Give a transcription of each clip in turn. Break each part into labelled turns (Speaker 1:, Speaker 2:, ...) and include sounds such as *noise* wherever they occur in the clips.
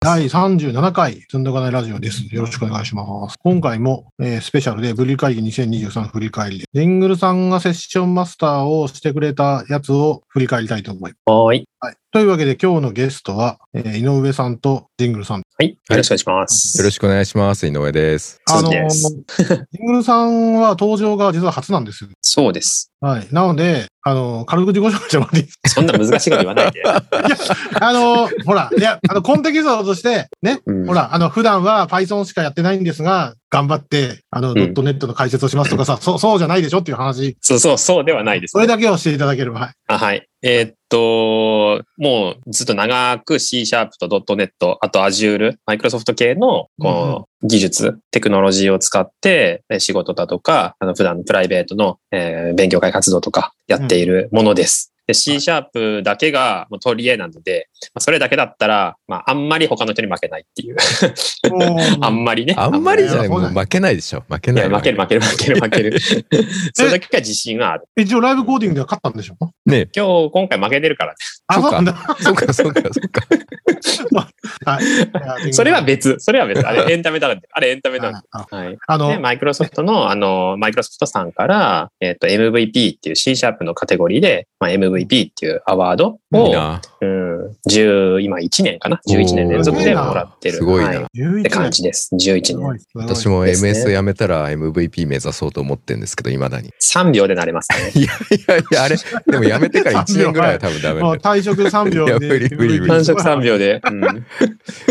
Speaker 1: 第37回、つんどかないラジオです。よろしくお願いします。今回も、えースペシャルで、ブリ会議2023振り返りで、ジングルさんがセッションマスターをしてくれたやつを振り返りたいと思います。
Speaker 2: はーい。
Speaker 1: はい。というわけで、今日のゲストは、えー井上さんとジングルさん。
Speaker 2: はい。よろしくお願いします。
Speaker 3: よろしくお願いします。井上です。
Speaker 1: あの
Speaker 2: そう
Speaker 1: ー、
Speaker 2: で
Speaker 1: ジ
Speaker 2: す
Speaker 1: ングルさんは登場が実は初なんですよ。
Speaker 2: そうです。
Speaker 1: はい。なので、あのー、軽く自己紹介してもらっていいですか
Speaker 2: そんな難しいこと言わないで。
Speaker 1: あのー、ほら、いや、あの、コンテキストとして、ね、
Speaker 2: うん
Speaker 1: ほ。ら、あの、普段は Python しかやってないんですが、頑張って、あの、
Speaker 2: ん
Speaker 1: ドットネットの解説をしますとかさ、そう、そうじゃないでしょっていう話、
Speaker 2: そうそう、そうではないです、
Speaker 1: それ
Speaker 2: ね。
Speaker 1: だけをしていただければ、はい。
Speaker 2: あはい。えーっと、もうずっと長く C シャープと .NET、あと Azure、Microsoft 系のこう技術、テクノロジーを使ってえ仕事だとか、あの普段のプライベートの、えー勉強会活動とかやっているものです。で C シャープだけがもう取り柄なので、まあ、それだけだったら、まあ、あんまり他の人に負けないっていう。あんまりね。
Speaker 3: あんまりじゃない、
Speaker 1: あそう
Speaker 3: もう
Speaker 1: だね
Speaker 3: 負けないでしょ。負け
Speaker 2: い
Speaker 3: ない
Speaker 2: や、負ける負ける負ける負け
Speaker 3: *laughs*
Speaker 2: る。それだけが自信がある。
Speaker 1: 一応ライブコーディングでは勝ったんでしょ
Speaker 3: ねえ
Speaker 2: 今日、今回負けてるから
Speaker 1: あ、
Speaker 3: そ
Speaker 1: そうう
Speaker 3: か
Speaker 1: なんだ。
Speaker 3: そっかそっかそっか。
Speaker 1: *laughs* はい
Speaker 2: ね。それは別。それは別。あ
Speaker 3: *laughs*
Speaker 2: れエンタメだらあれエンタメだ
Speaker 1: ああ
Speaker 2: はい。
Speaker 1: あ
Speaker 2: で、
Speaker 1: の、
Speaker 2: マイクロソフトの、あの、マイクロソフトさんから、えっ、と、MVP っていう C シャープのカテゴリーで、まあ、MVP っていうアワード
Speaker 3: いい
Speaker 2: を、
Speaker 3: な。
Speaker 2: うん、10、今1年かな ?11 年連続でもらってる。
Speaker 3: すごいな
Speaker 2: は
Speaker 1: 11
Speaker 2: って感じです。11
Speaker 1: すごい
Speaker 2: 年。
Speaker 1: すごい
Speaker 3: 私も
Speaker 2: ですね
Speaker 3: MS 辞めたら MVP 目指そうと思ってんですけど、未だに。
Speaker 2: 3秒でなれますね。
Speaker 3: *laughs* いやいやいや、あれ、でも辞めてから1年ぐ *laughs* らいは多分ダメ
Speaker 1: もう
Speaker 3: だよ。
Speaker 1: 退職3秒
Speaker 3: いや無
Speaker 1: で。
Speaker 3: 理無理無理
Speaker 2: 短縮3秒で。うん。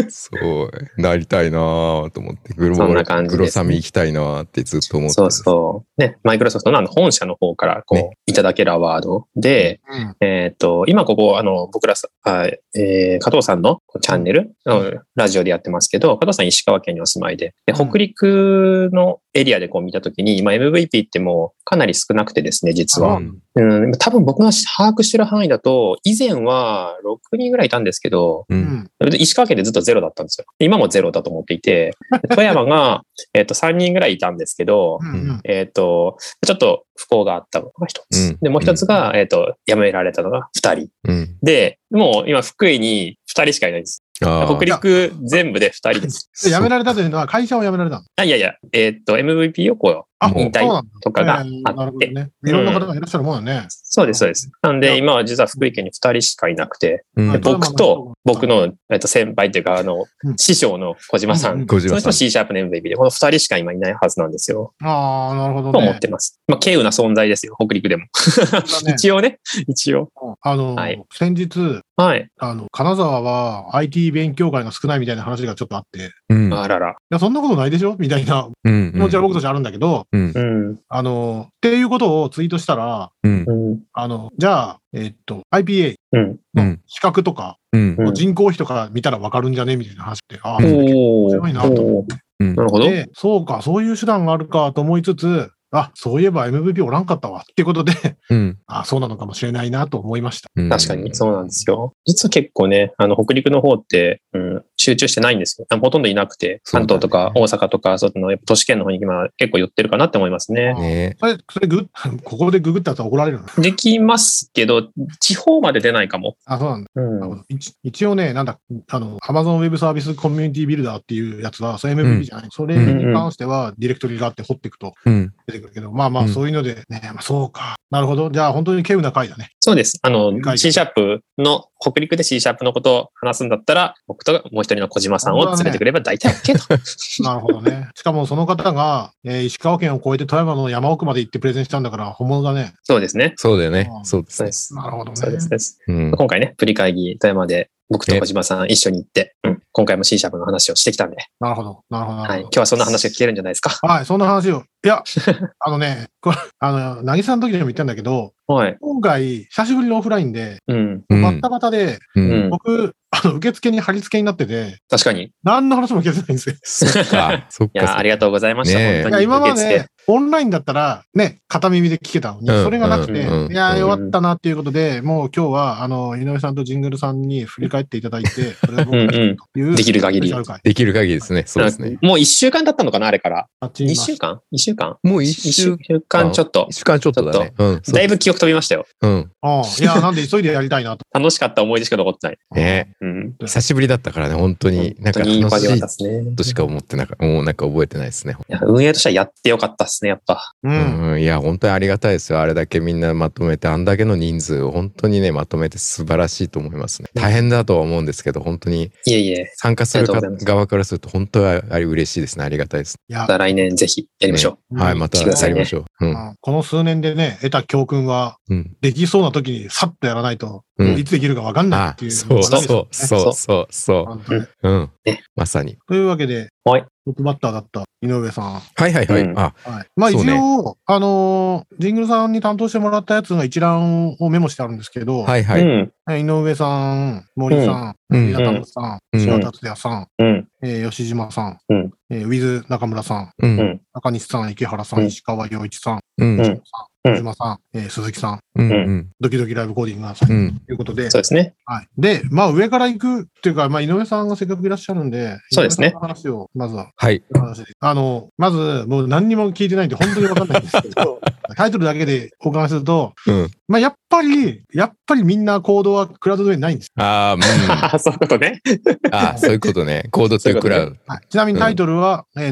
Speaker 3: そう、なりたいなぁと思って、グロ
Speaker 2: そんな感じです
Speaker 3: グロサミ行きたいなぁってずっと思って
Speaker 2: そう
Speaker 3: ます。
Speaker 2: そう。ね、マイクロソフトのあの本社の方から、こう、
Speaker 3: ね
Speaker 2: いただけるアワードで、
Speaker 1: うん
Speaker 2: えっ、と、今ここ、あの、僕らさ、あえー加藤さんのチャンネル、うんラジオでやってますけど、加藤さん石川県にお住まいで、で
Speaker 1: うん
Speaker 2: 北陸のエリアでこう見たときに、今 MVP ってもうかなり少なくてですね、実は。
Speaker 3: ん
Speaker 2: うん、多分僕が把握してる範囲だと、以前は6人ぐらいいたんですけど、
Speaker 3: う。
Speaker 1: うんん。
Speaker 2: 石川県でずっとゼロだったんですよ。今もゼロだと思っていて、富山が、えっと3人ぐらいいたんですけど、
Speaker 1: うんうん
Speaker 2: えっ、と、ちょっと不幸があったのが一つ。
Speaker 3: うん
Speaker 2: で、もう一つが、えっ、と、辞められたのが二人。
Speaker 3: うん。
Speaker 2: で、もう今、福井に二人しかいないんです。
Speaker 3: あ
Speaker 2: 北
Speaker 3: ー
Speaker 2: 陸全部で二人です。
Speaker 1: で辞められたというのは、会社を辞められたの。
Speaker 2: あいやいや、えっ、と、MVP をこ
Speaker 1: あ、
Speaker 3: もう
Speaker 1: そうなん
Speaker 2: う、とかがあ
Speaker 1: だ。
Speaker 2: っ
Speaker 1: え
Speaker 2: て
Speaker 1: ー、なるほどね。いろんな方がいらっしゃるもんよね。
Speaker 2: そうです、そうです。なんで、今は実は福井県に二人しかいなくて、
Speaker 3: う
Speaker 1: は
Speaker 3: ん
Speaker 1: い。
Speaker 2: 僕と、僕の、えっと先輩というか、あの
Speaker 1: う、ん
Speaker 2: 師匠の小島さ
Speaker 1: うん
Speaker 2: ん。
Speaker 3: 小
Speaker 2: その
Speaker 3: 島
Speaker 2: 人
Speaker 3: さ
Speaker 2: は
Speaker 3: ん。
Speaker 2: C シャープの MVP で、この二人しか今いないはずなんですよ。
Speaker 1: ああ、なるほど
Speaker 2: と
Speaker 1: ね。
Speaker 2: 思ってます。まあ、軽有な存在ですよ、北陸でも。
Speaker 1: そうだね
Speaker 2: 一応ね、一応。
Speaker 1: あの、
Speaker 2: はい
Speaker 1: 先日、
Speaker 2: はい。
Speaker 1: あの、金沢は IT 勉強会が少ないみたいな話がちょっとあって、い
Speaker 3: うん。
Speaker 2: あらら。
Speaker 1: や、そんなことないでしょみたいな
Speaker 3: うん。
Speaker 1: 気持ちは僕としてあるんだけど、
Speaker 3: うん
Speaker 2: う。ん。
Speaker 1: あの、っていうことをツイートしたら、
Speaker 3: うん
Speaker 2: う。ん。
Speaker 1: あの、じゃあ、えっと、IPA
Speaker 2: うん。
Speaker 3: うん。
Speaker 1: 資格とか、
Speaker 3: うん。
Speaker 2: うん
Speaker 1: 人工費とか見たらわかるんじゃねみたいな話って、ああ、
Speaker 3: うん
Speaker 2: お
Speaker 1: 強いなと思
Speaker 2: お
Speaker 1: って。
Speaker 3: うん
Speaker 2: なるほど。
Speaker 1: で、そうか、そういう手段があるかと思いつつ、あ、そういえば MVP おらんかったわ。っていうことで、 *laughs*
Speaker 3: うん。
Speaker 1: あそうなのかもしれないなと思いました。
Speaker 3: うん
Speaker 2: 確かに、そうなんですよ。実は結構ね、あの、北陸の方って、うん、集中してないんですよ。あほとんどいなくて、
Speaker 3: そう
Speaker 2: 関
Speaker 3: だね
Speaker 2: 東とか大阪とか、その、やっぱ都市圏の方に今結構寄ってるかなって思いますね。
Speaker 3: ね
Speaker 1: それ、それグ、 *laughs* ここでググったやつは怒られるの
Speaker 2: できますけど、地方まで出ないかも。
Speaker 1: あ、そうなんだ。
Speaker 2: うん。
Speaker 1: 一一応ね、なんだ、あの、Amazon Web Service Community Builder っていうやつは、それ
Speaker 3: う
Speaker 1: MVP
Speaker 3: ん
Speaker 1: じゃない、それに関しては、ディレクトリがあって掘っていくと
Speaker 3: うん。
Speaker 1: 出てくるけど、まあま
Speaker 3: う
Speaker 1: あ、
Speaker 3: ん
Speaker 1: そういうので、ね、まあ、そうか。なるほど。じゃあ、本当に稀有な回だね。
Speaker 2: そうです。あの
Speaker 1: 理解、
Speaker 2: C シャープの、北陸で C シャープのことを話すんだったら、僕ともう一人の小島さんを連れてくれば大体 OK と。
Speaker 1: なるほどね。しかも、その方が、えー石川県を越えて富山の山奥まで行ってプレゼンしたんだから、本物だね。
Speaker 2: そうですね。
Speaker 3: そうだよね
Speaker 1: う。ん
Speaker 3: そうで
Speaker 2: そ
Speaker 3: す
Speaker 2: う
Speaker 3: ね
Speaker 2: で。す。
Speaker 1: なるほどね。
Speaker 2: そうです。です
Speaker 3: うん。
Speaker 2: 今回ね、振り会議、富山で僕と小島さん一緒に行って、うん今回も C シャープの話をしてきたんで、
Speaker 1: なるほど。なるほど。な
Speaker 2: はい、
Speaker 1: るほ
Speaker 2: 今日はそんな話が聞けるんじゃないですか。 *laughs*
Speaker 1: ど。はい、そんな話を。いや、あのね、これ、あの、なぎさんの時にも言ったんだけど、
Speaker 2: はい。
Speaker 1: 今回、久しぶりのオフラインで、
Speaker 2: うん。
Speaker 3: うん
Speaker 1: バッタバタで、
Speaker 3: うん
Speaker 2: うん。
Speaker 1: 僕、あの、受付に貼り付けになってて、
Speaker 2: 確かに。
Speaker 1: 何の話も聞けてないんですよ。
Speaker 3: そっか。そっ
Speaker 2: *laughs* い
Speaker 3: か。
Speaker 2: や、ありがとうございました。
Speaker 3: ねえ
Speaker 1: い
Speaker 2: 本当
Speaker 1: や、
Speaker 2: に。
Speaker 1: 今ま
Speaker 2: 受付
Speaker 1: で、オンラインだったら、ね、片耳で聞けたのに、
Speaker 3: うん
Speaker 1: それがなくて、
Speaker 3: うん
Speaker 1: いやー、
Speaker 3: うん
Speaker 1: 弱ったなっていうことで、もう今日は、あの、井上さんとジングルさんに振り返っていただいて、それを僕たちという
Speaker 2: うんできる限り
Speaker 1: スペシャル回
Speaker 3: できる限りですね。そうですね。
Speaker 2: もう一週間だったのかな、あれから。
Speaker 1: あっちに
Speaker 2: 二
Speaker 1: いま
Speaker 2: 週
Speaker 1: す
Speaker 2: 間一週間
Speaker 3: もう一
Speaker 2: 一
Speaker 3: 週
Speaker 2: 週、間ちょっと
Speaker 3: 一。週間ちょっとだね。うん。そう
Speaker 2: だいぶ記憶飛びましたよ。
Speaker 3: うん。
Speaker 1: うんいやー、なんで急いでやりたいなと。
Speaker 2: 楽しかった思い出しか残ってない。
Speaker 3: ね
Speaker 2: うん。
Speaker 3: 久しぶりだったからね、本当に。なんか楽し
Speaker 2: 本当に良かっ
Speaker 3: い
Speaker 2: たですね。
Speaker 3: としか思ってなかもうなんか覚えてないですね。
Speaker 2: いや運営としてはやってよかったですね、やっぱ。
Speaker 1: う。
Speaker 3: うんん。いや、本当にありがたいですよ。あれだけみんなまとめて、あんだけの人数を本当にね、まとめて素晴らしいと思いますね。大変だとは思うんですけど、本当に
Speaker 2: いえいえ。
Speaker 3: 参加する
Speaker 2: ありが
Speaker 3: か
Speaker 2: とうございます
Speaker 3: 側からすると本当はあれ嬉しいですね。ありがたいです。
Speaker 1: いや
Speaker 2: ま、た来年ぜひやりましょう。
Speaker 1: うん
Speaker 3: はい、また
Speaker 2: 来てください
Speaker 3: やり
Speaker 2: ね
Speaker 3: ましょう。うん。
Speaker 1: うんこの数年でね、得た教訓は、
Speaker 3: うん。
Speaker 1: できそうな時にさっとやらないと、
Speaker 3: うん
Speaker 1: いつできるかわかんない
Speaker 3: あ
Speaker 1: ってい、う。
Speaker 3: そう
Speaker 1: 話です
Speaker 3: そ
Speaker 1: よ
Speaker 3: うそうそうそ
Speaker 1: 本当に
Speaker 3: う。うん
Speaker 2: ね。
Speaker 3: まさに。
Speaker 1: というわけで、
Speaker 2: はい
Speaker 1: トップバッターだった井上さん。
Speaker 3: はいはいは
Speaker 2: う
Speaker 3: い。
Speaker 2: ん
Speaker 3: あ、
Speaker 1: はい、まあ一
Speaker 3: そ
Speaker 1: 応、
Speaker 3: うね
Speaker 1: あのージングルさんに担当してもらったやつの一覧をメモしてあるんですけど、
Speaker 3: はいはい。
Speaker 2: うん。
Speaker 1: えー井上さん、森さん、
Speaker 3: うん
Speaker 1: 飯田拓さん、
Speaker 3: うん
Speaker 1: 塩田達也さん、
Speaker 2: うん。
Speaker 1: えー吉島さん、
Speaker 2: うん
Speaker 1: えーウィズ中村さん、
Speaker 2: う
Speaker 3: う
Speaker 2: ん
Speaker 3: ん。
Speaker 1: 中西さん、池原さん、
Speaker 2: うん
Speaker 1: 石川陽一さん、
Speaker 3: うん。
Speaker 2: うんうん
Speaker 1: 小島さん、えー鈴木さん、
Speaker 3: うん。
Speaker 2: う
Speaker 3: うん。
Speaker 1: ドキドキライブコーディングがさんと
Speaker 3: うん。
Speaker 1: いうことで、
Speaker 2: そうですね。
Speaker 1: はい、で、まあ上から行くっていうか、まあ井上さんがせっかくいらっしゃるんで、
Speaker 2: そうですね
Speaker 1: 井上さんの話を、まずは
Speaker 3: はい。
Speaker 1: あの、まず、もう何にも聞いてないんで、本当にわかんないんですけど、タイトルだけでお伺いすると、
Speaker 3: うん。
Speaker 1: まあ、やっぱり、やっぱりみんな行動はクラウド上にないんです。
Speaker 3: ああ、
Speaker 2: あそういうことね。
Speaker 3: うん。 *laughs* ああ、そういうことね。コードというクラウド。
Speaker 1: はい、ちなみにタイトルは、えー、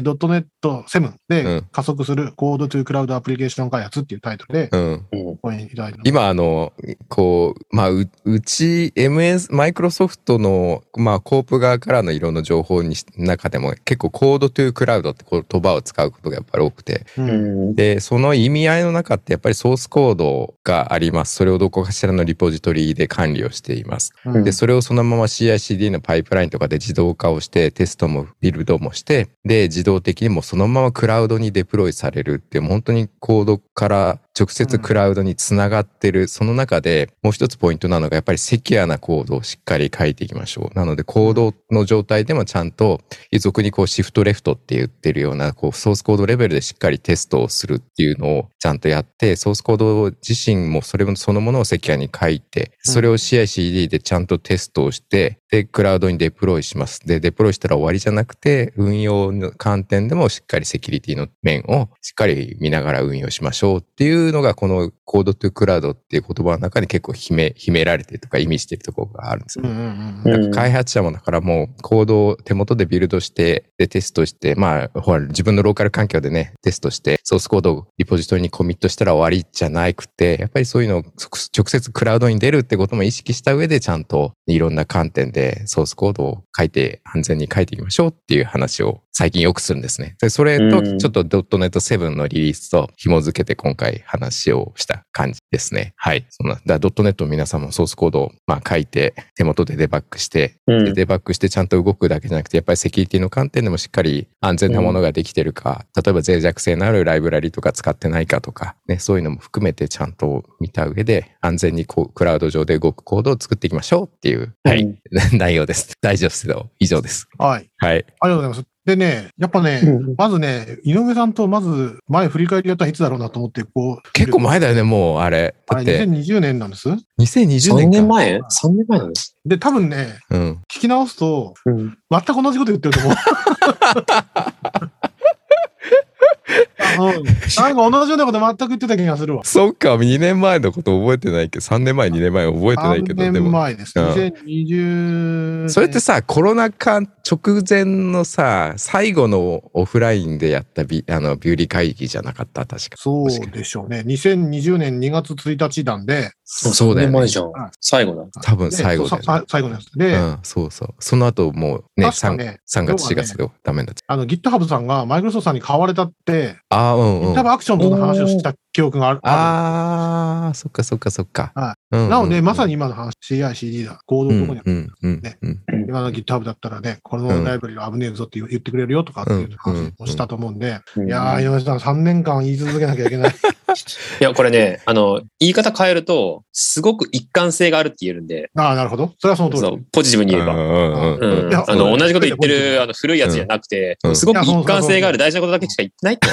Speaker 1: .NET7
Speaker 3: う
Speaker 1: で
Speaker 3: ん
Speaker 1: 加速するコードトゥークラウドアプリケーション開発っていうタイトルで
Speaker 3: うん。
Speaker 2: うん。
Speaker 1: 応援いただいてます。
Speaker 3: 今、あの、こう、まあ、ううち、MS、マイクロソフトの、まあ、コープ側からのいろんな情報にし中でも、結構、コードトゥークラウドって言葉を使うことがやっぱり多くて、
Speaker 1: うん
Speaker 2: うん。
Speaker 3: で、その意味合いの中って、やっぱりソースコードがあります。それをどこかしらのリポジトリで管理をしています。
Speaker 1: うん
Speaker 3: で、それをそのまま CICD のパイプラインとかで自動化をして、テストもビルドもして、で、自動的にもうそのままクラウドにデプロイされるっていう、もう本当にコードから直接クラウドにつながってる、その中でもう一つポイントなのが、やっぱりセキュアなコードをしっかり書いていきましょう。なので、コードの状態でもちゃんと、俗にこうシフトレフトって言ってるような、こうソースコードレベルでしっかりテストをするっていうのをちゃんとやって、ソースコード自身もそれもそのものをセキュアに書いて、それを CICD でちゃんとテストをして、で、クラウドにデプロイします。で、デプロイしたら終わりじゃなくて、運用の観点でもしっかりセキュリティの面をしっかり見ながら運用しましょうっていうのが、このコードトゥクラウドっていう言葉の中に結構秘め、秘められてるとか意味してるところがあるんですよ
Speaker 1: う
Speaker 3: ね
Speaker 1: ん。うん
Speaker 2: うん
Speaker 1: うん
Speaker 3: なんか開発者もだからもうコードを手元でビルドして、でテストして、まあ、ほら、自分のローカル環境でね、テストして、ソースコードをリポジトリにコミットしたら終わりじゃなくて、やっぱりそういうのをそ直接クラウドに出るってことも意識した上で、ちゃんといろんな観点でソースコードを書いて、安全に書いていきましょうっていう話を最近よくするんですね。で、それと
Speaker 2: うん
Speaker 3: ちょっと .NET7 のリリースと紐づけて今回話をした感じですね。はい。そんな、だから .NET の皆さんもソースコードをまあ書いて、手元でデバッグして、
Speaker 2: う
Speaker 3: で
Speaker 2: ん
Speaker 3: デバッグしてちゃんと動くだけじゃなくて、やっぱりセキュリティの観点でもしっかり安全なものができてるか、例えば脆弱性のあるライブラリとか使ってないかとか、ね、そういうのも含めてちゃんと見た上で、安全にこうクラウド上で動くコードを作っていきましょうっていう、は
Speaker 2: う
Speaker 3: い、
Speaker 2: ん
Speaker 3: *laughs* 内容です。大丈夫ですよ。以上です。
Speaker 1: はい。あ
Speaker 3: はい。
Speaker 1: りがとうございます。でね、やっぱね、
Speaker 2: うん
Speaker 1: まずね、井上さんとまず前振り返りやったのいつだろうなと思って、こう。
Speaker 3: 結構前だよね、もう、あれ。
Speaker 1: あ
Speaker 3: だ
Speaker 1: れ
Speaker 3: って、
Speaker 1: 2020年なんです。
Speaker 3: 2020
Speaker 2: 3
Speaker 3: 年
Speaker 2: 年
Speaker 3: か。
Speaker 2: 前 ?3 年前なんです。
Speaker 1: で、多分ね、
Speaker 3: うん。
Speaker 1: 聞き直すと、
Speaker 2: うん。
Speaker 1: 全く同じこと言ってると
Speaker 3: *laughs*
Speaker 1: 思う。あうんなんか同じようなこと全く言ってた気がするわ。
Speaker 3: そっか、2年前のこと覚えてないけど、3年前、2年前覚えてないけど、
Speaker 1: 3
Speaker 3: で
Speaker 1: 年
Speaker 3: も。
Speaker 1: 前です。
Speaker 3: うん
Speaker 1: 2020年。
Speaker 3: それってさ、コロナ禍直前のさ、最後のオフラインでやったビあのビューリー会議じゃなかった、確か。
Speaker 1: そうでしょうね。2020年2月1日なんで、
Speaker 3: そうだよ
Speaker 2: 3年前
Speaker 3: ね。
Speaker 2: じゃん
Speaker 1: はい。
Speaker 2: 最後だ。
Speaker 3: 多分
Speaker 1: で
Speaker 3: 最後だ
Speaker 1: そう
Speaker 3: よね
Speaker 1: さ最後のやつ。で、
Speaker 3: うん、そうそう。その後もうね、
Speaker 1: 確か
Speaker 3: 三
Speaker 1: ね
Speaker 3: 3, 月、4
Speaker 1: 要はね
Speaker 3: 月がダメだった。
Speaker 1: あの GitHub さんがマイクロソフトさんに買われたって、
Speaker 3: ああ、うんうん。
Speaker 1: GitHub アクションとの話をした記憶がある。
Speaker 3: ああ、そっかそっかそっか。
Speaker 1: は
Speaker 3: うんうん
Speaker 1: なので、まさに今の話、CICD だ、コー
Speaker 3: う
Speaker 1: ドをど
Speaker 3: ん、う
Speaker 1: こに
Speaker 3: ん、うん、うん
Speaker 1: ね。
Speaker 3: うん
Speaker 1: 今の GitHub だったらね、このライブラリは危ねえぞって言言ってくれるよとかっていう話をしたと思うんで、
Speaker 2: い
Speaker 1: いやー、井上さん、3年間言い続けなきゃいけない。
Speaker 2: いや、これね、あの、言い方変えると、すごく一貫性があるって言えるんで、
Speaker 1: ああ、なるほど。それはその通
Speaker 2: そ
Speaker 1: り。
Speaker 2: うポジティブに言えば。
Speaker 3: うんうんうん
Speaker 2: う
Speaker 1: い
Speaker 2: ん、
Speaker 1: や
Speaker 2: あ
Speaker 1: そ
Speaker 2: の
Speaker 1: う
Speaker 2: 同じこと言ってるあの古いやつじゃなくて、
Speaker 3: うん
Speaker 2: すごく一貫性がある大事なことだけしか言ってないと。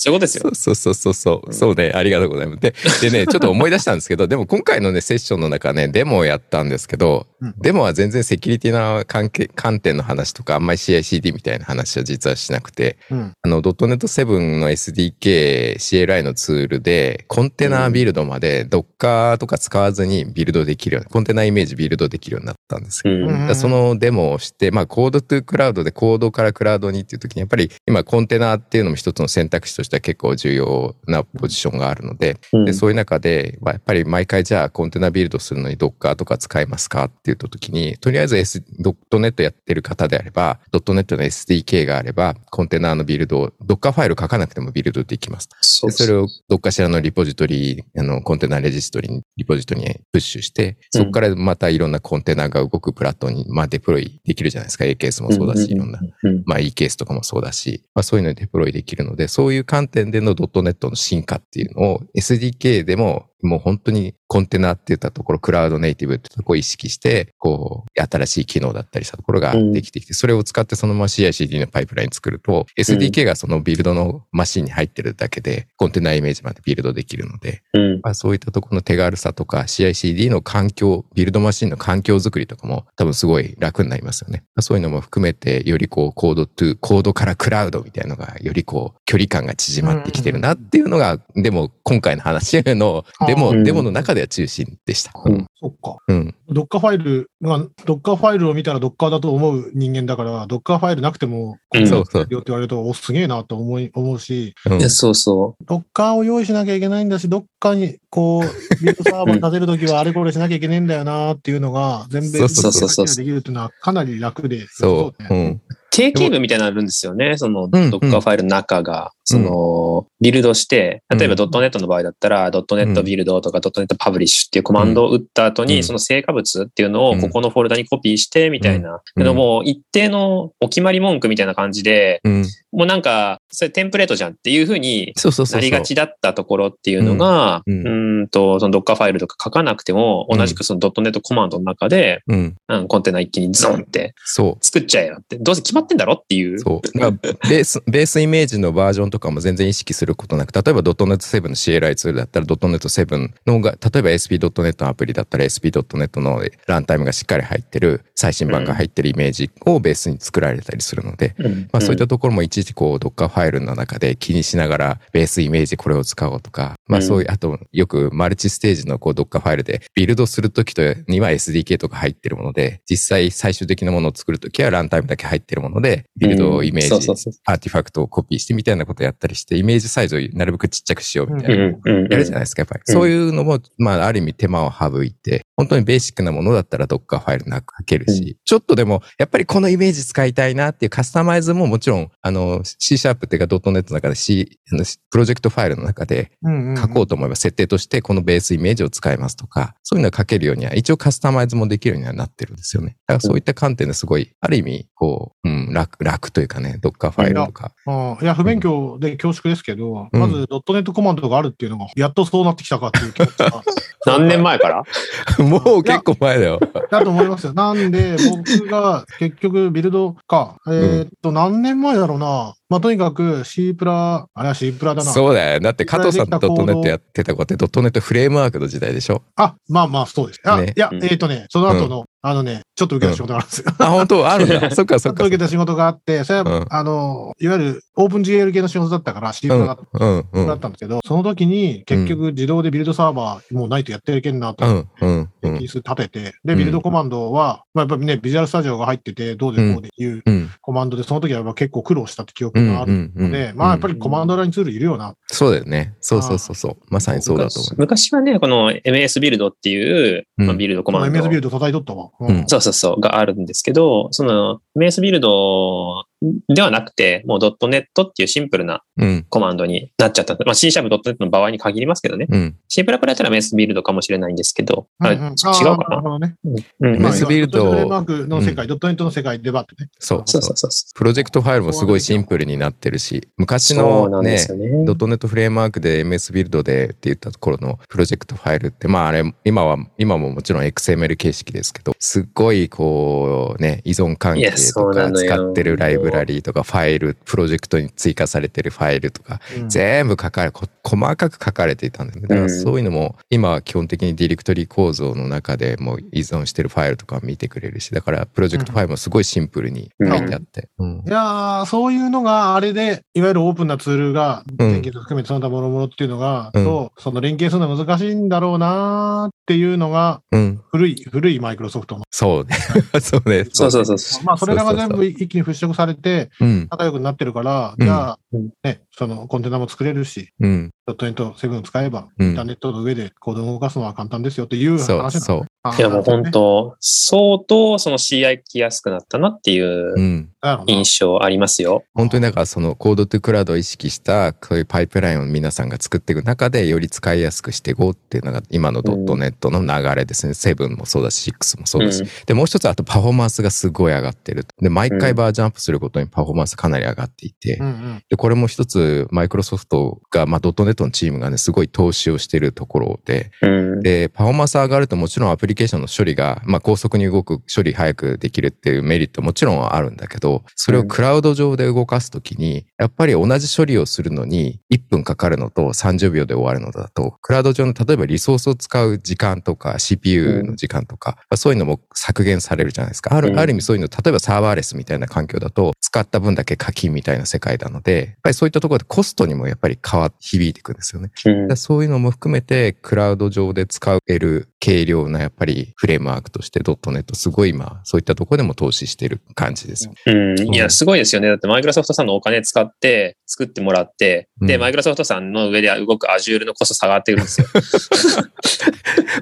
Speaker 2: そういうことですよ。
Speaker 3: そうそうそうそうう。
Speaker 2: ん
Speaker 3: そうね。ありがとうございます。で、でね、ちょっと思い出したんですけど、でも今回のね、セッションの中ね、デモをやったんですけど、
Speaker 1: うん
Speaker 3: デモは全然セキュリティな関係、観点の話とか、あんまり CICD みたいな話は実はしなくて、
Speaker 1: うん。
Speaker 3: あの、.NET7 の SDK、CLI のツールで、コンテナビルドまで Docker とか使わずにビルドできるように、コンテナイメージビルドできるようになったんですよ
Speaker 2: うん
Speaker 1: うん
Speaker 3: だからそのデモをして、まあ、コードトゥクラウドでコードからクラウドにっていう時に、やっぱり今コンテナっていうのも一つの選択肢としては結構重要なポジションがあるので、でそういう中で、まあ、やっぱり毎回じゃあコンテナビルドするのに Docker とか使いますかっていう時に、とりあえず S、.NET やってる方であれば、.NET の SDK があれば、コンテナのビルドを Docker ファイル書かなくてもビルドできます。
Speaker 2: そ
Speaker 3: でそれをどっかしらのリポジトリ、あの、コンテナレジストリに、リポジトリにプッシュして、
Speaker 2: うん
Speaker 3: そこからまたいろんなコンテナが動くプラットに、まあデプロイできるじゃないですか。A ケースもそうだし、いろんな。。
Speaker 2: うん
Speaker 3: まあ E ケースとかもそうだし、まあそういうのにデプロイできるので、そういう観点での .NET の進化っていうのを SDK でももう本当にコンテナって言ったところ、クラウドネイティブってところを意識して、こう、新しい機能だったりしたところができてきて、それを使ってそのまま CICD のパイプライン作ると、SDK がそのビルドのマシンに入ってるだけで、コンテナイメージまでビルドできるので、
Speaker 2: うん
Speaker 3: まあ、そういったところの手軽さとか CICD の環境、ビルドマシンの環境づくりとかも多分すごい楽になりますよね。まあそういうのも含めてよりこうコードトゥコードからクラウドみたいなのがよりこう距離感が縮まってきてるなっていうのが、でも今回の話の、で
Speaker 1: う
Speaker 3: も、
Speaker 2: ん
Speaker 3: でもの中では中心でした。
Speaker 2: う
Speaker 3: うんん。
Speaker 1: そっか。
Speaker 3: うん。
Speaker 1: Docker ファイル、まあ、Docker ファイルを見たら Docker だと思う人間だから、Docker ファイルなくても、
Speaker 2: うん
Speaker 3: そうそう
Speaker 1: よって言われると、お、すげえなと思い、思うし、
Speaker 3: うん
Speaker 2: いやそうそ
Speaker 1: Docker を用意しなきゃいけないんだし、Docker に、こう、ビルドサーバー立てるときはあれこれしなきゃいけないんだよなっていうのが、全米
Speaker 3: そうそう
Speaker 2: そうそう
Speaker 1: できるっていうのはかなり楽で、
Speaker 3: そうう。う
Speaker 1: ね
Speaker 3: ん。
Speaker 2: う。定型文みたいなのあるんですよね。その、
Speaker 3: ん
Speaker 2: Docker ファイルの中が、その、ビルドして、例えば
Speaker 3: うん
Speaker 2: .NET の場合だったら、.NET ビルドとか .NET パブリッシュっていうコマンドを打った後
Speaker 3: う
Speaker 2: に、
Speaker 3: ん
Speaker 2: その成果物っていうのを
Speaker 3: うん
Speaker 2: ここのフォルダにコピーして、みたいな。
Speaker 3: うん
Speaker 2: けども、一定のお決まり文句みたいな感じで、
Speaker 3: うん。
Speaker 2: もうなんか、それテンプレートじゃんっていうふうに
Speaker 3: そうそうそうそう。
Speaker 2: なりがちだったところっていうのが、う
Speaker 3: うんう
Speaker 2: ー
Speaker 3: ん
Speaker 2: んと、その Docker ファイルとか書かなくても、
Speaker 3: うん
Speaker 2: 同じくその .NET コマンドの中で、
Speaker 3: うん。
Speaker 2: うん、コンテナ一気にゾンって
Speaker 3: そう。
Speaker 2: 作っちゃえよって、どうせ決まってんだろっていう。
Speaker 3: そう。だからベース、 *laughs* ベースイメージのバージョンとかも全然意識することなく、例えば .NET7 の CLI ツールだったら .NET7 のが、例えば SP.NET のアプリだったら SP.NET のランタイムがしっかり入ってる、最新版が入ってるイメージをベースに作られたりするので、
Speaker 2: うん
Speaker 3: まあそういったところもいちいちこう Docker ファイルの中で気にしながらベースイメージこれを使おうとか、まあそういう、あとよくマルチステージのこう Docker ファイルでビルドするときとには SDK とか入ってるもので、実際最終的なものを作るときはランタイムだけ入ってるもので、ビルドをイメージ、
Speaker 2: うんそうそうそ
Speaker 3: アーティファクトをコピーしてみたいなことをやったりして、イメージサイズをなるべくちっちゃくしようみたいな
Speaker 2: う。うんうんうん
Speaker 3: やるじゃないですか、やっぱり。
Speaker 2: うん
Speaker 3: そういうのも、まあ、ある意味手間を省いて、本当にベーシックなものだったら Docker ファイルなく書けるし、
Speaker 2: う
Speaker 3: ちょっとでも、やっぱりこのイメージ使いたいなっていうカスタマイズももちろん、あの、C シャープっていうか .NET の中で C、あのプロジェクトファイルの中で
Speaker 1: うんうん
Speaker 3: 書こうと思えば、設定としてこのベースイメージを使いますとか、そういうのは書けるようには、一応カスタマイズもできるようにはなってるんですよね。だからそういった観点ですごい、ある意味、こう、うん、楽、楽というかね、Docker ファイルとか。
Speaker 1: ああいや、不勉強で恐縮ですけど、
Speaker 3: うん
Speaker 1: まず .NET コマンドがあるっていうのが、やっとそうなってきたかっていう気持ち
Speaker 3: *laughs*
Speaker 1: が
Speaker 2: 何年前から
Speaker 3: もう結構前だよ。
Speaker 1: だと思いますよ。なんで、僕が結局ビルドか、えーっと、何年前だろうな。まあ、とにかく C プラ、あれは C プラだな。
Speaker 3: そうだよ。だって加藤さん
Speaker 1: 実際
Speaker 3: ド
Speaker 1: できた行動
Speaker 3: ットネットやってた子ってドットネットフレームワークの時代
Speaker 1: *laughs*
Speaker 3: でしょ
Speaker 1: あ、まあまあ、そうです。あ
Speaker 3: ね
Speaker 1: いや、
Speaker 2: うん
Speaker 1: えーっとね、その後の、あのね、ちょっと受けた仕事があるんですよ。
Speaker 3: あ、本当ある
Speaker 1: *laughs*
Speaker 3: んだ。そ
Speaker 1: ちょ
Speaker 3: っかそっ
Speaker 1: っ
Speaker 3: か
Speaker 1: と
Speaker 3: そっ
Speaker 1: 受け
Speaker 3: か。
Speaker 1: た仕事があって、それは、
Speaker 3: うん
Speaker 1: あの、いわゆる OpenGL 系の仕事だったから C プ
Speaker 3: う
Speaker 1: ラ
Speaker 3: ん
Speaker 1: だった。
Speaker 3: うんう
Speaker 1: だっ
Speaker 3: ん
Speaker 1: たんですけど、その時に結局自動でビルドサーバーもうないとやっていけんなと
Speaker 3: うんうんう
Speaker 1: キ
Speaker 3: ん
Speaker 1: ー数立てて、で、ビルドコマンドは、まあ、やっぱりね、ビジュアルスタジオが入ってて、どうでこうでっていう
Speaker 3: うん
Speaker 1: コマンドで、その時はやっぱ結構苦労したって記
Speaker 3: う
Speaker 1: 憶がある
Speaker 3: んう
Speaker 1: の
Speaker 3: ん
Speaker 1: で、
Speaker 3: うん
Speaker 1: まあ、やっぱりコマンドラインツールいるよな。
Speaker 3: そうだよね。そうそうそうそう。まさにそうだと思
Speaker 2: 昔昔はね、この MS ビルドっていう、
Speaker 3: うん
Speaker 2: まあ、ビルドコ
Speaker 1: この
Speaker 2: マンド。
Speaker 1: MS ビルド叩いとったわ。
Speaker 3: うん
Speaker 2: そうそうそう、があるんですけど、その MS ビルドではなくて、もう .NET っていうシンプルな
Speaker 3: うん。
Speaker 2: コマンドになっちゃった。まあ、C シャープ .net の場合に限りますけどね。
Speaker 3: うん。
Speaker 2: C プラプラやったらメスビルドかもしれないんですけど、あれ違う
Speaker 1: あーなる
Speaker 2: か
Speaker 1: ほどね。
Speaker 2: な、うん
Speaker 3: まあ MS ビルド
Speaker 1: フレームワークの世界、ドットネットの世界でばってね。
Speaker 3: そう。
Speaker 2: そうそうそうそ
Speaker 3: プロジェクトファイルもすごいシンプルになってるし、昔
Speaker 2: う。そうな
Speaker 3: の
Speaker 2: んで
Speaker 3: ね
Speaker 2: す、よね。
Speaker 3: ドットネットフレームワークで MS ビルドでって言ったところのプロジェクトファイルって、まああれ、今は、今ももちろん XML 形式ですけど、すっごいこうね、依存関係
Speaker 2: いやそ
Speaker 3: と
Speaker 2: うな
Speaker 3: か
Speaker 2: のよ
Speaker 3: 使ってるライブラリーとかファイル、プロジェクトに追加されてるファイルとか、
Speaker 1: うん
Speaker 3: 全部書かれ、こ細かく書かれていたんだよね。だからそういうのも、今は基本的にディレクトリ構造の中でもう依存してるファイルとか見てくれるし、だからプロジェクトファイルもすごいシンプルに書いてあって。うん
Speaker 1: いやーそういうのがあれで、いわゆるオープンなツールが、
Speaker 3: うん
Speaker 1: 連携と含めてその他諸々っていうのが、
Speaker 3: うん
Speaker 1: と、その連携するのは難しいんだろうなーっていうのが、
Speaker 3: うん。
Speaker 1: 古い、古いマイクロソフトの。
Speaker 3: そうね。 *laughs* そうね。
Speaker 2: そうそうそうそ
Speaker 1: *laughs*
Speaker 2: う。
Speaker 1: まあ、それらが全
Speaker 3: そう
Speaker 1: 部一気に払拭されて、
Speaker 3: うん。
Speaker 1: 仲良くなってるから、
Speaker 3: うん
Speaker 1: じゃあ
Speaker 2: うん、
Speaker 1: ね、そのコンテナも作れるし、
Speaker 3: うん。
Speaker 1: ドットネット7使えば、
Speaker 3: う
Speaker 1: インター
Speaker 3: ん。
Speaker 1: ネットの上でコードを動かすのは簡単ですよっていう話な
Speaker 3: そ
Speaker 1: の
Speaker 3: うそう。。
Speaker 1: あー
Speaker 2: いやもう本
Speaker 1: なるほどね
Speaker 2: 当、相当その CI 来やすくなったなっていううん
Speaker 1: なるほど
Speaker 2: 印象ありますよ。
Speaker 3: 本当にだからそのコードトゥクラウドを意識したそういうパイプラインを皆さんが作っていく中でより使いやすくしていこうっていうのが今のドットネットの流れですね。セブンもそうだし、シックスもそうだし。で、もう一つあとパフォーマンスがすごい上がってる。で、毎回バージョンアップすることにパフォーマンスかなり上がっていて。
Speaker 1: うんうん。
Speaker 3: で、これも一つ、マイクロソフトが、まあ、ドットネットのチームがね、すごい投資をしてるところで、
Speaker 2: うん。うん。
Speaker 3: で、パフォーマンス上がるともちろんアプリケーションの処理が、まあ、高速に動く、処理早くできるっていうメリットもちろんあるんだけど、それをクラウド上で動かすときに、やっぱり同じ処理をするのに1分かかるのと30秒で終わるのだと、クラウド上の例えばリソースを使う時間とか CPU の時間とか、まあそういうのも削減されるじゃないですか。あ
Speaker 2: うん
Speaker 3: る、ある意味そういうの、例えばサーバーレスみたいな環境だと、使った分だけ課金みたいな世界なので、やっぱりそういったところでコストにもやっぱり変わ、響いていくんですよね。
Speaker 2: うん
Speaker 3: だからそういうのも含めて、クラウド上で使える軽量なやっぱりフレームワークとしてドットネットすごい今、そういったところでも投資してる感じですよ。
Speaker 2: うん、いうや、
Speaker 3: ん
Speaker 2: すごいですよね。だって、マイクロソフトさんのお金使って、作ってもらって、
Speaker 3: う
Speaker 2: で、
Speaker 3: ん
Speaker 2: マイクロソフトさんの上で動く Azure のコスト下がってるんですよ。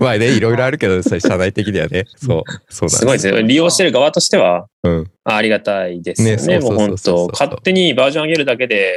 Speaker 3: まあね、いろいろあるけど、それ社内的ではね。そう、そうなん
Speaker 2: すごいですね。利用してる側としては、
Speaker 3: うん。
Speaker 2: ありがたいですよね。
Speaker 3: ね
Speaker 2: もう
Speaker 3: そうそ
Speaker 2: 本
Speaker 3: うそうそう
Speaker 2: 当、勝手にバージョン上げるだけで、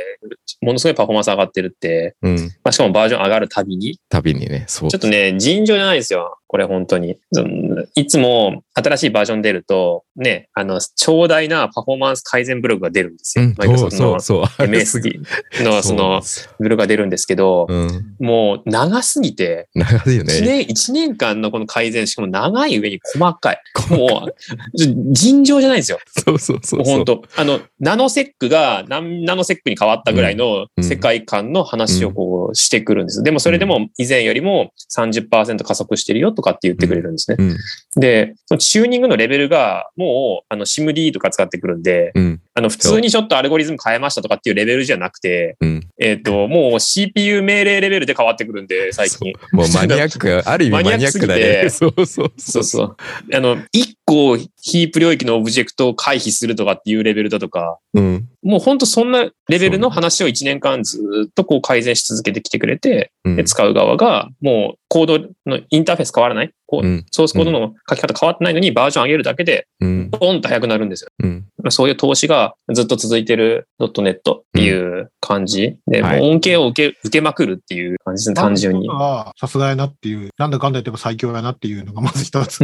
Speaker 2: ものすごいパフォーマンス上がってるって、
Speaker 3: うん。
Speaker 2: まあ、しかもバージョン上がるたびに、
Speaker 3: 旅にね、そう。
Speaker 2: ちょっとね、尋常じゃないですよ。これ本当に。そのいつも新しいバージョン出ると、ね、あの、超大なパフォーマンス改善ブログが出るんです
Speaker 3: う
Speaker 2: よ。
Speaker 3: ん、
Speaker 2: マイクロソ
Speaker 3: そ
Speaker 2: フ
Speaker 3: う
Speaker 2: ト
Speaker 3: そ
Speaker 2: の
Speaker 3: うそう。あれすごい
Speaker 2: MSD のそのブログが出るんですけど、
Speaker 3: そうなんですようん。
Speaker 2: もう長すぎて、
Speaker 3: 長いよ
Speaker 2: 1
Speaker 3: ね。
Speaker 2: 年、一年間のこの改善、しかも長い上に細かい。もう、 *laughs* じ尋常じゃないんですよ。
Speaker 3: そうそうそ
Speaker 2: もう
Speaker 3: うそ
Speaker 2: 本
Speaker 3: う。
Speaker 2: 当あの、ナノセックが何ナノセックに変わったぐらいの
Speaker 3: うん
Speaker 2: 世界観の話をこうしてくるんです。でもそれでも以前よりも30%加速してるよとかって言ってくれるんですね。
Speaker 3: うん。
Speaker 2: で、そのチューニングのレベルがもう、あの、シム D とか使ってくるんで、
Speaker 3: うん。
Speaker 2: あの、普通にちょっとアルゴリズム変えましたとかっていうレベルじゃなくて、
Speaker 3: うん。
Speaker 2: えっ、と、もう CPU 命令レベルで変わってくるん
Speaker 3: *laughs*
Speaker 2: で、最近。 *laughs*
Speaker 3: もうマニアック、ある意味マニアックだね。
Speaker 2: マニアックす
Speaker 3: *laughs* そうそう
Speaker 2: そ
Speaker 3: そうう。
Speaker 2: そう。あの、一個ヒープ領域のオブジェクトを回避するとかっていうレベルだとか、
Speaker 3: うん。
Speaker 2: もうほんとそんなレベルの話を1年間ずっとこう改善し続けてきてくれて、
Speaker 3: うん
Speaker 2: で使う側がもうコードのインターフェース変わらないこう
Speaker 3: うん
Speaker 2: ソースコードの書き方変わってないのにバージョン上げるだけで、
Speaker 3: うん。
Speaker 2: ポンと速くなるんですよ。
Speaker 3: うん。
Speaker 2: そういう投資がずっと続いてる .net っていう感じで、
Speaker 3: はい
Speaker 2: もう恩恵を受け、受けまくるっていう感じですね、単純に
Speaker 1: ま。あそういうのはさすがやなっていう、なんだかんだ言っても最強やなっていうの
Speaker 2: *laughs*
Speaker 1: がまず一つ。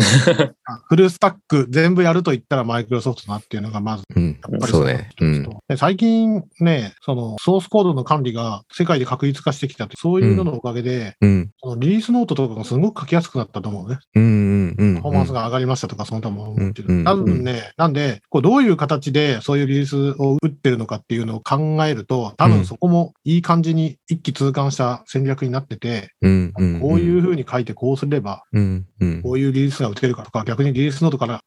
Speaker 1: あフルスタック全部やると言ったらマイクロソフトだなっていうのがまず、
Speaker 3: うん
Speaker 1: やっぱり
Speaker 3: そうね。う
Speaker 1: の一つ
Speaker 3: ん
Speaker 1: と。で最近ね、そのソースコードの管理が世界で確立化してきたって、そういうののおかげで、
Speaker 3: うん。
Speaker 1: そのリリースノートとかがすごく書きやすくなったと思うね。
Speaker 3: うん。うん。うん
Speaker 1: パフォーマンスが上がりましたとか、その他も思って
Speaker 3: うんう
Speaker 1: る。
Speaker 3: ん
Speaker 1: なんで、なんで、こうどういう形でそういうリリースを打ってるのかっていうのを考えると、多分そこもいい感じに一気通貫した戦略になってて、
Speaker 3: うん。ん
Speaker 1: こういうふうに書いてこうすれば、
Speaker 3: うん。うん。
Speaker 1: こういうリリースが打てるかとか、逆にリリースノートから
Speaker 3: あ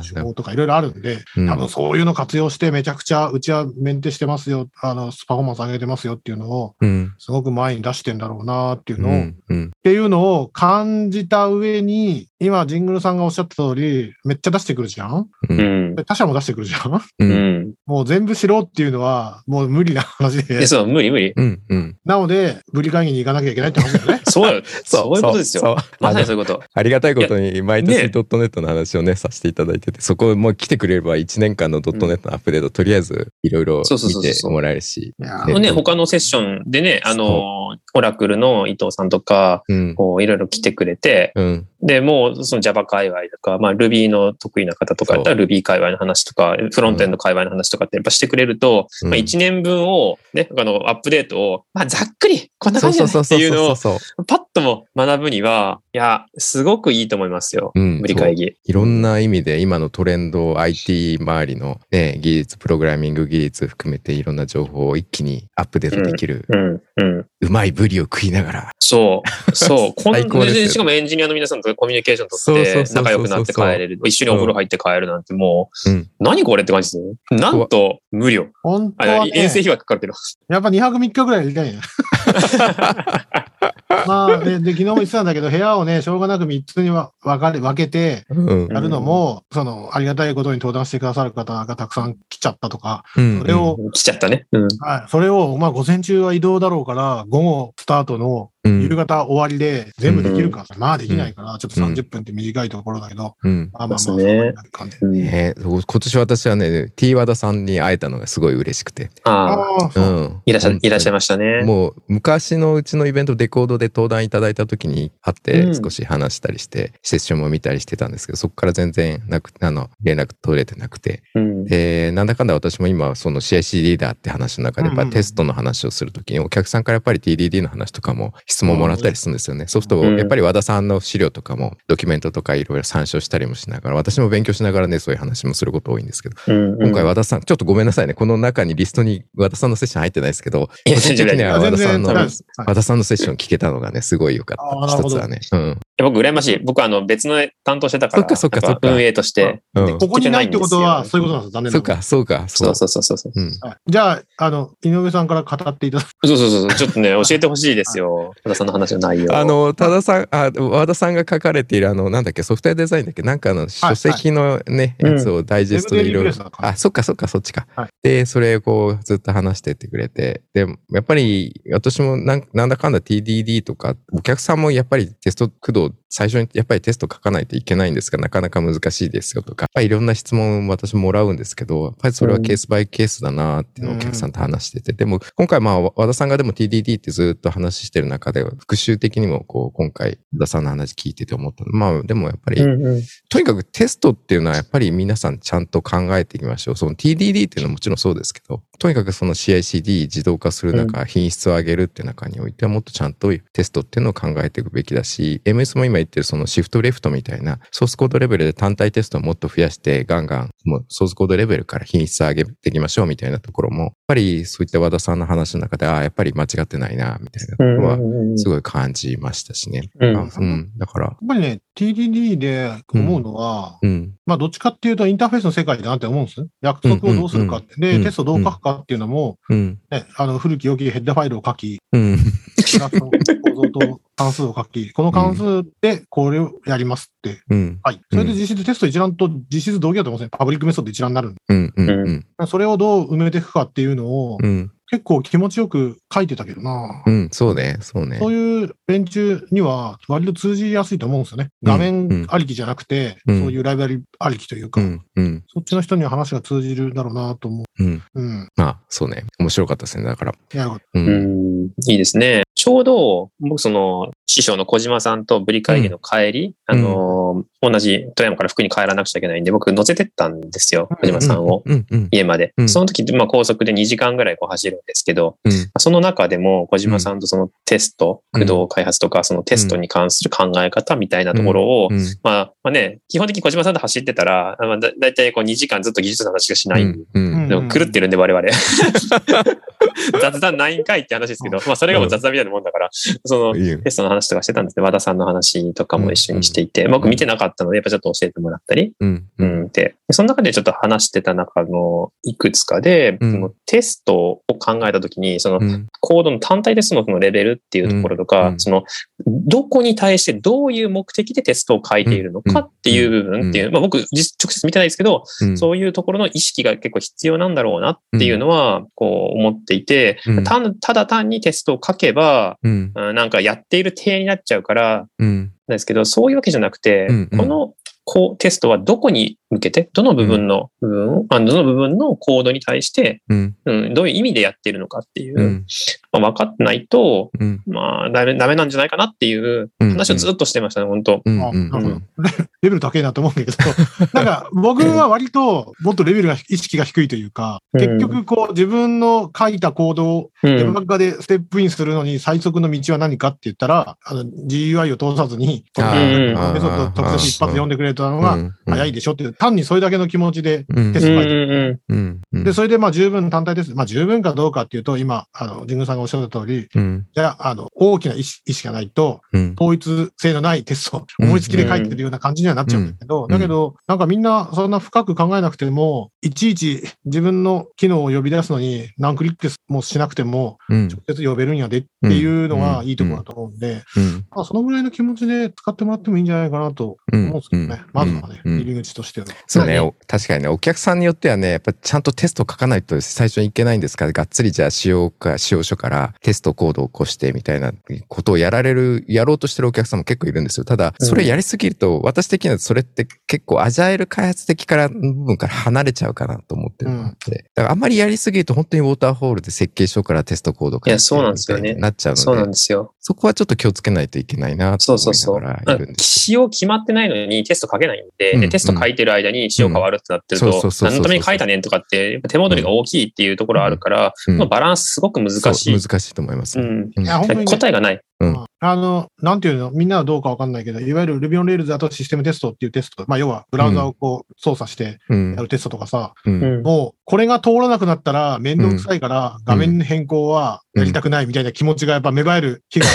Speaker 3: あ、
Speaker 1: 手法とかいろいろあるんで、
Speaker 3: うん
Speaker 1: 多分そういうの活用してめちゃくちゃうちはメンテしてますよ、あの、パフォーマンス上げてますよっていうのを、
Speaker 3: うん。
Speaker 1: すごく前に出してんだろうなっていう
Speaker 3: う
Speaker 1: のを、っ
Speaker 3: ん。うん。
Speaker 1: ていうのを感じた上に、今、ジングルさんがおっしゃった通り、めっちゃ出してくるじゃん
Speaker 2: うん。
Speaker 1: で他社も出してくるじゃん *laughs*
Speaker 3: う。
Speaker 2: うんん。
Speaker 1: もう全部しろっていうのは、もう無理な話
Speaker 2: で、
Speaker 1: で。
Speaker 2: そう、無理無理。。
Speaker 3: うん。うん。
Speaker 1: なので、ブリ会議に行かなきゃいけないって話だよね
Speaker 2: そうよ。そういうことですよ。
Speaker 3: *laughs* そう
Speaker 2: まさにそういうこと。
Speaker 3: ありがたいことに毎
Speaker 2: ねえ
Speaker 3: 年ドットネットの話をねさせていただいててそこもう来てくれれば1年間のドットネットのアップデート、とりあえずいろいろ
Speaker 2: そうそうそ
Speaker 3: 見
Speaker 2: うそう
Speaker 3: てもらえるし
Speaker 1: いや
Speaker 3: え
Speaker 1: ー
Speaker 3: ね
Speaker 2: ね、他のセッションでね、あの、オラクルの伊藤さんとか、
Speaker 3: うん
Speaker 2: こう、いろいろ来てくれて、
Speaker 3: うん
Speaker 2: で、もう、その Java 界隈とか、まあ Ruby の得意な方とかだったら Ruby 界隈の話とか、フロントエンド界隈の話とかってやっぱしてくれると、
Speaker 3: うん
Speaker 2: まあ1年分を、ね、あの、アップデートを、まあざっくり、こんな
Speaker 3: そ
Speaker 2: 感
Speaker 3: う
Speaker 2: じ
Speaker 3: そ
Speaker 2: だねっ
Speaker 3: うそう
Speaker 2: て
Speaker 3: そう
Speaker 2: いう
Speaker 3: そ
Speaker 2: の
Speaker 3: うそう
Speaker 2: を、パッとも学ぶには、いや、すごくいいと思いますよ。
Speaker 3: うん
Speaker 2: 無理会議。
Speaker 3: いろんな意味で今のトレンド IT 周りの、ね、技術プログラミング技術含めていろんな情報を一気にアップデートできる、
Speaker 2: うん、うん。
Speaker 3: うまいブリを食いながら
Speaker 2: そう、そう。こん
Speaker 3: *laughs* 最高ですよ
Speaker 2: でしかもエンジニアの皆さんとコミュニケーション
Speaker 3: そうそう
Speaker 2: 取
Speaker 3: そう
Speaker 2: っ
Speaker 3: そ
Speaker 2: て、
Speaker 3: う
Speaker 2: 仲良くなって帰れる。一緒にお風呂入って帰るなんてもう、
Speaker 3: うん
Speaker 2: 何これって感じですね。なんと、無料。
Speaker 1: 本当
Speaker 2: あ、
Speaker 1: は、ね、
Speaker 2: 遠征費はかかるけど。
Speaker 1: やっぱ2泊3日ぐらいやりたいね。まあ、で、で昨日も言ってたんだけど、部屋をね、しょうがなく3つにわ分かれ、分けて、
Speaker 3: うん
Speaker 1: やるのも、その、ありがたいことに登壇してくださる方がたくさん来ちゃったとか、
Speaker 3: うん
Speaker 1: それを、
Speaker 2: 来ちゃったね。うん。
Speaker 1: はい、それを、まあ、午前中は移動だろうから、午後スタートの
Speaker 3: うん
Speaker 1: 夕方終わりで全部できるか、まあできないから、ちょっと
Speaker 3: うん
Speaker 1: 30分って短いところだけど、
Speaker 3: うん
Speaker 1: まあまあまあ、
Speaker 2: そうですね
Speaker 1: そんな感じ
Speaker 2: うん
Speaker 3: ねそう今年私はね T 和田さんに会えたのがすごい嬉しくて、
Speaker 2: ああ、
Speaker 1: ああ、
Speaker 3: う、
Speaker 1: そうん
Speaker 2: いらっしゃ、いらっしゃい
Speaker 3: ま
Speaker 2: ましたね。
Speaker 3: もう昔のうちのイベントデコードで登壇いただいた時に会っ
Speaker 2: う
Speaker 3: て
Speaker 2: ん
Speaker 3: 少し話したりして、セッションも見たりしてたんですけどそこから全然なくあの連絡取れてなくて
Speaker 2: うん。
Speaker 3: でなんだかんだ私も今その CIC リーダーって話の中でやっ
Speaker 1: う
Speaker 3: ぱ
Speaker 1: んうん
Speaker 3: テストの話をするときにお客さんからやっぱり TDD の話とかも質問もらったりするんですよね。そうすると
Speaker 2: うん
Speaker 3: やっぱり和田さんの資料とかもドキュメントとかいろいろ参照したりもしながら私も勉強しながらねそういう話もすること多いんですけど
Speaker 2: うん
Speaker 3: 今回和田さんちょっとごめんなさいねこの中にリストに和田さんのセッション入ってないですけど
Speaker 2: いや
Speaker 3: 個人的に
Speaker 2: い
Speaker 1: や
Speaker 3: は和
Speaker 1: 全
Speaker 3: 田さ
Speaker 1: 然、
Speaker 3: んの
Speaker 1: はい
Speaker 3: 和田さんのセッション聞けたのがねすごい良か
Speaker 1: あーな
Speaker 3: った
Speaker 1: る
Speaker 3: 一
Speaker 1: ほ
Speaker 3: つ
Speaker 1: ど
Speaker 3: はね。うん
Speaker 2: いや僕羨ましい。僕はあの別の担当してたか、
Speaker 3: そっからそっか
Speaker 2: やぱ
Speaker 3: そっか
Speaker 2: 運営として。
Speaker 3: うん
Speaker 1: ここにないってことは、そういうことなんですよ、残念
Speaker 3: そ
Speaker 1: な
Speaker 3: う
Speaker 1: がら
Speaker 3: かそうか
Speaker 2: そうそうそうそうそう。
Speaker 3: うん
Speaker 1: はいじゃあ、あの、井上さんから語っていただく。
Speaker 2: そうそうそう。ちょっとね、教えてほしいですよ。和田さんの話の内容。
Speaker 3: あ、の、多田さん、あ、和田さんが書かれている、あの、なんだっけ、ソフトウェアデザインだっけ、なんかあの、書籍のね、
Speaker 2: はい
Speaker 3: やつをダ *laughs* イジェストでいろ
Speaker 1: MDD プ
Speaker 3: いろ
Speaker 1: レスだから
Speaker 3: あ、そっかそっか、そっちか。
Speaker 1: はい
Speaker 3: で、それをこう、ずっと話してってくれて、で、やっぱり、私もなんなんだかんだ TDD とか、お客さんもやっぱりテスト駆動、最初にやっぱりテスト書かないといけないんですが、なかなか難しいですよとか、やっぱりいろんな質問を私もらうんですけど、やっぱりそれはケースバイケースだなっていうのをお客さんと話してて、でも、今回まあ、和田さんがでも TDD ってずっと話してる中で、復習的にもこう、今回、和田さんの話聞いてて思ったの。まあ、でもやっぱり、
Speaker 2: うんうん。
Speaker 3: とにかくテストっていうのはやっぱり皆さんちゃんと考えていきましょう。その TDD っていうのはもちろんそうですけど、とにかくその CICD 自動化する中、品質を上げるっていう中においてはもっとちゃんとテストっていうのを考えていくべきだし、MS も今言ってるそのシフトレフトみたいなソースコードレベルで単体テストをもっと増やしてガンガンもうソースコードレベルから品質上げていきましょうみたいなところも、やっぱりそういった和田さんの話の中で、ああ、やっぱり間違ってないな、みたいなとこ
Speaker 2: うん
Speaker 3: ろ
Speaker 2: う
Speaker 3: は
Speaker 2: んうん
Speaker 3: すごい感じましたしね。
Speaker 2: うん
Speaker 3: あうん、だから、
Speaker 1: やっぱりね、TDD で思うのは、
Speaker 3: うん。
Speaker 1: まあ、どっちかっていうとインターフェースの世界だなって思うんですね。約束をどうするかって。
Speaker 3: うん
Speaker 1: で、テストどう書くかっていうのも、
Speaker 3: うん。
Speaker 1: ね、あの、古き良きヘッダファイルを書き、
Speaker 3: うん。
Speaker 1: グラフの構造と関数を書き、この関数でこれをやりますって。
Speaker 3: うん。
Speaker 1: はい。それで実質テスト一覧と実質同義だと思うんですね。パブリックメソッド一覧になるんで
Speaker 3: うんうんうん
Speaker 1: それをどう埋めていくかっていうのを
Speaker 3: う、ん
Speaker 1: 結構気持ちよく書いてたけどな
Speaker 3: う。んそうねそうね
Speaker 1: そういう連中には割と通じやすいと思うんですよね。画
Speaker 3: うん
Speaker 1: 面ありきじゃなくて、
Speaker 3: うん
Speaker 1: そういうライブラリありきという
Speaker 3: う
Speaker 1: か、
Speaker 3: んうん
Speaker 1: そっちの人には話が通じるだろうなと思
Speaker 3: うん
Speaker 1: う。うん。
Speaker 3: まあそうね面白かったですねだから
Speaker 1: いや、
Speaker 3: う
Speaker 2: うんんいいですね。ちょうど、僕、その、師匠の小島さんとぶり会議の帰り、
Speaker 3: うん
Speaker 2: あのー、同じ富山から福に帰らなくちゃいけないんで、僕乗せてったんですよ、小島さんを。
Speaker 3: うんうん
Speaker 2: 家まで
Speaker 3: う。ん
Speaker 2: その時、まあ高速で2時間ぐらいこう走るんですけど、
Speaker 3: うん
Speaker 2: その中でも小島さんとそのテスト、
Speaker 3: うん
Speaker 2: 駆動開発とか、そのテストに関する考え方みたいなところを、
Speaker 3: うん
Speaker 2: まあ、まあね、基本的に小島さんと走ってたら、まあ、だだいたいこう2時間ずっと技術の話がしない、
Speaker 3: うんうん
Speaker 1: ん
Speaker 2: でも狂ってるんで我々。 *laughs* 雑談ないんかいって話ですけど、まあそれがもう雑談みたいなもんだから、その
Speaker 3: いいよ
Speaker 2: テストの話とかしてたんですけど、和田さんの話とかも一緒にしていて、僕見てなかったので、やっぱちょっと教えてもらったり、
Speaker 3: うんう
Speaker 2: うんん、で、その中でちょっと話してた中のいくつかで、
Speaker 3: うん
Speaker 2: そのテストを考えたときに、その
Speaker 3: うん
Speaker 2: コードの単体テストのそのレベルっていうところとか、
Speaker 3: うんうん
Speaker 2: その、どこに対してどういう目的でテストを書いているのかっていう部分っていう、まあ僕実直接見てないですけど、
Speaker 3: うん
Speaker 2: そういうところの意識が結構必要なんだろうなっていうのは、こう思っていて、
Speaker 3: うん
Speaker 2: たただ単にテストを書けか、
Speaker 3: うん。
Speaker 2: うんなんかやっている体になっちゃうから、
Speaker 3: うん。
Speaker 2: なんですけど、そういうわけじゃなくて、
Speaker 3: うんうん
Speaker 2: このこうテストはどこに向けて、どの部分の部分を、あどの部分のコードに対して、
Speaker 3: うん。
Speaker 2: うん、どういう意味でやってるのかっていう、
Speaker 3: うん。
Speaker 2: まあ、分かってないと、
Speaker 3: うん。
Speaker 2: まあ、ダメ、ダメなんじゃないかなっていう
Speaker 3: うん
Speaker 2: 話をずっとしてましたね、本当
Speaker 3: うん。
Speaker 1: あ
Speaker 3: うん
Speaker 1: なるほど。レベル高いなと思うんだけど、なんか僕は割ともっとレベルが、意識が低いというか、
Speaker 2: うん
Speaker 1: 結局こう自分の書いた行動を
Speaker 2: う
Speaker 1: デ
Speaker 2: ん
Speaker 1: バッガーでステップインするのに最速の道は何かって言ったら、あの GUI を通さずに、この
Speaker 3: あ
Speaker 2: ー
Speaker 1: メソッドを直接一発で読んでくれたのが早いでしょっていう、単にそれだけの気持ちで、
Speaker 3: うん。
Speaker 1: テ
Speaker 2: う
Speaker 1: ス
Speaker 2: ん
Speaker 1: ト
Speaker 2: うん
Speaker 3: うん。うん。
Speaker 1: で、それでまあ十分単体です。まあ十分かどうかっていうと、今、あの、神宮さんがおっしゃった通り、
Speaker 3: うん。
Speaker 1: じゃあ、あの、大きな意思意識がないと、
Speaker 3: うん。
Speaker 1: 統一性のないテストを
Speaker 3: うん
Speaker 1: 思いつきで書いてるような感じにはなっちゃうんだけど、
Speaker 3: ん
Speaker 1: だけど、なんかみんなそんな深く考えなくても、いちいち自分の機能を呼び出すのに何クリックもしなくても、
Speaker 3: うん。
Speaker 1: 直接呼べるんやでっていうのがいいところだと思うんで、
Speaker 3: うん。
Speaker 1: まあ、そのぐらいの気持ちで使ってもらってもいいんじゃないかなと
Speaker 3: う
Speaker 1: 思うん
Speaker 3: ん
Speaker 1: ですけどね。まずはね、
Speaker 3: うん
Speaker 1: 入り口としては。
Speaker 3: そうね、お確かにね、お客さんによってはね、やっぱちゃんとテスト書かないと最初にいけないんですから、がっつりじゃあ使用か、使用書からテストコードを起こしてみたいなことをやられる、やろうとしてるお客さんも結構いるんですよ。ただ、
Speaker 2: うん
Speaker 3: それやりすぎると、私的にはそれって結構アジャイル開発的から、部分から離れちゃうかなと思ってるのがあって。だからあんまりやりすぎると本当にウォーターホールで設計書からテストコードを書いて
Speaker 2: いやそうなんですよね
Speaker 3: みたいになっちゃう
Speaker 2: そう
Speaker 3: の
Speaker 2: なん
Speaker 3: で、
Speaker 2: ですよ。
Speaker 3: そこはちょっと気をつけないといけないなと
Speaker 2: そう
Speaker 3: 思
Speaker 2: そうそ。
Speaker 3: いうなが
Speaker 2: う
Speaker 3: らいるん
Speaker 2: ん
Speaker 3: です。
Speaker 2: 仕様決まってないのにテスト書けないんで、
Speaker 3: うん
Speaker 2: でテスト書いてる間に仕様変わるってなってる
Speaker 3: うんそうそ
Speaker 2: と
Speaker 3: う、そうそう
Speaker 2: 何のために書いたねんとかって、やっぱ手戻りが大きいっていうところあるから、
Speaker 3: うん
Speaker 2: まあバランスすごく難しい。
Speaker 3: そう難しいと思います。
Speaker 2: うん
Speaker 3: うん
Speaker 1: いや、本当にね、
Speaker 2: 答えがない。
Speaker 3: うん
Speaker 1: まああの、なんていうの、みんなはどうかわかんないけど、いわゆる Ruby on Rails だとシステムテストっていうテスト、まあ、要はブラウザをこう操作して
Speaker 3: うん
Speaker 1: やるテストとかさ、
Speaker 3: うん
Speaker 2: うん
Speaker 1: もうこれが通らなくなったら面倒くさいから、画面の変更はやりたくないみたいな気持ちがやっぱ芽生える日が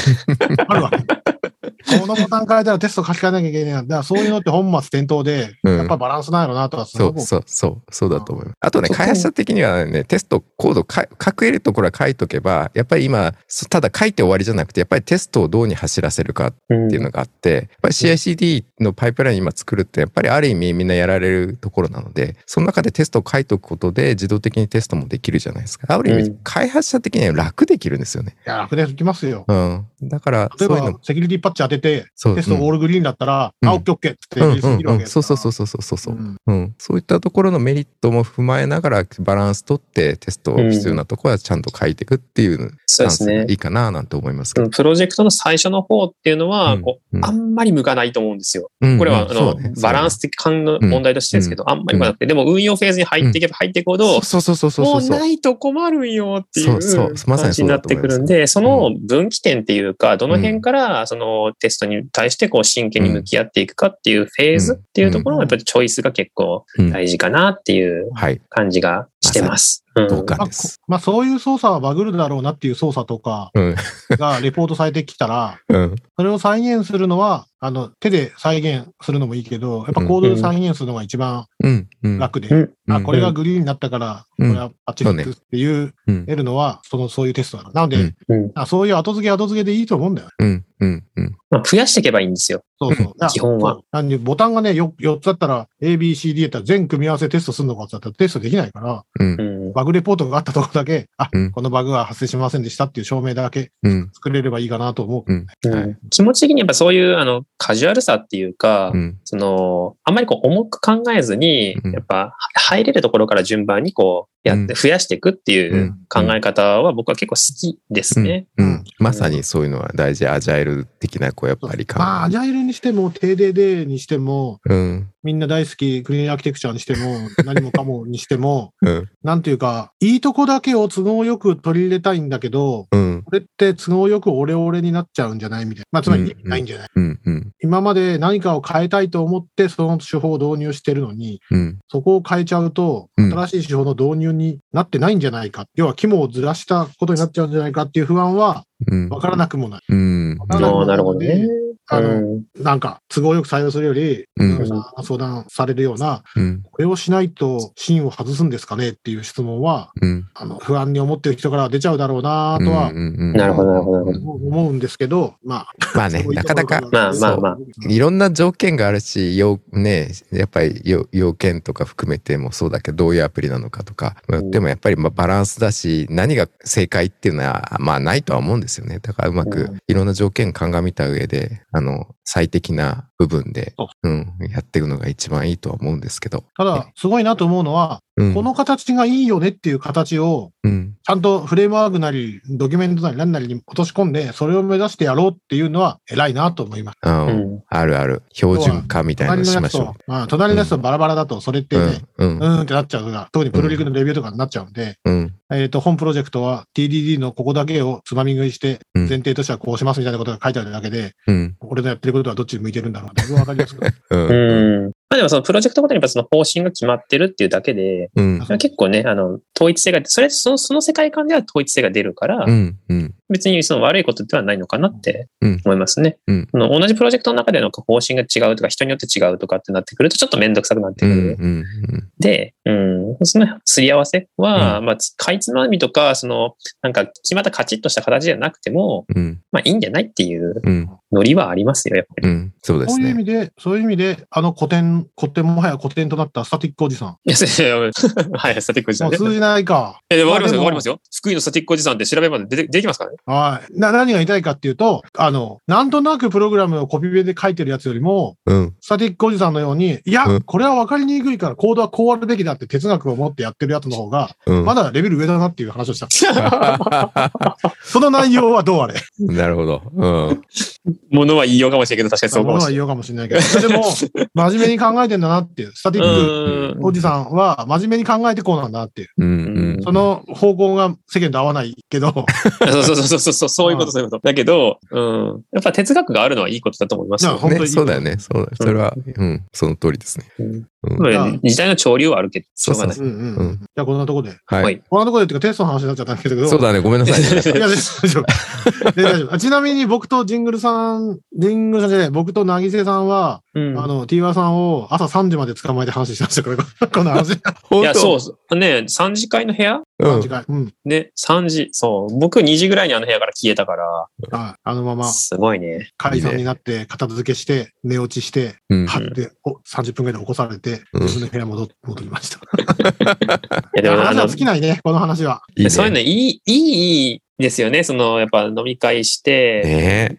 Speaker 1: あ
Speaker 3: *laughs*
Speaker 1: るわけ。このボタン変えたらテスト書き換えなきゃいけないな。だからそういうのって本末転倒で、
Speaker 3: うん
Speaker 1: やっぱバランスないのなとはす
Speaker 3: そ
Speaker 1: ご
Speaker 3: う
Speaker 1: く
Speaker 3: そうそう、そうだと思います。あとね、
Speaker 2: そこ
Speaker 3: 開発者的にはね、テストコードか書けるところは書いとけば、やっぱり今、そただ書いて終わりじゃなくて、やっぱりテストをどうに走らせるかっ
Speaker 2: うん
Speaker 3: ていうのがあって、やっぱり CICD のパイプライン今作るって、やっぱりある意味みんなやられるところなので、その中でテストを書いとくことで自動的にテストもできるじゃないですか。ある意
Speaker 2: う
Speaker 3: 味
Speaker 2: ん、
Speaker 3: 開発者的には楽できるんですよね。
Speaker 1: いや楽できますよ。
Speaker 3: うん。だから、そ
Speaker 1: 例え
Speaker 3: ういうの
Speaker 1: ば、セキュリティパッチ当てて、
Speaker 3: そう
Speaker 1: テストオールグリーンだったら、
Speaker 3: うん
Speaker 1: あ、オッケーオッケーって
Speaker 3: うん
Speaker 1: 言
Speaker 3: う
Speaker 1: い過ぎるわ
Speaker 3: ん
Speaker 1: けで
Speaker 3: うん、
Speaker 1: す
Speaker 3: そうそうそううそうそうそう。
Speaker 1: ん
Speaker 3: うん、そういったところのメリットも踏まえながらバランス取ってテスト必要なところはちゃんと書いていくっていうス
Speaker 2: そう
Speaker 3: タ
Speaker 2: で
Speaker 3: ン
Speaker 2: す
Speaker 3: ス
Speaker 2: ね
Speaker 3: がい。いかななんて思いますけ
Speaker 2: う
Speaker 3: ど
Speaker 2: ん。プロジェクトの最初の方っていうのは、こうあんまり向かないと思うんですよ。これは、あの、バランス的感の問題としてですけど、あんまり向かなくて、でも運用フェーズに入っていけば入っていくほど、
Speaker 3: そうそうそうそう
Speaker 2: も
Speaker 3: そう
Speaker 2: う
Speaker 3: そう。
Speaker 2: ないと困るよってい
Speaker 3: そうそう
Speaker 2: う
Speaker 3: まさ
Speaker 2: 感
Speaker 3: に
Speaker 2: じ
Speaker 3: そう
Speaker 2: にな
Speaker 3: だ
Speaker 2: っ
Speaker 3: と思
Speaker 2: て
Speaker 3: います
Speaker 2: くるんで、その分岐点っていうか、どの辺からそのテストに対してこう真剣に向き合っていくかっていうフェーズっていうところはやっぱりチョイスが結構
Speaker 3: うん
Speaker 2: 大事かなっていう
Speaker 3: はい、
Speaker 2: 感じがしてます。
Speaker 3: 同
Speaker 1: ま
Speaker 3: 感
Speaker 1: あこ
Speaker 3: です。
Speaker 1: まあ、そういう操作はバグるだろうなっていう操作とか
Speaker 3: うん、
Speaker 1: がレポートされてきたら、
Speaker 3: うん、
Speaker 1: それを再現するのは、あの、手で再現するのもいいけど、やっぱコードで再現するのが一番
Speaker 3: うん、うん。
Speaker 1: 楽で、
Speaker 2: うん
Speaker 3: うん
Speaker 1: あ、これがグリーンになったから、
Speaker 3: うん
Speaker 1: これはパッチフィックスっていう、
Speaker 3: うん、
Speaker 1: 得るのは、その、そういうテストだから。なので、
Speaker 3: うん
Speaker 2: うん
Speaker 1: あそういう後付け後付けでいいと思うんだよね。
Speaker 3: うん、うん、うん。
Speaker 2: まあ増やしていけばいいんですよ。
Speaker 1: そうそう。あ
Speaker 2: 基本は。
Speaker 1: そうなんでボタンがね、よ4つだったら、A、B、C、D やったら全組み合わせテストするのかって言ったらテストできないから、
Speaker 3: うん
Speaker 2: う、ん
Speaker 1: バグレポートがあったところだけ、あ、
Speaker 3: うん
Speaker 1: このバグは発生しませんでしたっていう証明だけ
Speaker 3: うん、
Speaker 1: 作れればいいかなと思う。
Speaker 2: うん
Speaker 3: はい
Speaker 2: 気持ち的にやっぱそういうあのカジュアルさっていうか
Speaker 3: う、ん、
Speaker 2: その、あんまりこう重く考えずに
Speaker 3: うん、
Speaker 2: やっぱ入れるところから順番にこうやっ
Speaker 3: う
Speaker 2: て増やしていくっていう考え方は僕は結構好きですね。
Speaker 3: うん。まさにそういうのは大事。アジャイル的な、こう、やっぱり
Speaker 1: まあ、ア
Speaker 3: 感。
Speaker 1: ジャイルにしても、TDD にしても、
Speaker 3: うん、
Speaker 1: みんな大好きクリーンアーキテクチャにしても、 *laughs* 何もかもにしても、
Speaker 3: うん、
Speaker 1: なんていうか、いいとこだけを都合よく取り入れたいんだけど、
Speaker 3: うん、
Speaker 1: これって都合よくオレオレになっちゃうんじゃないみたいな。まあ、つまり意味ないんじゃない、
Speaker 3: うん、うん、
Speaker 1: 今まで何かを変えたいと思って、その手法を導入してるのに、
Speaker 3: うん、
Speaker 1: そこを変えちゃうと、
Speaker 3: うん
Speaker 1: 新しい手法の導入になってないんじゃないか。要は肝をずらしたことになっちゃうんじゃないかっていう不安は
Speaker 3: うん。
Speaker 1: 分からなくもない。
Speaker 3: うん。
Speaker 1: うん
Speaker 2: ああなるほどね。
Speaker 1: あの、
Speaker 2: うん
Speaker 1: なんか都合よく採用するより、
Speaker 3: うん
Speaker 1: 皆さんが相談されるような、
Speaker 3: うん。
Speaker 1: これをしないと芯を外すんですかねっていう質問は、
Speaker 3: うん。
Speaker 1: あの、不安に思ってる人からは出ちゃうだろうなとは
Speaker 3: うんうんうん
Speaker 2: なるほどなるほどなるほど
Speaker 1: 思うんですけど、まあ、
Speaker 3: まあね、
Speaker 1: そういう
Speaker 3: な
Speaker 1: と
Speaker 3: か
Speaker 1: こ
Speaker 3: な
Speaker 1: ろ
Speaker 3: か
Speaker 1: ら、
Speaker 2: まあまあまあ
Speaker 3: いろんな条件があるし、要、ね、やっぱり要要件とか含めてもそうだけど、どういうアプリなのかとか、まあ
Speaker 2: うん
Speaker 3: でもやっぱりまあバランスだし、何が正解っていうのは、まあないとは思うんですよね。だからうま
Speaker 2: う
Speaker 3: くいろんな条件鑑みた上で、あの、最適な部分で
Speaker 1: そう、
Speaker 3: うん、やっていくのが一番いいとは思うんですけど。
Speaker 1: ただ、すごいなと思うのは、
Speaker 3: うん、
Speaker 1: この形がいいよねっていう形を、
Speaker 3: うん、
Speaker 1: ちゃんとフレームワークなり、ドキュメントなり、何なりに落とし込んで、それを目指してやろうっていうのは偉いなと思います。
Speaker 3: あ
Speaker 2: う
Speaker 3: の
Speaker 2: ん
Speaker 3: あるある、標準化みたいな
Speaker 1: 隣のや
Speaker 3: のしま
Speaker 1: つ
Speaker 3: しょ
Speaker 1: と、まあ、隣のやつとバラバラだと、それっ
Speaker 3: う。
Speaker 1: てね、
Speaker 3: うん、
Speaker 1: う
Speaker 3: うん、
Speaker 1: ーんってなっちゃうから、特にプロリーグのレビューとかになっちゃうんで、
Speaker 3: うん、
Speaker 1: えっ、と、本プロジェクトは TDD のここだけをつまみ食いして、
Speaker 3: うん
Speaker 1: 前提としてはこうしますみたいなことが書いてあるだけで、
Speaker 3: うん、
Speaker 1: 俺のやってることはどっちに向いてるんだろう。だい
Speaker 3: *laughs*
Speaker 1: ぶわかりますから。
Speaker 3: う
Speaker 2: う
Speaker 3: ん、う
Speaker 2: ん。
Speaker 3: ん
Speaker 2: まあでもそのプロジェクトごとにやっぱその方針が決まってるっていうだけで、
Speaker 3: うん、
Speaker 2: 結構ね、あの、統一性が、それ、その、その世界観では統一性が出るから、
Speaker 3: うん、うん、
Speaker 2: 別にその悪いことではないのかなって
Speaker 3: うん
Speaker 2: 思いますね。
Speaker 3: うん
Speaker 2: その同じプロジェクトの中での方針が違うとか、人によって違うとかってなってくると、ちょっとめんどくさくなって
Speaker 3: う
Speaker 2: くる。
Speaker 3: ん、うん。
Speaker 2: で、うん、そのすり合わせは、まあ、つかいつまみとか、その、なんか、決まったカチッとした形じゃなくても、
Speaker 3: うん、
Speaker 2: まあ、いいんじゃないっていう
Speaker 3: うん、
Speaker 2: ノリはありますよ、やっぱり。
Speaker 3: うん、そうで
Speaker 1: そ
Speaker 3: す
Speaker 1: ういう意
Speaker 3: ね。
Speaker 1: 味で、そういう意味で、あの古典、古典もはや古典となったスタティックおじさん。
Speaker 2: いや、それ *laughs* はい、スタティックおじさ
Speaker 1: も
Speaker 2: ん
Speaker 1: う
Speaker 2: ね。
Speaker 1: 通じないか。
Speaker 2: え、でもわかります
Speaker 1: まあで
Speaker 2: よ、
Speaker 1: も
Speaker 2: わかりますよ。福井のスタティックおじさんって調べれば出て、出てきま
Speaker 1: *laughs*
Speaker 2: すからね。
Speaker 1: はい。な、何が言いたいかっていうと、あの、なんとなくプログラムをコピペで書いてるやつよりも、
Speaker 3: うん、
Speaker 1: スタティックおじさんのように、いや、
Speaker 3: うん
Speaker 1: これは分かりにくいから、コードはこうあるべきだって哲学を持ってやってるやつの方が、
Speaker 3: うん。
Speaker 1: まだレベル上だなっていう話をした。
Speaker 3: *laughs* な
Speaker 1: その内容はどうあれ。
Speaker 3: るほど。うん。
Speaker 2: ものは言いようかもしれないけど、確かにそうか
Speaker 1: も
Speaker 2: も
Speaker 1: の
Speaker 2: し
Speaker 1: は
Speaker 2: れない。
Speaker 1: 言おうかもしれないけど。で
Speaker 2: *laughs*
Speaker 1: も、真面目に考えてんだなっていう。スタティッ
Speaker 2: うん
Speaker 1: クおじさんは真面目に考えてこうなんだなっていう。
Speaker 3: うん、うん。
Speaker 1: その方向が世間と合わないけ
Speaker 2: *laughs*
Speaker 1: ど、
Speaker 2: そうそうそうそうそう、そういうこと、そういうこと。だけど、うん。やっぱ哲学があるのはいいことだと思います
Speaker 1: いや
Speaker 2: よ。
Speaker 1: ほん本当
Speaker 3: ね、
Speaker 1: に
Speaker 3: そうだよね。そうそれは、うん、その通りですね。
Speaker 2: うん
Speaker 3: うん。
Speaker 2: まあ時代の潮流はあるけど、しょうがない。
Speaker 1: うんうんう
Speaker 3: うん
Speaker 1: ん。じゃあこんなとこで。
Speaker 3: は。
Speaker 2: はいい
Speaker 1: こんなとこでっていうかテストの話になっちゃったんだけど。
Speaker 3: そうだね。ごめんなさいね。。
Speaker 1: いや、大丈夫。大丈夫。ちなみに僕とジングルさん、ジングルさんじゃない、僕となぎせさんは、
Speaker 2: うん
Speaker 1: あの、T1 さんを朝3時まで捕まえて話してましたから、この話。
Speaker 2: *laughs* いや、そううそう。ね、3次会の部屋
Speaker 3: う
Speaker 1: 3
Speaker 3: ん
Speaker 1: 時。間。うん。
Speaker 2: ね、3時。そう。僕2時ぐらいにあの部屋から消えたから、
Speaker 1: はいあのまます
Speaker 2: ごいね。
Speaker 1: 解散になって、片付けして、寝落ちして、
Speaker 3: うん
Speaker 1: はって、お30分ぐらいで起こされて、
Speaker 3: うん
Speaker 1: 自分の部屋戻戻りました。
Speaker 2: いや、でも、あ
Speaker 1: 話は
Speaker 2: の、
Speaker 1: 尽きないね、この話は。
Speaker 3: いいね。
Speaker 2: そういうの
Speaker 3: ね
Speaker 2: いい、いいですよね。その、やっぱ飲み会して、
Speaker 3: え。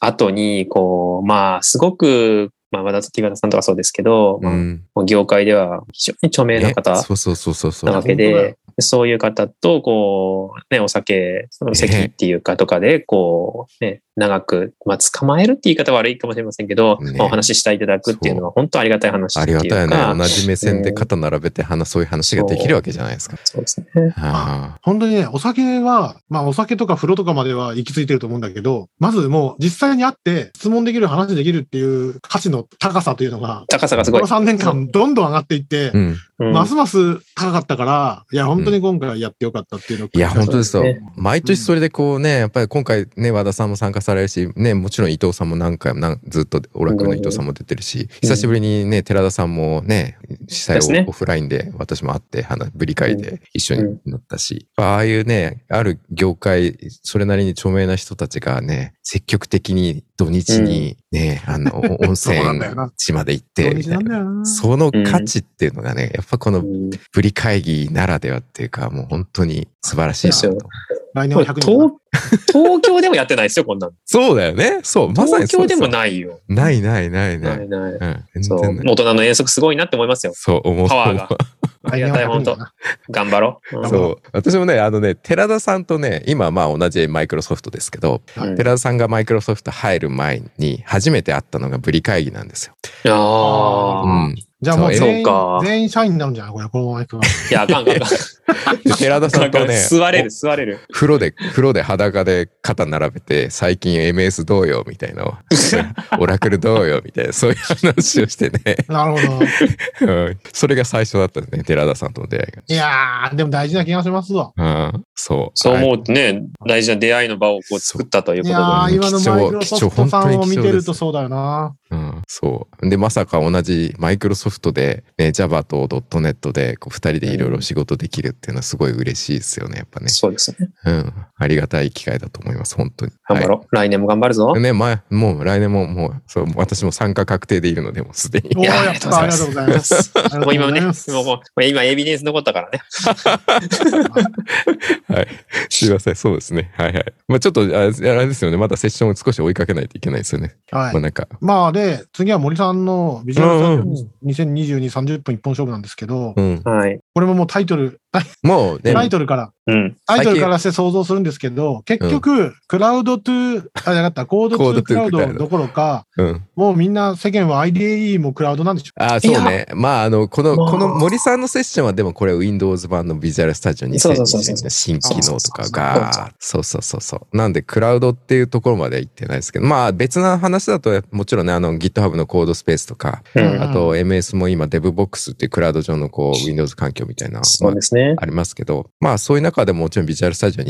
Speaker 2: 後に、こう、まあ、すごく、まあ、和田とティガタさんとかそうですけど、
Speaker 3: う
Speaker 2: まあ
Speaker 3: ん。
Speaker 2: もう業界では非常に著名な
Speaker 3: ね
Speaker 2: 方
Speaker 3: そうそうそうそうそ
Speaker 2: な
Speaker 3: う
Speaker 2: わ。け
Speaker 1: 本当だよ
Speaker 2: で、そういう方と、こう、ね、お酒、その席っていうかとかで、こう、ね、長く、まあ、捕まえるって言い方は悪いかもしれませんけど、
Speaker 3: ね
Speaker 2: まあお話ししていただくっていうのは本当ありがたい話
Speaker 3: あ
Speaker 2: って
Speaker 3: り
Speaker 2: いう
Speaker 3: が
Speaker 2: か。
Speaker 3: たいよね。同じ目線で肩並べて話、そういう話ができるわけじゃないですか。
Speaker 2: そうですね。
Speaker 3: あ
Speaker 1: 本当にね、お酒は、まあお酒とか風呂とかまでは行き着いてると思うんだけど、まずもう実際に会って質問できる話できるっていう価値の高さというのが、
Speaker 2: 高さがすご
Speaker 1: こ
Speaker 2: い
Speaker 1: の。3年間どんどん上がっていって
Speaker 3: あ。う、ん。
Speaker 2: うん
Speaker 1: ますます高かったから、いや、本当に今回やってよかったっていうのを
Speaker 3: いや、本当ですよ
Speaker 2: ね。
Speaker 3: 毎年それでこうね、やっぱり今回ね、和田さんも参加されるし、ね、もちろん伊藤さんも何回もなんずっとオラクルの伊藤さんも出てるし、久しぶりにね、寺田さんもね、主
Speaker 2: です
Speaker 3: 催
Speaker 2: ね
Speaker 3: をオフラインで私も会って、話、ぶり会で一緒になったし、ああいうね、ある業界、それなりに著名な人たちがね、積極的に土日にね、あの、お
Speaker 1: *laughs*
Speaker 3: 温
Speaker 1: そう
Speaker 3: 泉
Speaker 1: なんだよな
Speaker 3: 地まで行っ
Speaker 1: 土
Speaker 3: て、み
Speaker 1: 日
Speaker 3: た
Speaker 1: ないんだ
Speaker 3: な。
Speaker 1: よな。
Speaker 3: その価値っていうのがね、やっぱこ
Speaker 2: う
Speaker 3: の
Speaker 2: ん
Speaker 3: ぶり会議ならではっていうか、もう本当に素晴らしいなと
Speaker 2: ですよ
Speaker 1: 来年は
Speaker 2: 東
Speaker 1: 100人か
Speaker 2: 東京でもやってないですよ、こんなの。
Speaker 3: そうだよね。そう、 *laughs* まさに
Speaker 2: 東
Speaker 3: そう
Speaker 2: 京でも
Speaker 3: い。
Speaker 2: ないよ。
Speaker 3: ないないないな。
Speaker 2: ないいない。
Speaker 3: うん、
Speaker 2: そ
Speaker 3: 全
Speaker 2: う。
Speaker 3: 然ない。
Speaker 2: 大人の遠足すごいなって思いますよ。
Speaker 3: そう思う。
Speaker 2: パワー
Speaker 1: な。
Speaker 2: が。
Speaker 1: 来年は100人かな。
Speaker 2: 頑張ろう。
Speaker 3: *laughs* そう。私もね、あのね、寺田さんとね、今まあ同じマイクロソフトですけど、
Speaker 2: うん。
Speaker 3: 寺田さんがマイクロソフト入る前に初めて会ったのがブリ会議なんですよ。
Speaker 2: ああ
Speaker 3: う。ん。
Speaker 1: じゃあもう
Speaker 3: そう
Speaker 1: 全員
Speaker 2: そうか
Speaker 1: 全員社員になるんじゃないこれ、このままいくと。
Speaker 2: いや、あかんあかんあ
Speaker 3: *laughs*
Speaker 2: かん。
Speaker 3: で寺田さんとね、
Speaker 2: 座れる、座れる。
Speaker 3: お風呂で、風呂で裸で肩並べて、最近 MS どうよみた
Speaker 2: *laughs*
Speaker 3: いな、オラクルどうよみたいな、そういう話をしてね、
Speaker 1: なるほど。
Speaker 3: うんそれが最初だったんですね、寺田さんとの出会い
Speaker 1: いやー、でも大事な気がしますわ。
Speaker 3: が。うん、そう。
Speaker 2: そう思うとね、大事な出会いの場をこう作ったという
Speaker 1: い
Speaker 2: こ
Speaker 1: や
Speaker 2: と
Speaker 1: ー、
Speaker 3: で
Speaker 1: 今のマイクロソフトさんを見てるとそうだよな。
Speaker 3: うん、そう。で、まさか同じマイクロソフトで、ね、Java と .NET で、こう、二人でいろいろ仕事できるっていうのはすごい嬉しいですよね、やっぱね
Speaker 2: で。。そうですね。
Speaker 3: うん。ありがたい機会だと思います、本当に。
Speaker 2: 頑張ろう。来年も頑張るぞ
Speaker 3: はい。。ね、前、もう来年ももう、そう、私も参加確定でいるので、もうすでに。
Speaker 1: おー、
Speaker 2: やー
Speaker 1: やった、ありがとうございます。ありがと
Speaker 2: もう今
Speaker 1: ご
Speaker 2: ね、
Speaker 1: ざい
Speaker 2: も
Speaker 1: ます
Speaker 2: うもう今エビデンス残ったからね。
Speaker 3: すいません、そうですね。はいはい。まあちょっと、ああれですよね、まだセッションを少し追いかけないといけないですよね。
Speaker 1: はい
Speaker 3: まあ。なんか、
Speaker 1: まあで、次は森さんのビジュアル
Speaker 3: うん
Speaker 1: 2022、30分一本勝負なんですけど、
Speaker 3: うん。
Speaker 2: はい。
Speaker 1: これももうタイトル、タイ
Speaker 3: もうね、
Speaker 1: タイトルから、
Speaker 2: うん。
Speaker 1: タイトルからして想像するんですけど、結局、クラウドトゥー、あ、じゃなかった、コードト
Speaker 3: コー
Speaker 1: ゥ
Speaker 3: ド
Speaker 1: ーク
Speaker 3: ト
Speaker 1: ラ
Speaker 3: ゥ
Speaker 1: ウ
Speaker 3: ークラウド
Speaker 1: ドどころか、
Speaker 3: うん。
Speaker 1: もうみんな世間は IDE もクラウドなんでしょ
Speaker 3: ああ、そうね。まあ、あの、この、
Speaker 2: まあ
Speaker 3: この森さんのセッションはでもこれ Windows 版の Visual Studio
Speaker 2: そうそうそうそう
Speaker 3: 2022の新機能とかが、そうそうそうそう。なんで、クラウドっていうところまで行ってないですけど、まあ別な話だと、もちろんね、あの GitHub のコードスペースとか、
Speaker 2: う
Speaker 1: うん
Speaker 2: ん。
Speaker 3: あと MS も今 DevBox っていうクラウド上のこう Windows 環境みたいな、
Speaker 2: そうですね。
Speaker 3: ありますけど、まあそういう中でももちろん Visual Studio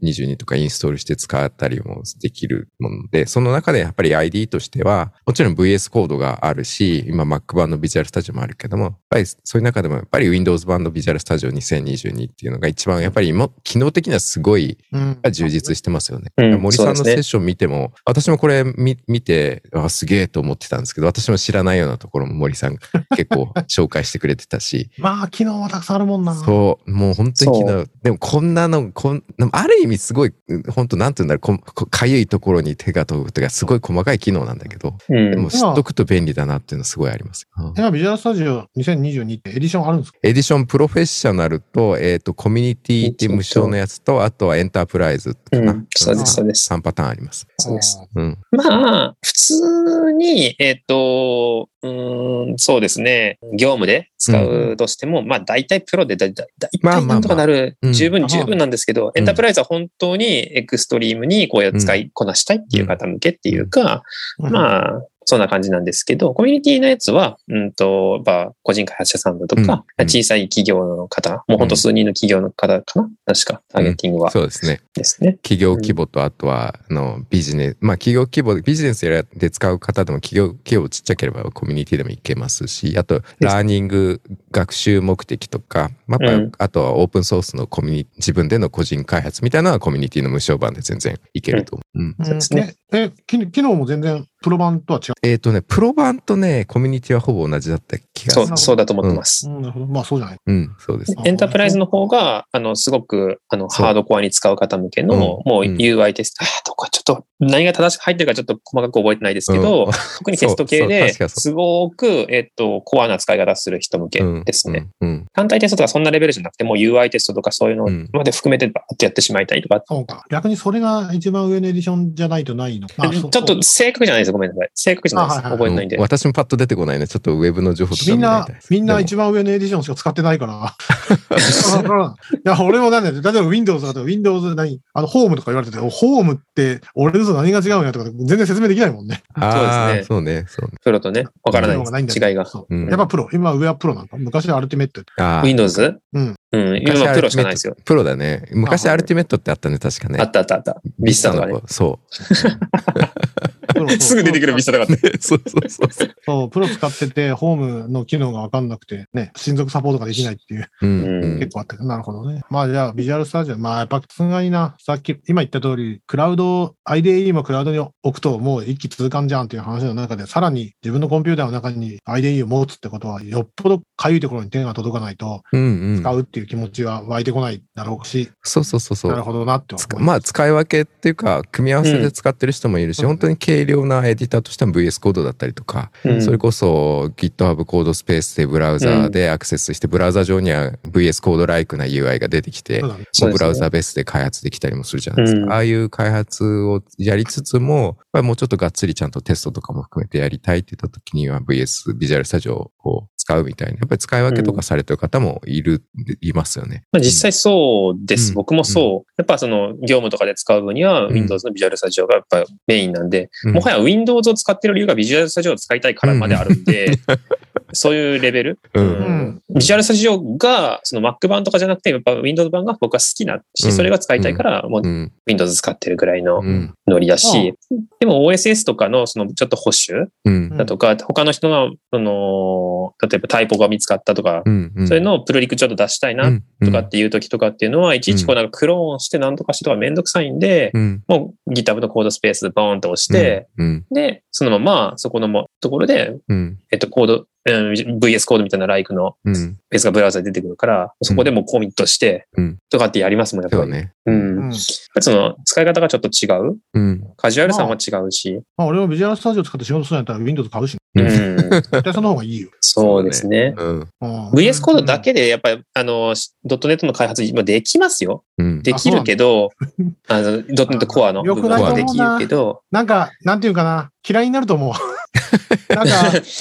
Speaker 3: 2022とかインストールして使ったりもできるもので、その中でやっぱり ID としては、もちろん VS コードがあるし、今 Mac 版の Visual Studio もあるけども、やっぱりそういう中でもやっぱり Windows 版の Visual Studio 2022っていうのが一番やっぱり今機能的にはすごい
Speaker 1: うん。
Speaker 3: 充実してますよね。
Speaker 2: うん
Speaker 3: 森さん
Speaker 2: そ
Speaker 3: の
Speaker 2: うですね
Speaker 3: セッション見ても、私もこれ見見て、あ、すげえと思ってたんですけど、私も知らないようなところも森さん結構紹介してくれてたし、
Speaker 1: まあ、機能はたくさんあるもんな。
Speaker 3: そう、もう本当に昨日、でもこんなの、こんある意味すごい、うん本当なんて言うんだろうこんこ、かゆいところに手が届くというか、すごい細かい機能なんだけど、
Speaker 2: う
Speaker 3: で
Speaker 2: ん
Speaker 3: も。知っとくと便利だなっていうのはすごいあります。うん
Speaker 1: 今、ビジュアルスタジオ2022ってエディションあるんですか
Speaker 3: エディションプロフェッショナルと、えっ、と、コミュニティっていう無償のやつと、あとはエンタープライズ
Speaker 2: う
Speaker 3: かな。
Speaker 2: ん。そうです、そうです。
Speaker 3: 3パターンあります。
Speaker 2: そうです。
Speaker 3: うん。
Speaker 2: まあ、普通に、えっ、と、うーん、そうですね、業務で使うとしても、まあ大体プロでだいたい大
Speaker 3: まあ
Speaker 2: 体
Speaker 3: まあまあ
Speaker 2: なんとかなる、
Speaker 3: うん
Speaker 2: 十
Speaker 1: あ
Speaker 2: 分十分なんですけど、エンタープライズは本当にエクストリームにこう使いこなしたいっていう方向けっていう
Speaker 1: あ、
Speaker 2: か、まあ、そんな感じなんですけど、コミュニティのやつは、うんと、まあ、個人開発者さんだとか、
Speaker 3: うん
Speaker 2: 小さい企業の方、もう本当数人の企業の方かな確か、ターゲティングは
Speaker 3: そうですね。
Speaker 2: ですね。
Speaker 3: 企業規模と、あとは、あの、ビジネス、まあ、企業規模、ビジネスやで使う方でも、企業規模ちっちゃければコミュニティでもいけますし、あと、ラーニング、学習目的とか、まあ、やっぱ
Speaker 2: うん
Speaker 3: あとはオープンソースのコミュニ自分での個人開発みたいなのはコミュニティの無償版で全然いけると思う。うん
Speaker 1: うん
Speaker 2: そうですね
Speaker 1: え、え機機能も全然プロ版とは違う。
Speaker 3: えっ、とね、プロ版とね、コミュニティはほぼ同じだった気がす
Speaker 2: そ
Speaker 3: る。
Speaker 2: う、そうだと思ってます。
Speaker 1: うん、なるほど。まあ、そうじゃない。
Speaker 3: うん、そうです。
Speaker 1: あ
Speaker 2: エンタープライズの方が、あの、すごく、あの、
Speaker 3: そう
Speaker 2: ハードコアに使う方向け
Speaker 3: うん
Speaker 2: の、もう
Speaker 3: うん
Speaker 2: UI テスト、あーどこちょっと、何が正しく入ってるかちょっと細かく覚えてないですけど、
Speaker 3: うん
Speaker 2: 特にテスト
Speaker 3: そ
Speaker 2: 系
Speaker 3: うそう
Speaker 2: で
Speaker 3: 確かそう
Speaker 2: すごく、えっと、コアな使い方する人向けですね。。
Speaker 3: うんうん
Speaker 2: 単体テストとかそんなレベルじゃなくて、もう UI テストとかそういうの
Speaker 3: うん
Speaker 2: まで含めてバーってやってしまいたいとか、
Speaker 1: そうか。逆にそれが一番上のエディションじゃないとないの。まあ
Speaker 2: ち
Speaker 1: そ
Speaker 2: ょっと正確じゃないです。ごめんなさい。正確じゃないです。
Speaker 1: あはいはい
Speaker 2: 覚えてないんで。
Speaker 3: 私もパッと出てこないね。ちょっとウェブの情報とか
Speaker 1: みん
Speaker 3: 見
Speaker 1: な
Speaker 3: たいで、す
Speaker 1: みんな
Speaker 3: でも
Speaker 1: 一番上のエディションしか使ってないから。 *laughs* わからんいや、俺もなんだよ。例えば Windows だと Windows 何あの、ホームとか言われてて、おホームって俺のと何が違うんやとか全然説明できないもんね。
Speaker 3: あ
Speaker 2: そうで
Speaker 3: ー
Speaker 2: すね
Speaker 3: そうね。そうね。
Speaker 2: プロとね、わからない
Speaker 1: 機能がないんだ
Speaker 2: です。
Speaker 1: よ
Speaker 2: 違いが。
Speaker 1: そう
Speaker 3: うん
Speaker 1: やっぱプロ。今上はプロなんか。昔はアルティメット。
Speaker 3: あー
Speaker 2: Windows?
Speaker 1: うん。
Speaker 2: うん。今はプロしかないですよ。
Speaker 3: プロだね。昔アルティメットってあったね、確かね。
Speaker 2: あったあったあった。ビスタとかね。
Speaker 3: 子そ
Speaker 1: プロ
Speaker 2: *laughs* すぐ出てくるビスタとかね
Speaker 3: う。 *laughs* ねそうそうそうそう。
Speaker 1: そう、プロ使ってて、ホームの機能がわかんなくて、ね、親族サポートができないっていう、
Speaker 3: うん
Speaker 2: うん
Speaker 3: うん
Speaker 1: 結構あったけど、なるほどね。まあじゃあ、ビジュアルスタジオ、まあやっぱすがにな、さっき、今言った通り、クラウド、IDE もクラウドに置くと、もう一気通貫じゃんっていう話の中で、さらに自分のコンピューターの中に IDE を持つってことは、よっぽどかゆいところに手が届かないと、
Speaker 3: うんうん
Speaker 1: 使うっていういう気持ちは湧いてこないだろうし、
Speaker 3: そうそうそうそう
Speaker 1: なる。ほどなって思
Speaker 3: つ
Speaker 1: い
Speaker 3: か
Speaker 1: ます
Speaker 3: まあ使い分けっていうか組み合わせで使ってる人もいるし、
Speaker 1: うん
Speaker 3: 本当に軽量なエディターとしても VS コードだったりとか、
Speaker 2: うん
Speaker 3: それこそ GitHub コードスペースでブラウザーでアクセスして、ブラウザ上には VS コードライクな UI が出てきて、
Speaker 1: そうだね
Speaker 2: そうですね
Speaker 3: ブラウザベースで開発できたりもするじゃないですか。
Speaker 2: うん
Speaker 3: ああいう開発をやりつつも、やっぱりもうちょっとがっつりちゃんとテストとかも含めてやりたいって言った時には VS、ビジュアルスタジオを使うみたいな、やっぱり使い分けとかされてる方もいる、いますよね。
Speaker 2: まあ、実際そうです。
Speaker 3: うん
Speaker 2: 僕もそう。やっぱその業務とかで使う分には Windows の Visual Studio がやっぱメインなんで、
Speaker 3: うん、
Speaker 2: もはや Windows を使ってる理由が Visual Studio を使いたいからまであるん
Speaker 3: *laughs*
Speaker 2: で、そういうレベル。
Speaker 3: うん
Speaker 1: ん
Speaker 2: Visual Studio がその Mac 版とかじゃなくて、やっぱ Windows 版が僕は好きな
Speaker 3: う
Speaker 2: し、
Speaker 3: ん
Speaker 2: それが使いたいから、もう
Speaker 3: うん
Speaker 2: Windows 使ってるぐらいの
Speaker 3: うん
Speaker 2: ノリだし、でも OSS とかのそのちょっと保守
Speaker 3: うん
Speaker 2: だとか、他の人の、その、例えばタイポが見つかったとか、
Speaker 3: うんうん
Speaker 2: そういうのをプロリクちょっと出したいなとかっていう時とかっていうのは、いちいちこうなんかクローンして何とかしてとかめんどくさいんで、
Speaker 3: うん
Speaker 2: もう GitHub のコードスペースボーンと押して、、
Speaker 3: うん
Speaker 2: で、そのままそこのもところで、
Speaker 3: うん
Speaker 2: えっとコード、うん VS コードみたいなライクの
Speaker 3: うん
Speaker 2: ベースがブラウザで出てくるから、そこでもうコミットして
Speaker 3: うん
Speaker 2: とかってやりますもん、やっ
Speaker 3: そ
Speaker 2: ぱ
Speaker 3: う
Speaker 2: り。
Speaker 3: ね。
Speaker 2: うん。
Speaker 1: うん
Speaker 2: その使い方がちょっと違う。
Speaker 3: うん。
Speaker 2: カジュアルさも違うし。
Speaker 1: まあ、俺もビジュアルスタジオ使って仕事するんやったら Windows 買うし、
Speaker 3: う
Speaker 2: うんん。
Speaker 3: *laughs*
Speaker 1: 絶対その方がいいよ。
Speaker 2: そうですね。
Speaker 3: うん。
Speaker 1: うん、
Speaker 2: VS コードだけで、やっぱり、あの、ドットネットの開発、今できますよ。
Speaker 3: うん。
Speaker 2: できるけど、あの、ドットネットコアの部分
Speaker 3: 良くない
Speaker 2: は
Speaker 3: と
Speaker 2: で
Speaker 1: 思う
Speaker 2: き
Speaker 1: な
Speaker 2: るけど、
Speaker 1: なんか、なんていうかな、嫌いになると
Speaker 3: *laughs*
Speaker 1: 思う。なんか、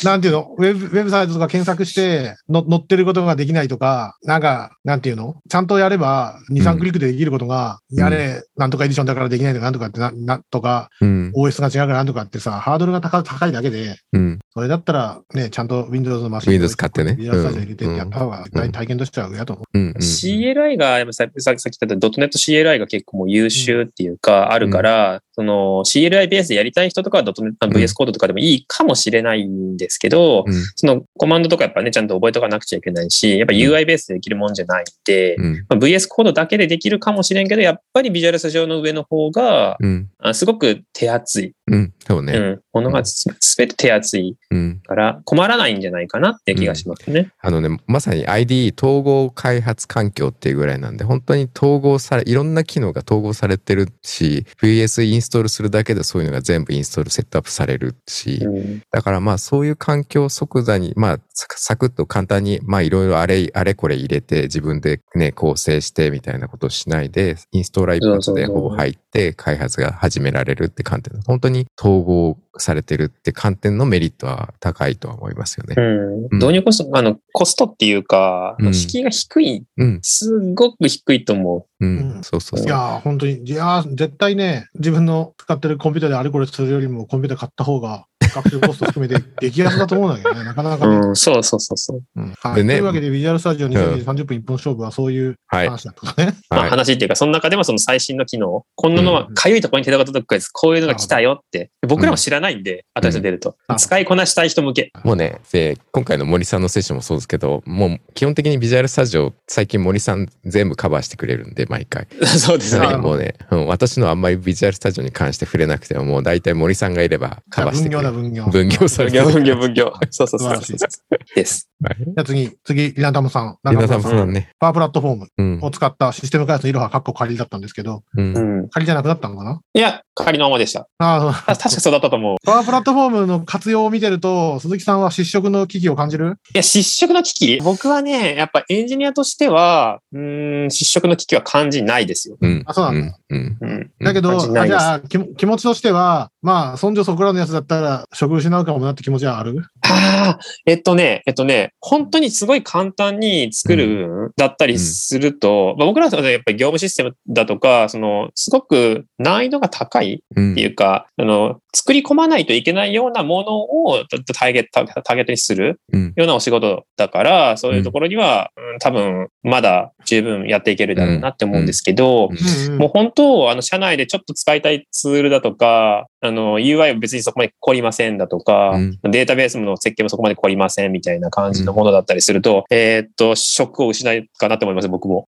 Speaker 1: なんていうの、ウェブ、ウェブサイトとか検索しての、載ってることができないとか、なんか、なんていうの、ちゃんとやれば、2、
Speaker 3: うん
Speaker 1: 3クリックでできることが、
Speaker 3: ん
Speaker 1: やれ、なんとかエディションだからできないとか、なんとかってな、な、とか、
Speaker 3: うん。
Speaker 1: OS が違うからなんとかってさ、ハードルが高高いだけで、
Speaker 3: うん。
Speaker 1: それだったら、ね、ちゃんと Windows のマシン。
Speaker 3: Windows 買ってね
Speaker 1: ビジュアルスタジオ入れてやった方が、体体験としては上やと思う。
Speaker 3: うん。
Speaker 2: CLI が、やっぱささっき言ったドットネット CLI が結構もう優秀っていうか、あるから、その CLI ベースでやりたい人とかはドットネット、
Speaker 3: ん
Speaker 2: VS コードとかでもいいかもしれないんですけど、そのコマンドとかやっぱね、ちゃんと覚えとかなくちゃいけないし、やっぱ UI ベースでできるもんじゃないんで、
Speaker 3: うん。
Speaker 2: まあ VS コードだけでできるかもしれんけど、やっぱりビジュアルスタジオの上の方が、
Speaker 3: うん。
Speaker 2: あすごく手厚い。
Speaker 3: うん。そう
Speaker 2: う
Speaker 3: ね。
Speaker 2: ん。ものがすべて手厚い
Speaker 3: うん。
Speaker 2: から困らないんじゃないかなって気がしますね。
Speaker 3: あのね、まさに IDE 統合開発環境っていうぐらいなんで、本当に統合され、いろんな機能が統合されてるし、VS インストールするだけでそういうのが全部インストールセットアップされるし、
Speaker 2: うん。
Speaker 3: だからまあそういう環境を即座に、まあサクサクッと簡単に、まあいろいろあれ、あれこれ入れて自分でね、構成してみたいなことをしないで、インストーラー一発で
Speaker 2: そうそうそう
Speaker 3: ほぼ入って開発が始められるって観点の、本当に統合されてるって観点のメリットは高いとは思いますよね
Speaker 2: う。
Speaker 3: う
Speaker 2: ん。
Speaker 3: ん
Speaker 2: 導入コスト、あの、コストっていうか
Speaker 3: うん、
Speaker 2: 敷居が低い。
Speaker 3: うん、
Speaker 2: すごく低いと思
Speaker 3: うん、
Speaker 1: うん
Speaker 3: そうそう
Speaker 1: い
Speaker 3: そう。
Speaker 1: やー、本当に。いやー、絶対ね、自分の使ってるコンピューターであれこれするよりも、コンピューター買った方が、学習コスト含めて激安だと思うんだけどね、なかな
Speaker 2: う。
Speaker 1: かね。
Speaker 2: うん。そうそうそうそう。
Speaker 1: うんは
Speaker 3: で
Speaker 1: い。
Speaker 3: ね
Speaker 1: というわけで、ビジュアルスタジオ
Speaker 3: うん
Speaker 1: 2030 30分一本勝負はそういう
Speaker 3: はい。
Speaker 1: 話だったことね。
Speaker 2: ま
Speaker 3: は
Speaker 2: あ
Speaker 3: い
Speaker 2: 話っていうか、その中でもその最新の機能、こんなのは
Speaker 1: うん
Speaker 2: かゆいところに手が届くやつ、こういうのが来たよって、僕らも知らないんで、後で出ると
Speaker 1: うん。
Speaker 2: 使いこなしたい人向け。
Speaker 3: もうね、で、今回の森さんのセッションもそうですけど、もう基本的にビジュアルスタジオ、最近森さん全部カバーしてくれるんで、毎回。
Speaker 2: そうですね
Speaker 1: あ。
Speaker 3: もうね、うん私のあんまりビジュアルスタジオに関して触れなくても、もう大体森さんがいればカバーし
Speaker 1: 分
Speaker 3: てく
Speaker 1: 業
Speaker 3: れ
Speaker 1: だ、
Speaker 3: る。
Speaker 1: 分業。
Speaker 3: 分業そ
Speaker 2: 分
Speaker 3: れ
Speaker 2: 業、分業、分業。そうそうそう
Speaker 1: 素
Speaker 2: そ
Speaker 1: 晴
Speaker 2: う。です。
Speaker 1: じゃあ次、次、リナタムさん。リ
Speaker 3: 皆さんもそうね。
Speaker 1: パワープラットフォーム
Speaker 3: うん。
Speaker 1: を使ったシステム開発のいろはかっこ仮だったんですけど、
Speaker 3: うん
Speaker 2: うん。
Speaker 1: 仮じゃなくなったのかない
Speaker 2: や、仮のままでした。
Speaker 1: あ
Speaker 2: た確かそうだったと思う。
Speaker 1: ーパワープラットフォームの活用を見てると、鈴木さんは失職の危機を感じる
Speaker 2: いや、失職の危機僕はね、やっぱエンジニアとしては、うーん、失職の危機は感じないですよ。
Speaker 3: うん。
Speaker 1: あそうなん
Speaker 3: だ。うん。
Speaker 2: うん。
Speaker 1: だけど、
Speaker 2: 感じな
Speaker 1: あ
Speaker 2: い
Speaker 1: じ
Speaker 2: です
Speaker 1: ゃあ気も、気持ちとしては、まあ、そんじょそこらのやつだったら、職失うかもなって気持ちはある
Speaker 2: ああ、えっとね、えっとね、本当にすごい簡単に作る部分だったりすると、まあ、僕らはやっぱり業務システムだとか、その、すごく難易度が高い
Speaker 3: うん
Speaker 2: っていうか、あの、作り込まないといけないようなものをタターゲット、タターゲットにする
Speaker 3: うん。
Speaker 2: ようなお仕事だから、そういうところには、うん多分、まだ十分やっていけるだろうなって思うんですけど、
Speaker 3: うん
Speaker 1: うんうん
Speaker 2: もう本当、あの、社内でちょっと使いたいツールだとか、あの、UI は別にそこまで凝りませんだとか、
Speaker 3: うん
Speaker 2: データベースの設計もそこまで凝りませんみたいな感じのものだったりすると、えーっと、職を失うかなと思います、僕も。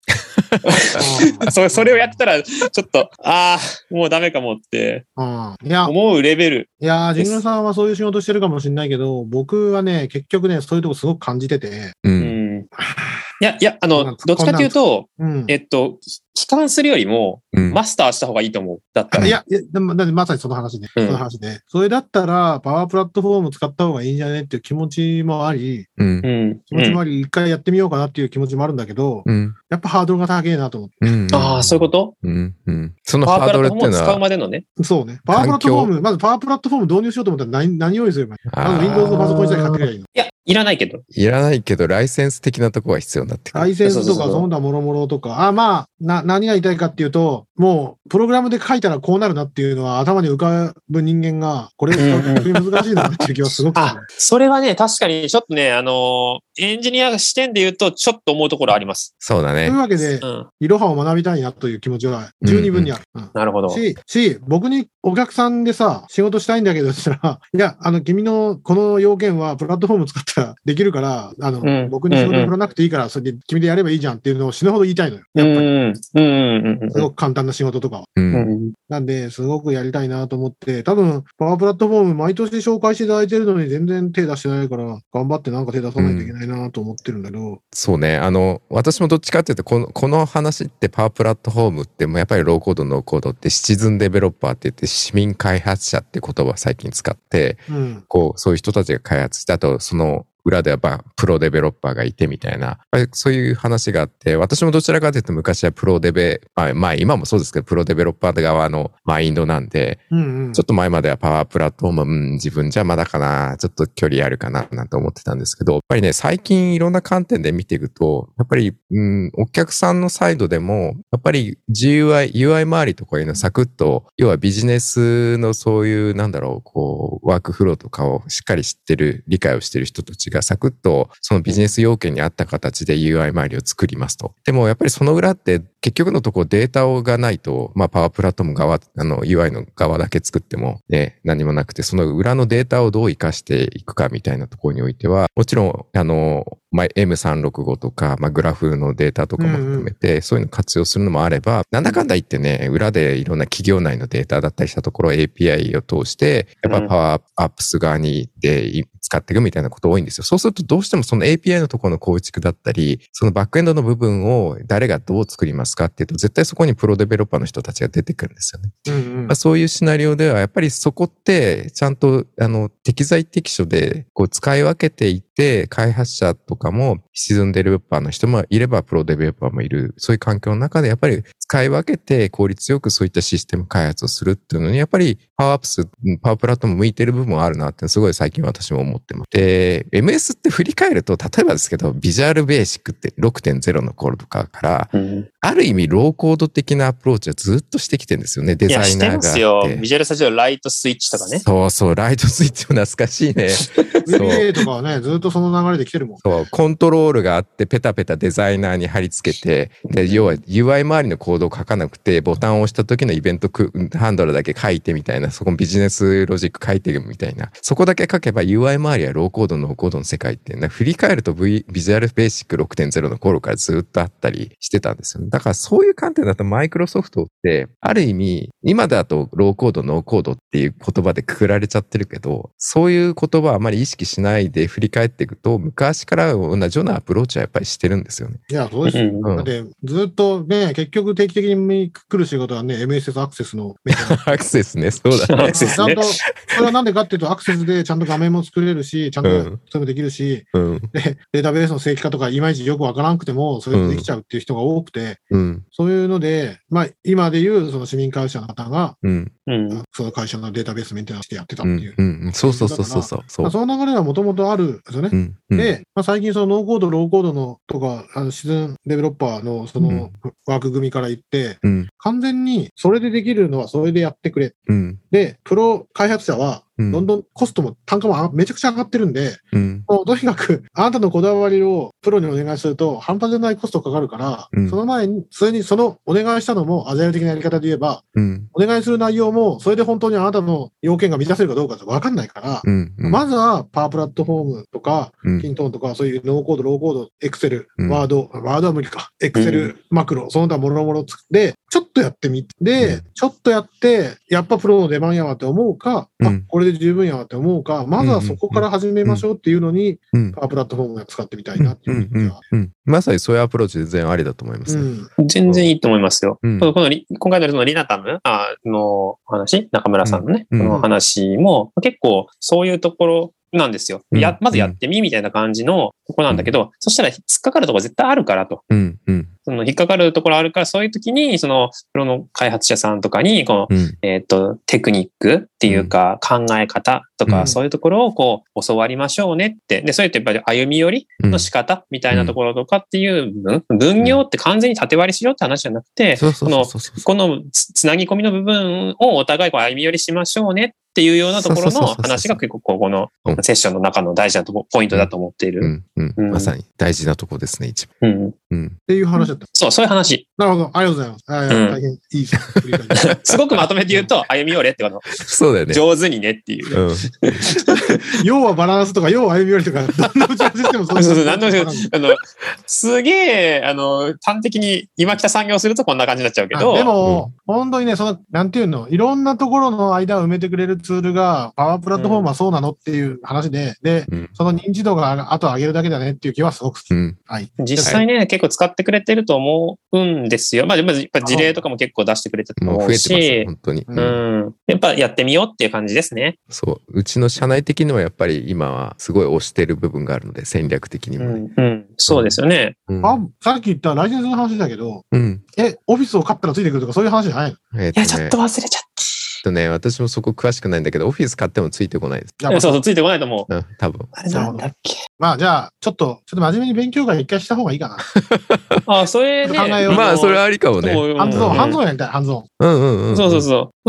Speaker 2: そ *laughs* それをやってたら、ちょっと、ああ、もうダメかもって
Speaker 1: うん。いや、
Speaker 2: 思うレベル。
Speaker 1: いやー、ジングルさんはそういう仕事してるかもしれないけど、僕はね、結局ね、そういうとこすごく感じてて、
Speaker 3: う。
Speaker 2: うんん。いや、いや、
Speaker 1: こ
Speaker 2: あ
Speaker 1: んな
Speaker 2: の
Speaker 1: ん、
Speaker 2: どっちかというと、
Speaker 1: うん。
Speaker 2: えっと、悲観するよりも、
Speaker 3: うん
Speaker 2: マスターした方がいいと思う。だったら。
Speaker 1: いや、いや、でも、だってまさにその話ね。
Speaker 2: うん
Speaker 1: その話ね。それだったら、パワープラットフォーム使った方がいいんじゃねっていう気持ちもあり、
Speaker 3: うん
Speaker 2: う。ん。
Speaker 1: 気持ちも
Speaker 2: うん
Speaker 1: あり、一回やってみようかなっていう気持ちもあるんだけど、
Speaker 3: うん。
Speaker 1: やっぱハードルが高えなと思っ
Speaker 3: うん。
Speaker 2: ああ、そういうこと
Speaker 3: とうん。うん。その
Speaker 2: パ
Speaker 3: ハ
Speaker 2: ワー
Speaker 3: ー
Speaker 2: プ
Speaker 3: ド
Speaker 2: ラ
Speaker 3: ル
Speaker 2: ッ
Speaker 3: っ
Speaker 2: ト
Speaker 3: て
Speaker 2: フォームを
Speaker 3: いうの
Speaker 2: 使う
Speaker 3: は、
Speaker 2: までのね。
Speaker 1: て。そうね。パワープラットフォーム、まずパワープラットフォーム導入しようと思ったら何、何用意すればいい
Speaker 3: あー
Speaker 1: まず Windows のパソコン自体買ってくればいいの。
Speaker 2: いや、いらないけど。
Speaker 3: いらないけど、ライセンス的なとこは必要になってくる。
Speaker 1: ライセンス
Speaker 2: そ
Speaker 1: と
Speaker 2: うそう
Speaker 1: か、
Speaker 2: そう
Speaker 1: その他もろもろとか。あ、まあ、な、何が言いたいかっていうと、もう、プログラムで書いたらこうなるなっていうのは頭に浮かぶ人間が、これ、難しいなっていう気はすごくす *laughs*
Speaker 2: あ
Speaker 1: る。、
Speaker 2: それはね、確かにちょっとね、あのーエンジニア視点で言うと、ちょっと思うところあります。
Speaker 3: そうだ
Speaker 1: と
Speaker 3: ね
Speaker 1: いう。わけで
Speaker 2: う、ん。
Speaker 1: いろはを学びたいなという気持ちは十二分にある。うん
Speaker 2: なるほど。
Speaker 1: し、し、僕にお客さんでさ、仕事したいんだけど、したら、 *laughs* いや、あの、君のこの要件はプラットフォーム使ったらできるから、あの、
Speaker 2: うん
Speaker 1: 僕に仕事振らなくていいから、それで君でやればいいじゃんっていうのを死ぬほど言いたいのよ。
Speaker 2: う
Speaker 1: やっぱり。
Speaker 2: ん。うん。うん。
Speaker 1: すごく簡単な仕事とかは。
Speaker 2: う
Speaker 3: う。
Speaker 2: んん。
Speaker 1: なんで、すごくやりたいなと思って、多分、パワープラットフォーム毎年紹介していただいてるのに全然手出してないから、頑張ってなんか手出さないといけないなと思ってるんだけど、
Speaker 3: そうね。あの、私もどっちかっていうと、この、この話ってパワープラットフォームって、もうやっぱりローコード、ノーコードってシチズンデベロッパーって言って、市民開発者って言葉を最近使って、
Speaker 1: うん。
Speaker 3: こう、そういう人たちが開発したと、その裏ではばプロデベロッパーがいてみたいな、やっぱりそういう話があって、私もどちらかというと昔はプロデベ、まあ、まあ今もそうですけど、プロデベロッパー側のマインドなんで、
Speaker 1: うんうん
Speaker 3: ちょ。っと前まではパワープラットフォーム、うん、自分じゃまだかな、ちょっと距離あるかな、なんて思ってたんですけど、やっぱりね、最近いろんな観点で見ていくと、やっぱり、うん、お客さんのサイドでも、やっぱり GUI、UI 周りとかいうのサクッと、要はビジネスのそういう、なんだろう、こう、ワークフローとかをしっかり知ってる、理解をしてる人たちがサクッと、そのビジネス要件に合った形で UI 周りを作りますと。でも、やっぱりその裏って、結局のところデータをがないと、まあ、パワープラットフォーム側、あの、UI の側だけ作っても、ね、何もなくて、その裏のデータをどう活かしていくかみたいなところにおいては、もちろん、あの、まあ、M365 とか、まあ、グラフのデータとかも含めて、そういうの活用するのもあれば、なんだかんだ言ってね、裏でいろんな企業内のデータだったりしたところを API を通して、やっぱパワーアップス側にでい使っていくみたいなこと多いんですよ。そうするとどうしてもその API のところの構築だったり、そのバックエンドの部分を誰がどう作りますかっていうと、絶対そこにプロデベロッパーの人たちが出てくるんですよね。
Speaker 1: うんうん
Speaker 3: まあ、そういうシナリオではやっぱりそこってちゃんとあの適材適所でこう使い分けていて開発者とかもシズンデベロッパーの人もいればプロデベロッパーもいるそういう環境の中でやっぱり使い分けて効率よくそういったシステム開発をするっていうのにやっぱりパワーアップスうんパワープラットも向いてる部分はあるなってすごい最近私も思ってます。で MS って振り返ると例えばですけどビジュアルベーシックって6.0の頃とかから
Speaker 2: うん
Speaker 3: ある意味ローコード的なアプローチはずっとしてきてるんですよねデ
Speaker 2: いや、
Speaker 3: ザイ
Speaker 2: して
Speaker 3: ナ
Speaker 2: ま
Speaker 3: ーがあって。
Speaker 2: すよ。ビジュアルスタジオライトスイッチとかね。
Speaker 3: そうそう、ライトスイッチも懐かし
Speaker 2: *laughs*
Speaker 3: いね。
Speaker 1: VBA とかはね、ずっとその流れで来てるもん。
Speaker 3: そう、コントロールがあって、ペタペタデザイナーに貼り付けて、で、要は UI 周りのコードを書かなくて、ボタンを押した時のイベントクハンドルだけ書いてみたいな、そこビジネスロジック書いてるみたいな。そこだけ書けば UI 周りはローコード、ノーコードの世界っていうのは、振り返ると V、ビジュアルベーシック6.0の頃からずっとあったりしてたんですよね。だからそういう観点だとマイクロソフトって、ある意味、今だとローコード、ノーコードっていう言葉でくくられちゃってるけど、そういう言葉はあまり意識しないで振り返っていくと、昔から同じようなアプローチはやっぱりしてるんですよね。
Speaker 1: いや、そうですよ。
Speaker 2: うん
Speaker 3: うん
Speaker 1: だって、ずっとね、結局定期的に来る仕事はね、MSS アクセスのメーカー。
Speaker 3: アクセスね、そう
Speaker 1: *laughs*
Speaker 3: だ
Speaker 2: ア
Speaker 3: ね
Speaker 2: ク。セス
Speaker 1: ちゃん
Speaker 2: ね
Speaker 1: と、それはなんでかっていうと、アクセスでちゃんと画面も作れるし、ちゃんと
Speaker 3: うん
Speaker 1: それもできるし、
Speaker 3: うん。
Speaker 1: で、データベースの正規化とかいまいちよくわからなくても、それでできちゃうっていう人が多くて、
Speaker 3: うん。
Speaker 1: そういうので、まあ、今でいうその市民会社の方が、
Speaker 3: うん。
Speaker 2: うん。
Speaker 1: その会社のデータベースメンテナンスしてやってたっ
Speaker 3: う
Speaker 1: て
Speaker 3: ん
Speaker 1: いう。
Speaker 3: うん。そうそうそうそうそう。そ
Speaker 1: ま
Speaker 3: う
Speaker 1: あ、その流れはもともとあるんですよね。
Speaker 3: うん。うん
Speaker 1: で、まあ、最近そのノーコード、ローコードのとか、あのシズンデベロッパーのその枠組みから言って、
Speaker 3: うん。
Speaker 1: 完全にそれでできるのはそれでやってくれ。
Speaker 3: うん。
Speaker 1: で、プロ開発者は、
Speaker 3: うん。
Speaker 1: どんどんコストも単価もあめちゃくちゃ上がってるんで、
Speaker 3: うん。
Speaker 1: もうとにかく、あなたのこだわりをプロにお願いすると、半端じゃないコストかかるから、
Speaker 3: うん
Speaker 1: その前に、それにそのお願いしたのも、アジャイル的なやり方で言えば、
Speaker 3: うん。
Speaker 1: お願いする内容も、それで本当にあなたの要件が満たせるかどうかってわかんないから、
Speaker 3: うん。うん
Speaker 1: まずは、パワープラットフォームとか、
Speaker 3: うん
Speaker 1: キントーンとか、そういうノーコード、ローコード、エクセル、
Speaker 3: うん
Speaker 1: ワード、ワードは無理か、エクセル、マクロ、その他もろもろつくで、ちょっとやってみて、
Speaker 3: うん
Speaker 1: ちょっとやって、やっぱプロの出番やわって思うか、
Speaker 3: うん
Speaker 1: あ、これでれで十分やなって思うか、まずはそこから始めましょうっていうのに、
Speaker 3: うん
Speaker 1: パワープラットフォームを使ってみたいなって
Speaker 3: う
Speaker 1: い
Speaker 3: ん
Speaker 1: う
Speaker 3: う
Speaker 1: の
Speaker 3: ん
Speaker 1: が。
Speaker 3: うん。まさにそういうアプローチで全然ありだと思いま
Speaker 1: う
Speaker 3: すね。
Speaker 1: ん。
Speaker 2: 全然いいと思いますよ。
Speaker 3: うん
Speaker 2: このこのリ今回のそのリナタムあの話、中村さんのね、
Speaker 3: うん
Speaker 2: この話も結構そういうところなんですよ。
Speaker 3: うん
Speaker 2: や、まずやってみみたいな感じのとこなんだけど、そしたら引っかかるところ絶対あるからと。
Speaker 3: うんうん
Speaker 2: その引っかかるところあるから、そういう時に、その、プロの開発者さんとかに、この、
Speaker 3: うん
Speaker 2: えっ、と、テクニックっていうか、考え方と
Speaker 3: う
Speaker 2: か、
Speaker 3: ん
Speaker 2: そういうところをこう、教わりましょうねって。で、それってやっぱり歩み寄り
Speaker 3: うん。
Speaker 2: の仕方みたいなところとかっていう部分、分業って完全に縦割りしろって話じゃなくて、
Speaker 3: そうそうそうそうそう。
Speaker 2: このつつなぎ込みの部分をお互いこう歩み寄りしましょうねっていうようなところ
Speaker 3: そうそうそう
Speaker 2: の
Speaker 3: そう
Speaker 2: 話が結構こうこの
Speaker 3: うん
Speaker 2: セッションの中の大事なとこポイントだと思っていうる。
Speaker 3: んうん
Speaker 2: うん
Speaker 3: まさに大事なとこですね、一番。
Speaker 2: うん。
Speaker 3: うん。
Speaker 1: っていう話だった。
Speaker 2: そう、そういう話。
Speaker 1: なるほど。ありがとうございます。あー
Speaker 2: うん
Speaker 1: 大変いいです。振り返り
Speaker 2: すごくまとめて言うと、歩み寄れってこと。
Speaker 3: そう *laughs* だよね。
Speaker 2: 上手にねっていう。
Speaker 3: うん。
Speaker 1: 要はバランスとか、要は歩み寄り
Speaker 2: *laughs*
Speaker 1: とか、どんな打ち合わせしてもそ
Speaker 2: そう *laughs* そう、なんでも
Speaker 1: わ
Speaker 2: そう
Speaker 1: かんない
Speaker 2: あの、すげえ、あの、端的に今北産業するとこんな感じになっちゃうけど、
Speaker 1: あでも、本当にね、その、なんていうの、いろんなところの間を埋めてくれるツールが、パワープラットフォームはそうなのっていう話で、で、
Speaker 3: うん
Speaker 1: その認知度があと上げるだけだねっていう気はすごくす
Speaker 3: う
Speaker 1: る。
Speaker 3: ん。
Speaker 1: はい。
Speaker 2: 実際ね、結構使ってくれてると思うんですよ。まあ、でもやっぱ事例とかも結構出してくれてると
Speaker 3: もう
Speaker 2: 思
Speaker 3: 増
Speaker 2: う
Speaker 3: えてますよ、
Speaker 2: し、
Speaker 3: 本当に。
Speaker 1: うま
Speaker 2: う
Speaker 1: す
Speaker 2: ん。やっぱやってみようっていう感じですね。
Speaker 3: そう。うちの社内的にはやっぱり今はすごい推してる部分があるので、戦略的に
Speaker 2: う
Speaker 3: もね。
Speaker 2: ん、うん、そうですよね。
Speaker 3: うん
Speaker 1: あさっき言ったライセンスの話だけど、
Speaker 3: うん。
Speaker 1: え、オフィスを買ったらついてくるとかそういう話じゃないの
Speaker 3: えっ
Speaker 2: い
Speaker 3: と
Speaker 2: や、ちょっ
Speaker 3: ね
Speaker 2: と、忘れちゃっ
Speaker 3: ちょっとね、私もそこ詳しくないんだけど、オフィス買ってもついてこないです。
Speaker 1: じゃ
Speaker 2: た。
Speaker 1: あ、まあ
Speaker 2: そうそう、ついてこないと思う。
Speaker 3: うん、多分。
Speaker 2: あれなんだっけ。
Speaker 1: まあ、じゃあ、ちょっと、ちょっと真面目に勉強会一回した方がいいかな。
Speaker 2: あ、それね。
Speaker 1: 考えよう
Speaker 3: まあ、それ
Speaker 2: は
Speaker 3: はありかもね。
Speaker 1: ハンズオン、ハンズ
Speaker 2: そ
Speaker 1: オンやりたい、ハンズオン。ち
Speaker 3: うんうんうん。
Speaker 2: うそうそう。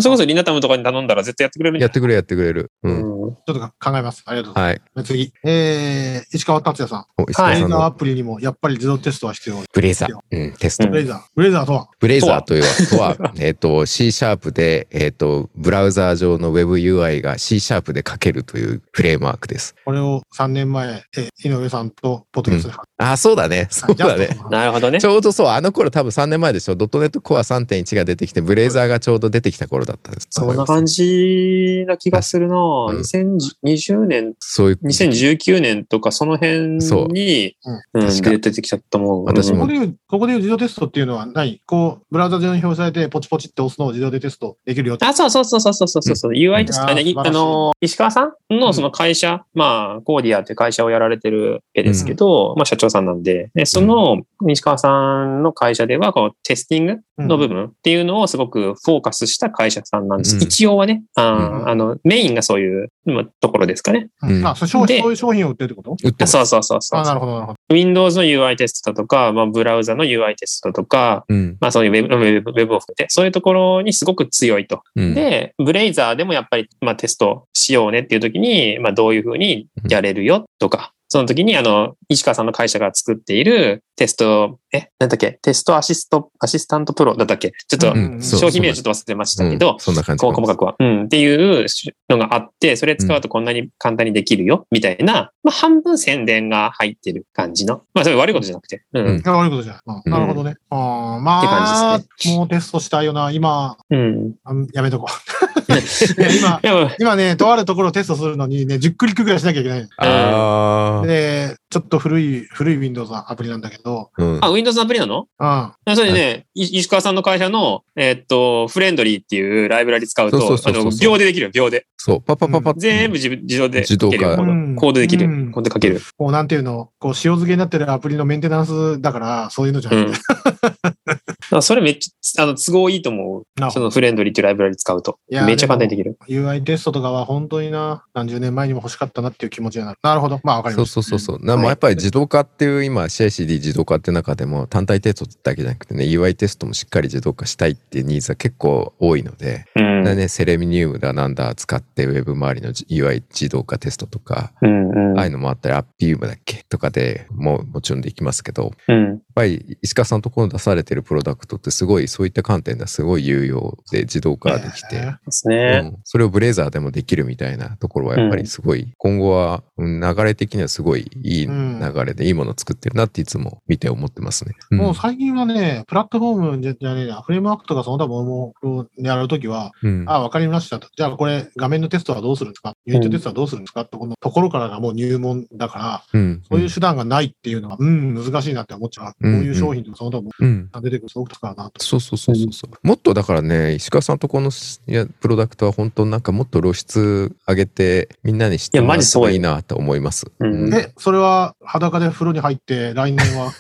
Speaker 2: それこそリナタムとかに頼んだら絶対やってくれるんじ
Speaker 3: や
Speaker 2: ゃ
Speaker 3: ってくれるやってくれる。う
Speaker 2: ない
Speaker 3: ん。
Speaker 2: うん
Speaker 1: ょっと考えます。ありがとうござい
Speaker 3: はい。
Speaker 1: ます。次。えー、石川達也さん。
Speaker 3: お石川
Speaker 2: はい
Speaker 3: さ
Speaker 1: ブレ
Speaker 3: ん
Speaker 1: ザーア
Speaker 3: の
Speaker 1: プリにもやっぱり自動テストは必要。
Speaker 3: ブレザー。うん、テスト
Speaker 2: う
Speaker 1: ブ
Speaker 2: ん。
Speaker 1: レザー。ブレザーとは
Speaker 3: ブレイザーというのは、と *laughs* はえっと、C シャープで、えっと、ブラウザー上の WebUI が C シャープで書けるというフレームワークです。
Speaker 1: これを3年前、えー井上さんとポッドキャストで話
Speaker 3: あ、そうだね。そうだね。
Speaker 2: なるほどね
Speaker 3: ち。ょうどそう、あの頃多分3年前でしょ。ドットネットコア3.1が出てきて、ブレイザーがちょうど出てきた頃だったんです。
Speaker 2: そんな感じな気がするな
Speaker 3: うん
Speaker 2: 2020年、
Speaker 3: そういう。
Speaker 2: 2019年とかその辺
Speaker 3: そう
Speaker 2: に、うん、
Speaker 3: 確か
Speaker 2: 出てきたと思う。
Speaker 3: 私
Speaker 1: こ
Speaker 3: も
Speaker 1: こで言う、ここで言う自動テストっていうのは何こう、ブラウザ上に表示されて、ポチポチって押すのを自動でテストできるよって。
Speaker 2: あ、そうそうそうそうそうそうそう、UI として、あ
Speaker 1: いやー
Speaker 2: い
Speaker 1: 素晴らしい
Speaker 2: あの、石川さん
Speaker 1: う
Speaker 2: の
Speaker 1: ん
Speaker 2: その会社、まあ、コーディアという会社をやられてる絵ですけど、まあ、社長さんなんで、でその、石川さんの会社では、このテスティングの部分っていうのをすごくフォーカスした会社さんなんです。
Speaker 3: うん
Speaker 2: 一応はね、あー
Speaker 1: うん
Speaker 2: あの、メインがそういうまあところですかね。
Speaker 1: うん
Speaker 3: うん
Speaker 1: あ、そう商品
Speaker 2: で
Speaker 1: そういう商品を売ってるってこと
Speaker 3: 売っ
Speaker 2: あ
Speaker 3: てます。
Speaker 2: そうそうそうそう
Speaker 1: あ、なるほど、なるほ
Speaker 2: Windows の UI テストだとか、まあ、ブラウザの UI テストとか、
Speaker 3: うん。
Speaker 2: まあそういうウェブウェブウェブを含めて、そういうところにすごく強いと。
Speaker 3: うん、
Speaker 2: で、ブレイザーでもやっぱり、まあ、テストしようねっていう時に、まあ、どういうふうにやれるよとか、その時に、あの、石川さんの会社が作っているテスト、え、なんだっけ、テストアシスト、アシスタントプロだったっけちょっと、
Speaker 1: うん
Speaker 3: そう
Speaker 2: 商品名ちょっと忘れましたけど、
Speaker 3: うんそんな感じ。
Speaker 2: こう細かくは。うん。っていうのがあって、それ使うとこんなに簡単にできるよ、みたいな、まあ、半分宣伝が入ってる感じの。まあ、それ悪いことじゃなくて。う
Speaker 3: うん
Speaker 2: ん。
Speaker 1: ど。いや悪いことじゃない。うん
Speaker 3: うん
Speaker 1: なるほどね。あー
Speaker 2: って
Speaker 1: ま
Speaker 2: 感
Speaker 1: あ
Speaker 2: じで、
Speaker 1: もうテストしたいよな。今、
Speaker 2: うん。
Speaker 1: あやめとこ
Speaker 2: *laughs*
Speaker 1: う。いや今、
Speaker 2: いや、まあ
Speaker 1: 今ね、とあるところをテストするのにね、10クリックぐらいしなきゃいけない。
Speaker 3: ああ。
Speaker 1: で、ちょっと古い、古い Windows のアプリなんだけど、
Speaker 3: うん。
Speaker 2: あ、Windows のアプリなの
Speaker 1: うん。
Speaker 2: あそれね、い石川さんの会社の、えーっと、フレンドリーっていうライブラリ使うと、
Speaker 3: そうそうそうそう
Speaker 2: あの秒でできるよ、秒で。
Speaker 3: そう、パパパパッと
Speaker 2: 全部自分自動で
Speaker 3: 自動化
Speaker 2: 書けるよコード
Speaker 1: うん
Speaker 2: コードできる。
Speaker 1: うん
Speaker 2: コードで書ける。
Speaker 1: もうなんていうの、こう、塩漬けになってるアプリのメンテナンスだから、そういうのじゃ
Speaker 2: う
Speaker 1: ない。
Speaker 3: *laughs*
Speaker 2: ん。だからそれめっちゃ、あの、都合いいと思
Speaker 1: な
Speaker 2: う。そのフレンドリーっていうライブラリ使うと。
Speaker 1: いやー
Speaker 2: めっちゃ簡単にできる。
Speaker 1: UI テストとかは本当にな、何十年前にも欲しかったなっていう気持ちになる。なるほど。まあわかり
Speaker 3: そ
Speaker 1: ま
Speaker 3: う
Speaker 1: し
Speaker 3: そうそうそう。なまあやっぱり自動化っていう今 CICD 自動化って中でも単体テストだけじゃなくてね UI テストもしっかり自動化したいっていうニーズは結構多いので、
Speaker 2: うん。
Speaker 3: だねセレミニウムだなんだ使ってウェブ周りの UI 自動化テストとか、
Speaker 2: うん。う。
Speaker 3: ああいうんのもあったりアッピウムだっけとかでももちろんできますけど、やっ
Speaker 2: うん。
Speaker 3: ぱり石川さんのところに出されてるプロダクトってすごい、そういった観点ではすごい有用で自動化できて、
Speaker 1: え
Speaker 2: ですね。
Speaker 3: うん、それをブレザーでもできるみたいなところはやっぱりすごい、今後はうん流れ的にはすごいいい
Speaker 1: うん
Speaker 3: 流れでいいものを作ってるなっていつも見て思ってますね。
Speaker 1: ー
Speaker 3: ん
Speaker 1: もう最近はね、プラットフォームじゃじゃねえや、フレームワークとかその他ものをやるときは、
Speaker 3: うん
Speaker 1: あ、わかりましたと。じゃあこれ画面のテストはどうするんですかユニットテストはどうするんですかってこのところからがもう入門だから、
Speaker 3: うん
Speaker 1: そういう手段がないっていうのは、うん、難しいなって思っちゃう。こういう商品とかその他も
Speaker 3: うん
Speaker 1: 出てくるすごく高いなと。
Speaker 3: そうそうそうそうそう、もっとだからね石川さんとこのしいやプロダクトは本当なんかもっと露出上げてみんなに知ってもら
Speaker 2: いやマジ
Speaker 3: っ
Speaker 2: す
Speaker 3: た
Speaker 2: ご
Speaker 3: ら
Speaker 2: い
Speaker 3: いいなと思います。
Speaker 2: うん
Speaker 3: うん
Speaker 1: で、それは裸で風呂に入って、来年
Speaker 3: *laughs*
Speaker 1: は、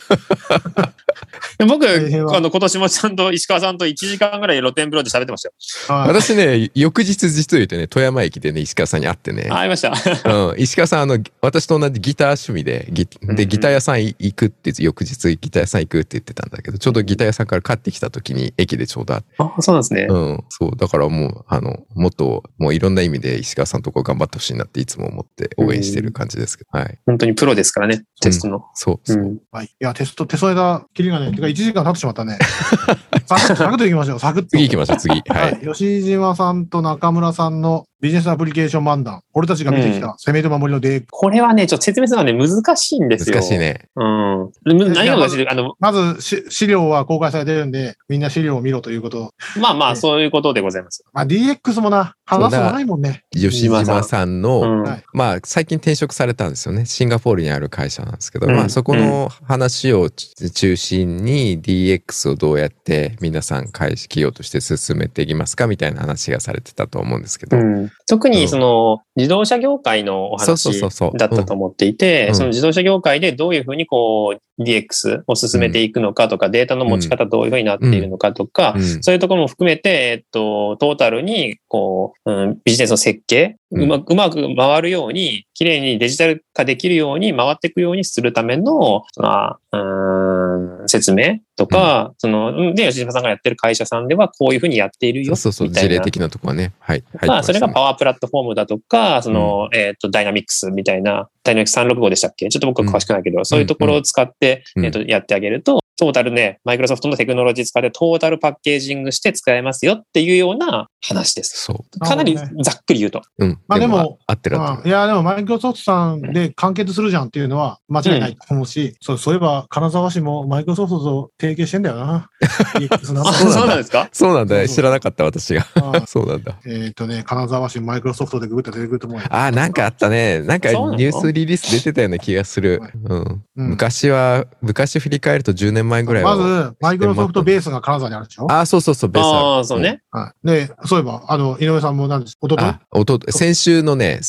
Speaker 2: で僕、
Speaker 1: 大変は
Speaker 2: あの、今年もちゃんと石川さんと1時間ぐらい露天風呂で喋ってました
Speaker 1: はい
Speaker 3: 私ね翌日実を言うとね富山駅でね石川さんに会ってね
Speaker 2: よ。あ、会いました。
Speaker 3: うん、石川さんあの私と同じギター趣味でギ
Speaker 2: うんう
Speaker 3: で
Speaker 2: ん
Speaker 3: ギター屋さんい行くって翌日ギター屋さん行くって言ってたんだけどちょうどギター屋さんから帰ってきた時に駅でちょうど会って
Speaker 2: あ、そうなんですね。
Speaker 3: うん、そうだからもうあのもっともういろんな意味で石川さんとこ頑張ってほしいなっていつも思って応援してる感じですけど、はい
Speaker 2: 本当にプロですからね、テストの。
Speaker 3: そう
Speaker 2: う
Speaker 3: そう、
Speaker 2: ん。
Speaker 1: はい。いや、テスト、手添えだ、キリがね、てか1時間経ってしまった
Speaker 3: *laughs*
Speaker 1: ね。サクッとサクッといきましょう、サクッと。
Speaker 3: 次行きましょ
Speaker 2: *laughs*
Speaker 3: う次は
Speaker 1: はいい。吉島さんと中村さんのビジネスアプリケーション漫談。俺たちが見てきた、攻めと守りのデー
Speaker 2: これはね、ちょっと説明するのはね、難しいんですよ。
Speaker 3: 難しい。ね
Speaker 2: うん。む何が難しいってあの、
Speaker 1: まずし、資料は公開されてるんで、みんな資料を見ろということ。
Speaker 2: まあま
Speaker 1: う
Speaker 2: あ、
Speaker 1: ん
Speaker 2: そういうことでございます。
Speaker 1: まあ、DX もな、話すもないもんね。
Speaker 3: 吉島さん
Speaker 2: う
Speaker 3: の、
Speaker 2: ん。
Speaker 1: はい
Speaker 3: まあ最近転職されたんですよねシンガポールにある会社なんですけど、
Speaker 2: うん
Speaker 3: まあそこの話を中心に DX をどうやって皆さん会社企業として進めていきますかみたいな話がされてたと思うんですけど、
Speaker 2: うん、特
Speaker 3: う
Speaker 2: に
Speaker 3: ん
Speaker 2: その自動車業界のお
Speaker 3: そうそう
Speaker 2: 話
Speaker 3: そうそう
Speaker 2: だったと思ってい
Speaker 3: うん
Speaker 2: て、その自動車業界でどういうふうにこう DX を進めていくのかとか、データの持ち方どういうふうになっているのかとか、
Speaker 3: うん
Speaker 2: そういうところも含めて、えっと、トータルに、こう、うん、ビジネスの設計、
Speaker 3: うん
Speaker 2: うまく、うまく回るように、綺麗にデジタル化できるように回っていくようにするための、そのうん、説明とか、その、うんで、吉島さんがやってる会社さんでは、こういうふうにやっている
Speaker 3: そ
Speaker 2: よ、
Speaker 3: うそうそう
Speaker 2: みたい
Speaker 3: 事
Speaker 2: な。
Speaker 3: 例的なとこはねはい、はい
Speaker 2: まあ、それがパワープラットフォームだとか、その、えっ、と、ダイナミックスみたいな、ダイナミックス365でしたっけちょっと僕は詳しくないけど、そういうところを使って、
Speaker 3: うん
Speaker 2: えっ、と、やってあげると、トータルね、マイクロソフトのテクノロジー使って、トータルパッケージングして使えますよっていうような話です。
Speaker 3: そ
Speaker 2: かなり
Speaker 1: な
Speaker 2: ざ
Speaker 1: るほ
Speaker 2: っくり言うと。
Speaker 3: ううん
Speaker 1: まあでも
Speaker 3: 合ってる合っ
Speaker 1: う
Speaker 3: てる
Speaker 1: んいや、でも、マイクロソフトさんで完結するじゃんっていうのは間違いないと思うし、そうそういえば、金沢市もマイクロソフトと提携してんだよ
Speaker 3: *laughs*
Speaker 1: な。DX な
Speaker 2: あ、
Speaker 3: そ
Speaker 2: そう
Speaker 3: うなんだ
Speaker 2: なんですか
Speaker 3: そうなん
Speaker 1: そう
Speaker 3: だ
Speaker 1: そう
Speaker 3: 知らなかった私が
Speaker 1: うん
Speaker 3: *laughs* そうなんだ
Speaker 1: えっとね、金沢市マイクロソフトでググって出てくると思うよ。
Speaker 3: あーなんかあったね。なんかニ
Speaker 2: そうなの
Speaker 3: ュースリリース出てたような気がする
Speaker 1: はい。
Speaker 3: うん。
Speaker 1: うん
Speaker 3: 昔は、昔振り返ると10年前ぐらいは。
Speaker 1: まず、マイクロソフトベースが金沢にあるでしょ、
Speaker 3: あー、そうそうそう、ベース
Speaker 2: ああ、そう。ね。
Speaker 1: はい、で、そういえば、あの、井上さんも何ですおと
Speaker 3: うん
Speaker 1: とい
Speaker 3: あ、おとと、先週のね、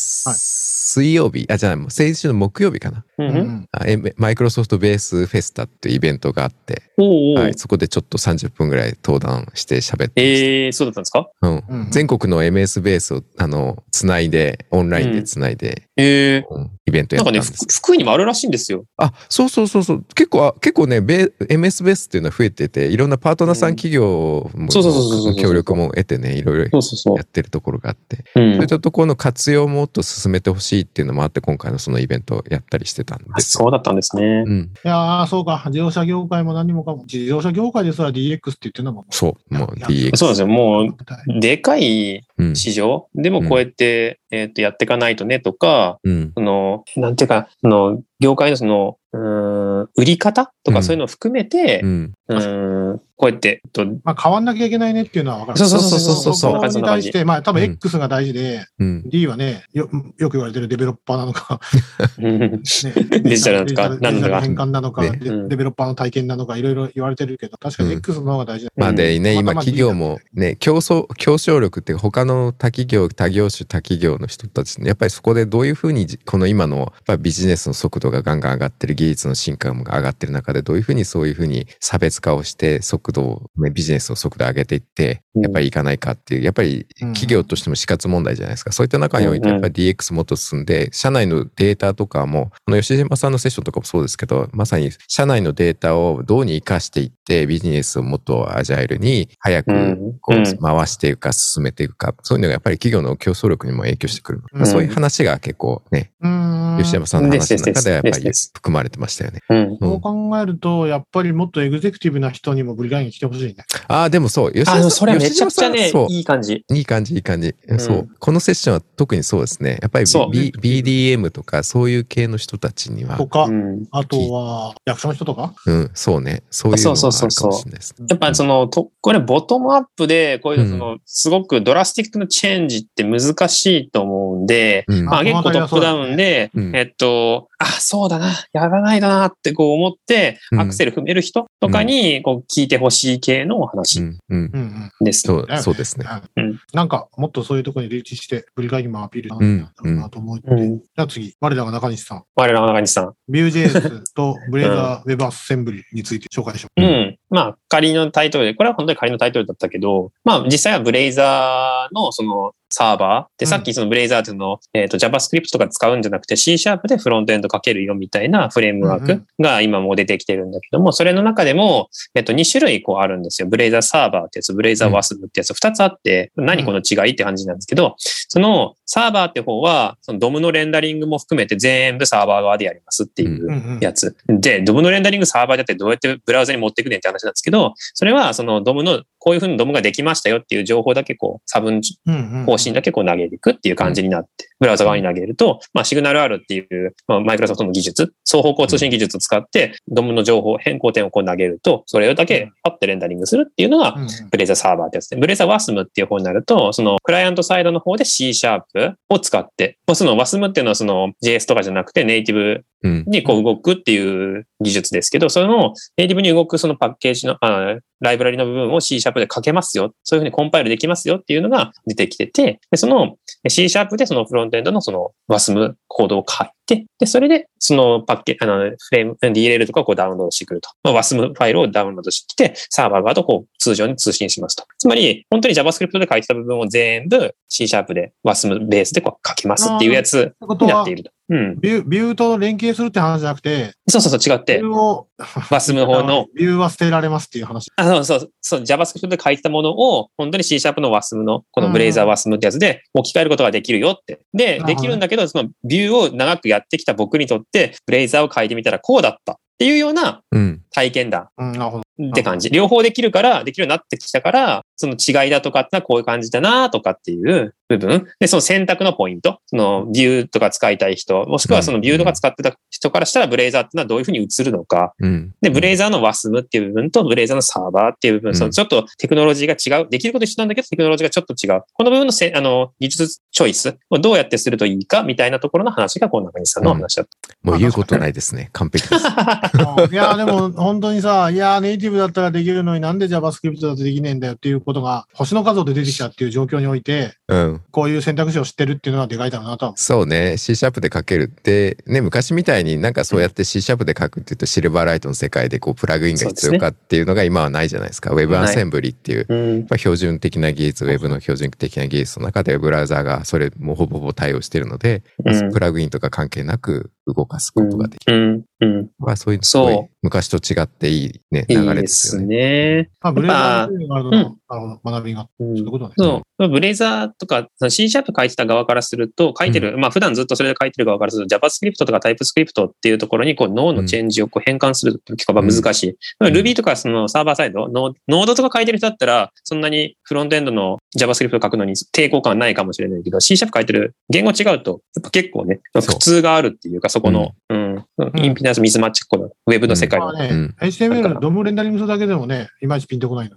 Speaker 3: 水曜日、あ、じゃない、先週の木曜日かな。
Speaker 2: うん
Speaker 1: う
Speaker 2: うん。
Speaker 1: うんん
Speaker 3: あえマイクロソフトベースフェスタっていうイベントがあって、
Speaker 2: おうおう、
Speaker 3: はい、そこでちょっと30分ぐらい登壇して喋ってました
Speaker 2: ええそうだったんですか
Speaker 3: うん
Speaker 1: うん
Speaker 3: 全国の MS ベースを、あの、つないで、オンラインでつないで、
Speaker 2: ええ
Speaker 3: うんイベントや
Speaker 2: な
Speaker 3: っ
Speaker 2: ん
Speaker 3: た
Speaker 2: か
Speaker 3: ん
Speaker 2: ね、ふ
Speaker 3: ですけど
Speaker 2: 福井にもあるらしいんですよ。
Speaker 3: あ、そうそうそうそう。結構、あ結構ね、ベ MS ベースっていうのは増えてて、いろんなパートナーさん企業も、
Speaker 2: そうそうそうそうそう
Speaker 3: 協力も得てね、いろいろ
Speaker 2: そうそうそ
Speaker 3: やってるところがあって、
Speaker 2: う。う
Speaker 3: そういっ
Speaker 2: ん。
Speaker 3: たところの活用をもっと進めてほしいっていうのもあって、今回のそのイベントをやったりしてたん
Speaker 2: あ
Speaker 3: ですよ。
Speaker 2: そうだったんですね。
Speaker 3: うん。
Speaker 1: いやー、そうか。自動車業界も何もかも。自動車業界ですら DX って言ってるのも。
Speaker 3: そう、もう DX。
Speaker 2: そうなんですよ。も
Speaker 1: は
Speaker 2: う、
Speaker 1: い
Speaker 2: でかい
Speaker 3: うん。
Speaker 2: 市場でもこうやって、えっとやっていかないとねとか、
Speaker 3: うん。
Speaker 2: その、なんていうか、その、業界のその、うーん売り方と
Speaker 3: うん
Speaker 2: かそういうのを含めて
Speaker 3: う、ん。
Speaker 2: うーんこうやって、えっと
Speaker 1: まあ、変わんなきゃいけないねっていうのは分かる。
Speaker 2: そうそうそうそうそう
Speaker 1: そこに対し
Speaker 2: そ
Speaker 1: て、まあ、多分
Speaker 3: うん
Speaker 1: X が大事で、
Speaker 3: うん。
Speaker 1: D はねよ、よく言われてるデベロッパーなのか、 *laughs*
Speaker 3: *laughs*
Speaker 2: うん
Speaker 1: ね
Speaker 2: *laughs* デジタルなのか
Speaker 1: デジタルデジタル変換なのか、
Speaker 3: ね
Speaker 1: デ
Speaker 2: うん
Speaker 1: デベロッパーの体験なのか、いろいろ言われてるけど、確かに
Speaker 3: うん
Speaker 1: X の方が大事だ。
Speaker 3: まあでね、
Speaker 1: うん
Speaker 3: 今企業もね、競争、競争力っていうか他の他企業、他業種、他企業の人たちね、やっぱりそこでどういうふうにじ、この今のやっぱりビジネスの速度がガンガン上がってる、技術の進化も上がってる中で、どういうふうにそういうふうに差別化をして、速度を、ね、ビジネスの速度を上げていって、
Speaker 2: うん
Speaker 3: やっぱりいかないかっていう、やっぱり企業としても死活問題じゃないですか。そういった中において、
Speaker 2: うん
Speaker 3: や
Speaker 2: う
Speaker 3: っ
Speaker 2: ん
Speaker 3: ぱり DX もっと進んで、社内のデータとかも、この吉島さんのセッションとかもそうですけど、まさに社内のデータをどうに活かしていって、ビジネスをもっとアジャイルに早
Speaker 2: う
Speaker 3: く
Speaker 2: ん
Speaker 3: こ
Speaker 2: うん
Speaker 3: う回していくか、進めていくか、そういうのがやっぱり企業の競争力にも影響してくるの。
Speaker 1: うん
Speaker 3: そういう話が結構ね、
Speaker 1: うーん。
Speaker 3: 吉山さんの話の中ではやっぱ
Speaker 2: ですで
Speaker 3: り
Speaker 2: す
Speaker 3: 含まれてましたよね。
Speaker 2: うん。
Speaker 3: う
Speaker 1: そ
Speaker 3: ん
Speaker 1: う考えると、やっぱりもっとエグゼクティブな人にもブリガイに来てほしいね。
Speaker 3: ああ、でもそう、吉
Speaker 2: あ、
Speaker 3: 田
Speaker 2: で
Speaker 3: さ
Speaker 2: も
Speaker 3: ん、
Speaker 2: それはめちゃくちゃ
Speaker 3: 吉田
Speaker 2: ね
Speaker 3: さんそう、
Speaker 2: いい感じ。
Speaker 3: いい感じ、いい感じ、
Speaker 2: うん
Speaker 3: そう。このセッションは特にそうですね。やっぱり、
Speaker 2: そう
Speaker 3: B BDM とか、そういう系の人たちには
Speaker 1: と、か、
Speaker 2: うん。
Speaker 1: あとは役所の人とか。
Speaker 3: うん、そうね。そういうのは
Speaker 2: そう
Speaker 3: あ
Speaker 2: そ
Speaker 3: る
Speaker 2: う
Speaker 3: か
Speaker 2: そうそう
Speaker 3: もしれないですね。
Speaker 2: やっぱその、とこれボトムアップで、こういうその、すごくドラスティックなチェンジって難しいと思うんで、
Speaker 3: うん
Speaker 2: まあ結構トップダウンで、
Speaker 3: うん
Speaker 2: えっと、あ、そうだな、やらないだなってこう思って、
Speaker 3: うん
Speaker 2: アクセル踏める人とかにこう聞いてほしい系のお
Speaker 3: う
Speaker 2: 話
Speaker 3: ん、うん。
Speaker 1: うんうん。
Speaker 2: です。
Speaker 3: そう、そうですね。
Speaker 2: うん
Speaker 1: なんか、もっとそういうところにリーチして、ブリガイにもアピールなんだろうなと思う。
Speaker 2: う
Speaker 1: じ
Speaker 2: ん。
Speaker 1: ゃあ次、我らが中西さん。
Speaker 2: 我らの中西さん。
Speaker 1: Vue.js とブレーザー Web アッセンブリについて紹介します。
Speaker 2: う
Speaker 3: うん
Speaker 2: ん。まあ、仮のタイトルで、これは本当に仮のタイトルだったけど、まあ、実際はブレイザーのそのサーバーで、
Speaker 1: うん
Speaker 2: さっきそのブレイザーっていうのを、えっ、と、JavaScript とか使うんじゃなくて C シャープでフロントエンドかけるよみたいなフレームワー
Speaker 1: うんう
Speaker 2: クが今もう出てきてるんだけども、それの中でも、えっ、と、2種類こうあるんですよ。ブレイザーサーバーってやつ、ブレイザーワスブってやつ、2つあって、何この違いって感じなんですけど、そのサーバーって方は、そのドムのレンダリングも含めて全部サーバー側でやりますっていう
Speaker 1: うんうん
Speaker 2: やつ。で、ドムのレンダリングサーバーだってどうやってブラウザに持っていくねんって話なんですけど、それはそのドムの、こういうふうにドムができましたよっていう情報だけこう、差分
Speaker 1: うんうん
Speaker 2: 方針だけこう投げていくっていう感じになって、ブラウザ側に投げると、まあ、シグナル R っていう、まあ、マイクロソフトの技術、双方向通信技術を使って、ドムの情報、変更点をこう投げると、それだ
Speaker 1: う
Speaker 2: けパッてレンダリングするっていうのが
Speaker 1: うんうん
Speaker 2: ブレザサーバーってやつで、ブレザ WASM っていう方になると、そのクライアントサイドの方で C シャープを使って、もうその WASM っていうのはその JS とかじゃなくてネイティブ
Speaker 3: うん。
Speaker 2: にこう動くっていう技術ですけど、そのネイティブに動くそのパッケージの、あライブラリの部分を C シャープで書けますよ。そういうふうにコンパイルできますよっていうのが出てきてて、でその C シャープでそのフロントエンドのその WASM コードを書いて、で、それでそのパッケあの、フレーム、DLL とかをこうダウンロードしてくると。まあ、WASM ファイルをダウンロードしてきて、サーバー側とこう通常に通信しますと。つまり、本当に JavaScript で書いてた部分を全部 C シャープで WASM ベースでこう書きますっていうやつ
Speaker 1: ってこと
Speaker 2: になっ
Speaker 1: は
Speaker 2: てい、ると。うん。
Speaker 1: ビュービューと連携するって話じゃなくて、
Speaker 2: そうそうそう、違っ
Speaker 1: ビ
Speaker 2: て
Speaker 1: ュ。ーを、
Speaker 2: WASM の方の、
Speaker 1: ビューは捨てられますっていう話。
Speaker 2: あの、そうそう、そう、JavaScript で書いてたものを、本当に C シャープの WASM の、このブレイザー WASM ってやつで置き換えることができるよって。で、
Speaker 1: なるほどね
Speaker 2: できるんだけど、そのビューを長くやってきた僕にとって、ブレイザーを書いてみたらこうだったっていうような
Speaker 3: うん。
Speaker 2: 体験談
Speaker 1: うん、なるほど。
Speaker 2: って感じ。両方できるから、できるようになってきたから、その違いだとかってのはこういう感じだなとかっていう部分。で、その選択のポイント。そのビューとか使いたい人、もしくはそのビューとか使ってた人からしたら、ブレイザーってのはどういうふうに映るのか。
Speaker 3: うん。
Speaker 2: で、ブレイザーの WASM っていう部分と、ブレイザーのサーバーっていう部
Speaker 3: う
Speaker 2: 分、
Speaker 3: ん
Speaker 2: そのちょっとテクノロジーが違う。できること一緒なんだけど、テクノロジーがちょっと違う。この部分のせあの技術チョイスをどうやってするといいか、みたいなところの話が、この中西さんのお話だっ
Speaker 3: もう言うことないです
Speaker 2: *laughs*
Speaker 3: ね。完璧です。
Speaker 2: た。
Speaker 1: うんいや、でも本当にさ、いや、ネイティブだったらできるのになんで JavaScript だとできねえんだよっていうことが、星の数で出てきたっていう状況において、
Speaker 3: うん。
Speaker 1: こういう選択肢を知ってるっていうのはでかいだろうなとは思
Speaker 3: そうね。C シャープで書けるって、ね、昔みたいになんかそうやって C シャープで書くって言うと、シルバーライトの世界でこう、プラグインが必要かっていうのが今はないじゃないですか。Web
Speaker 2: ない
Speaker 3: アセンブリっていう。
Speaker 2: うん。
Speaker 3: まあ、標準的な技術、ウェブの標準的な技術の中で、ブラウザーがそれもほぼほぼ対応してるので、
Speaker 2: うん
Speaker 3: プラグインとか関係なく動かすことができる。
Speaker 2: うん。うん。
Speaker 3: まあ、そういうのすごい
Speaker 2: そう
Speaker 3: 昔と違っていい、ね、
Speaker 2: い
Speaker 3: 流
Speaker 2: い
Speaker 3: れ
Speaker 2: で
Speaker 3: です
Speaker 2: す
Speaker 3: よね。
Speaker 2: ね。
Speaker 1: う。あ、ブレーダーのワールド
Speaker 2: う
Speaker 1: のなるほど学びがあった。
Speaker 2: うん
Speaker 1: そういうことね。
Speaker 2: そう。ブレイザーとか、その C シャープ書いてた側からすると、書いてる、まあ普段ずっとそれで書いてる側からすると、JavaScript とか TypeScript っていうところに、こう、脳のチェンジをこう変換すると結構まあ難しい。
Speaker 3: んうん
Speaker 2: Ruby とかそのサーバーサイド、ノノードとか書いてる人だったら、そんなにフロントエンドの JavaScript を書くのに抵抗感はないかもしれないけど、C シャープ書いてる言語違うと、やっぱ結構ね、
Speaker 3: う
Speaker 2: 苦痛があるっていうか、そこの、うん、インピナンスミスマッチ、この Web の世界
Speaker 1: ま
Speaker 2: の
Speaker 1: あ。
Speaker 3: う
Speaker 1: ね
Speaker 3: ん、
Speaker 1: HTML のドムレンダリングするだけでもね、いまいちピンとこないの。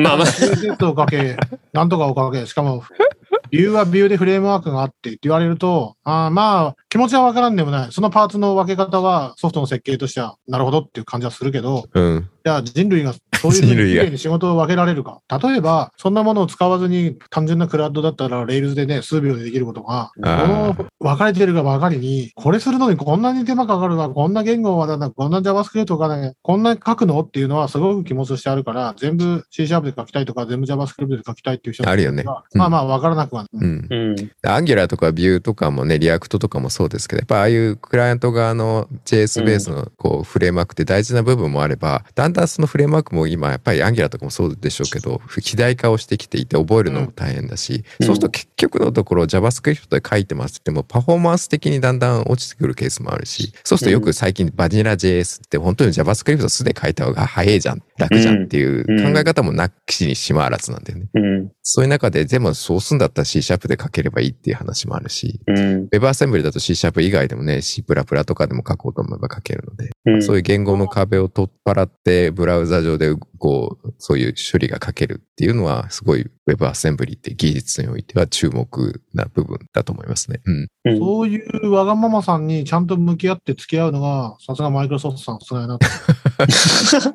Speaker 2: まあまあ、
Speaker 1: Z をかけ、なんとかをかけ、しかも、ビューはビューでフレームワークがあってって言われると、あーまあ、気持ちはわからんでもない。そのパーツの分け方はソフトの設計としては、なるほどっていう感じはするけど、
Speaker 3: うん。
Speaker 1: じゃあ人類がそういうふ
Speaker 3: 人
Speaker 1: うに
Speaker 3: 類
Speaker 1: き
Speaker 3: が
Speaker 1: れいに仕事を分けられるか。例えば、そんなものを使わずに単純なクラウドだったら、レールズでね、数秒でできることが、こ
Speaker 3: あ
Speaker 1: の分かれてるがばかりに、これするのにこんなに手間かかるわ、こんな言語はだな、こんな JavaScript とかね、こんな書くのっていうのはすごく気持ちとしてあるから、全部 C シャープで書きたいとか、全部 JavaScript で書きたいっていう人
Speaker 3: ーあるよね。
Speaker 1: ま
Speaker 3: うん
Speaker 1: あまあ分からなくはない。
Speaker 3: うん。
Speaker 2: うん。
Speaker 3: アンギュラーとかビューとかもね、リアクトとかもそうですけど、やっぱああいうクライアント側の JS ベースのこうフレームワークって大事な部分もあれば、だんだんそのフレームワークも今やっぱりアンギュラーとかもそうでしょうけど、肥大化をしてきていて覚えるのも大変だし、
Speaker 2: うん
Speaker 3: そうすると結局のところ JavaScript で書いてますってもパフォーマンス的にだんだん落ちてくるケースもあるし、そうするとよく最近バニラ JS って本当に JavaScript すでに書いた方が早いじゃん、楽じゃんっていう考え方もなきにしもあらずなんだよね。
Speaker 2: うん。
Speaker 3: そういう中で全部そうすんだったら C シャープで書ければいいっていう話もあるし、
Speaker 2: うん。
Speaker 3: WebAssembly だと C シャープ以外でもね、C++ とかでも書こうと思えば書けるので、
Speaker 2: うん。
Speaker 3: そういう言語の壁を取っ払って、ブラウザ上で、こう、そういう処理が書けるっていうのは、すごい WebAssembly って技術においては注目な部分だと思いますね。うん。
Speaker 2: うん
Speaker 1: そういうわがままさんにちゃんと向き合って付き合うのが、さすがマイクロソフトさん、さすがやな
Speaker 3: *laughs*
Speaker 1: と。
Speaker 2: そう、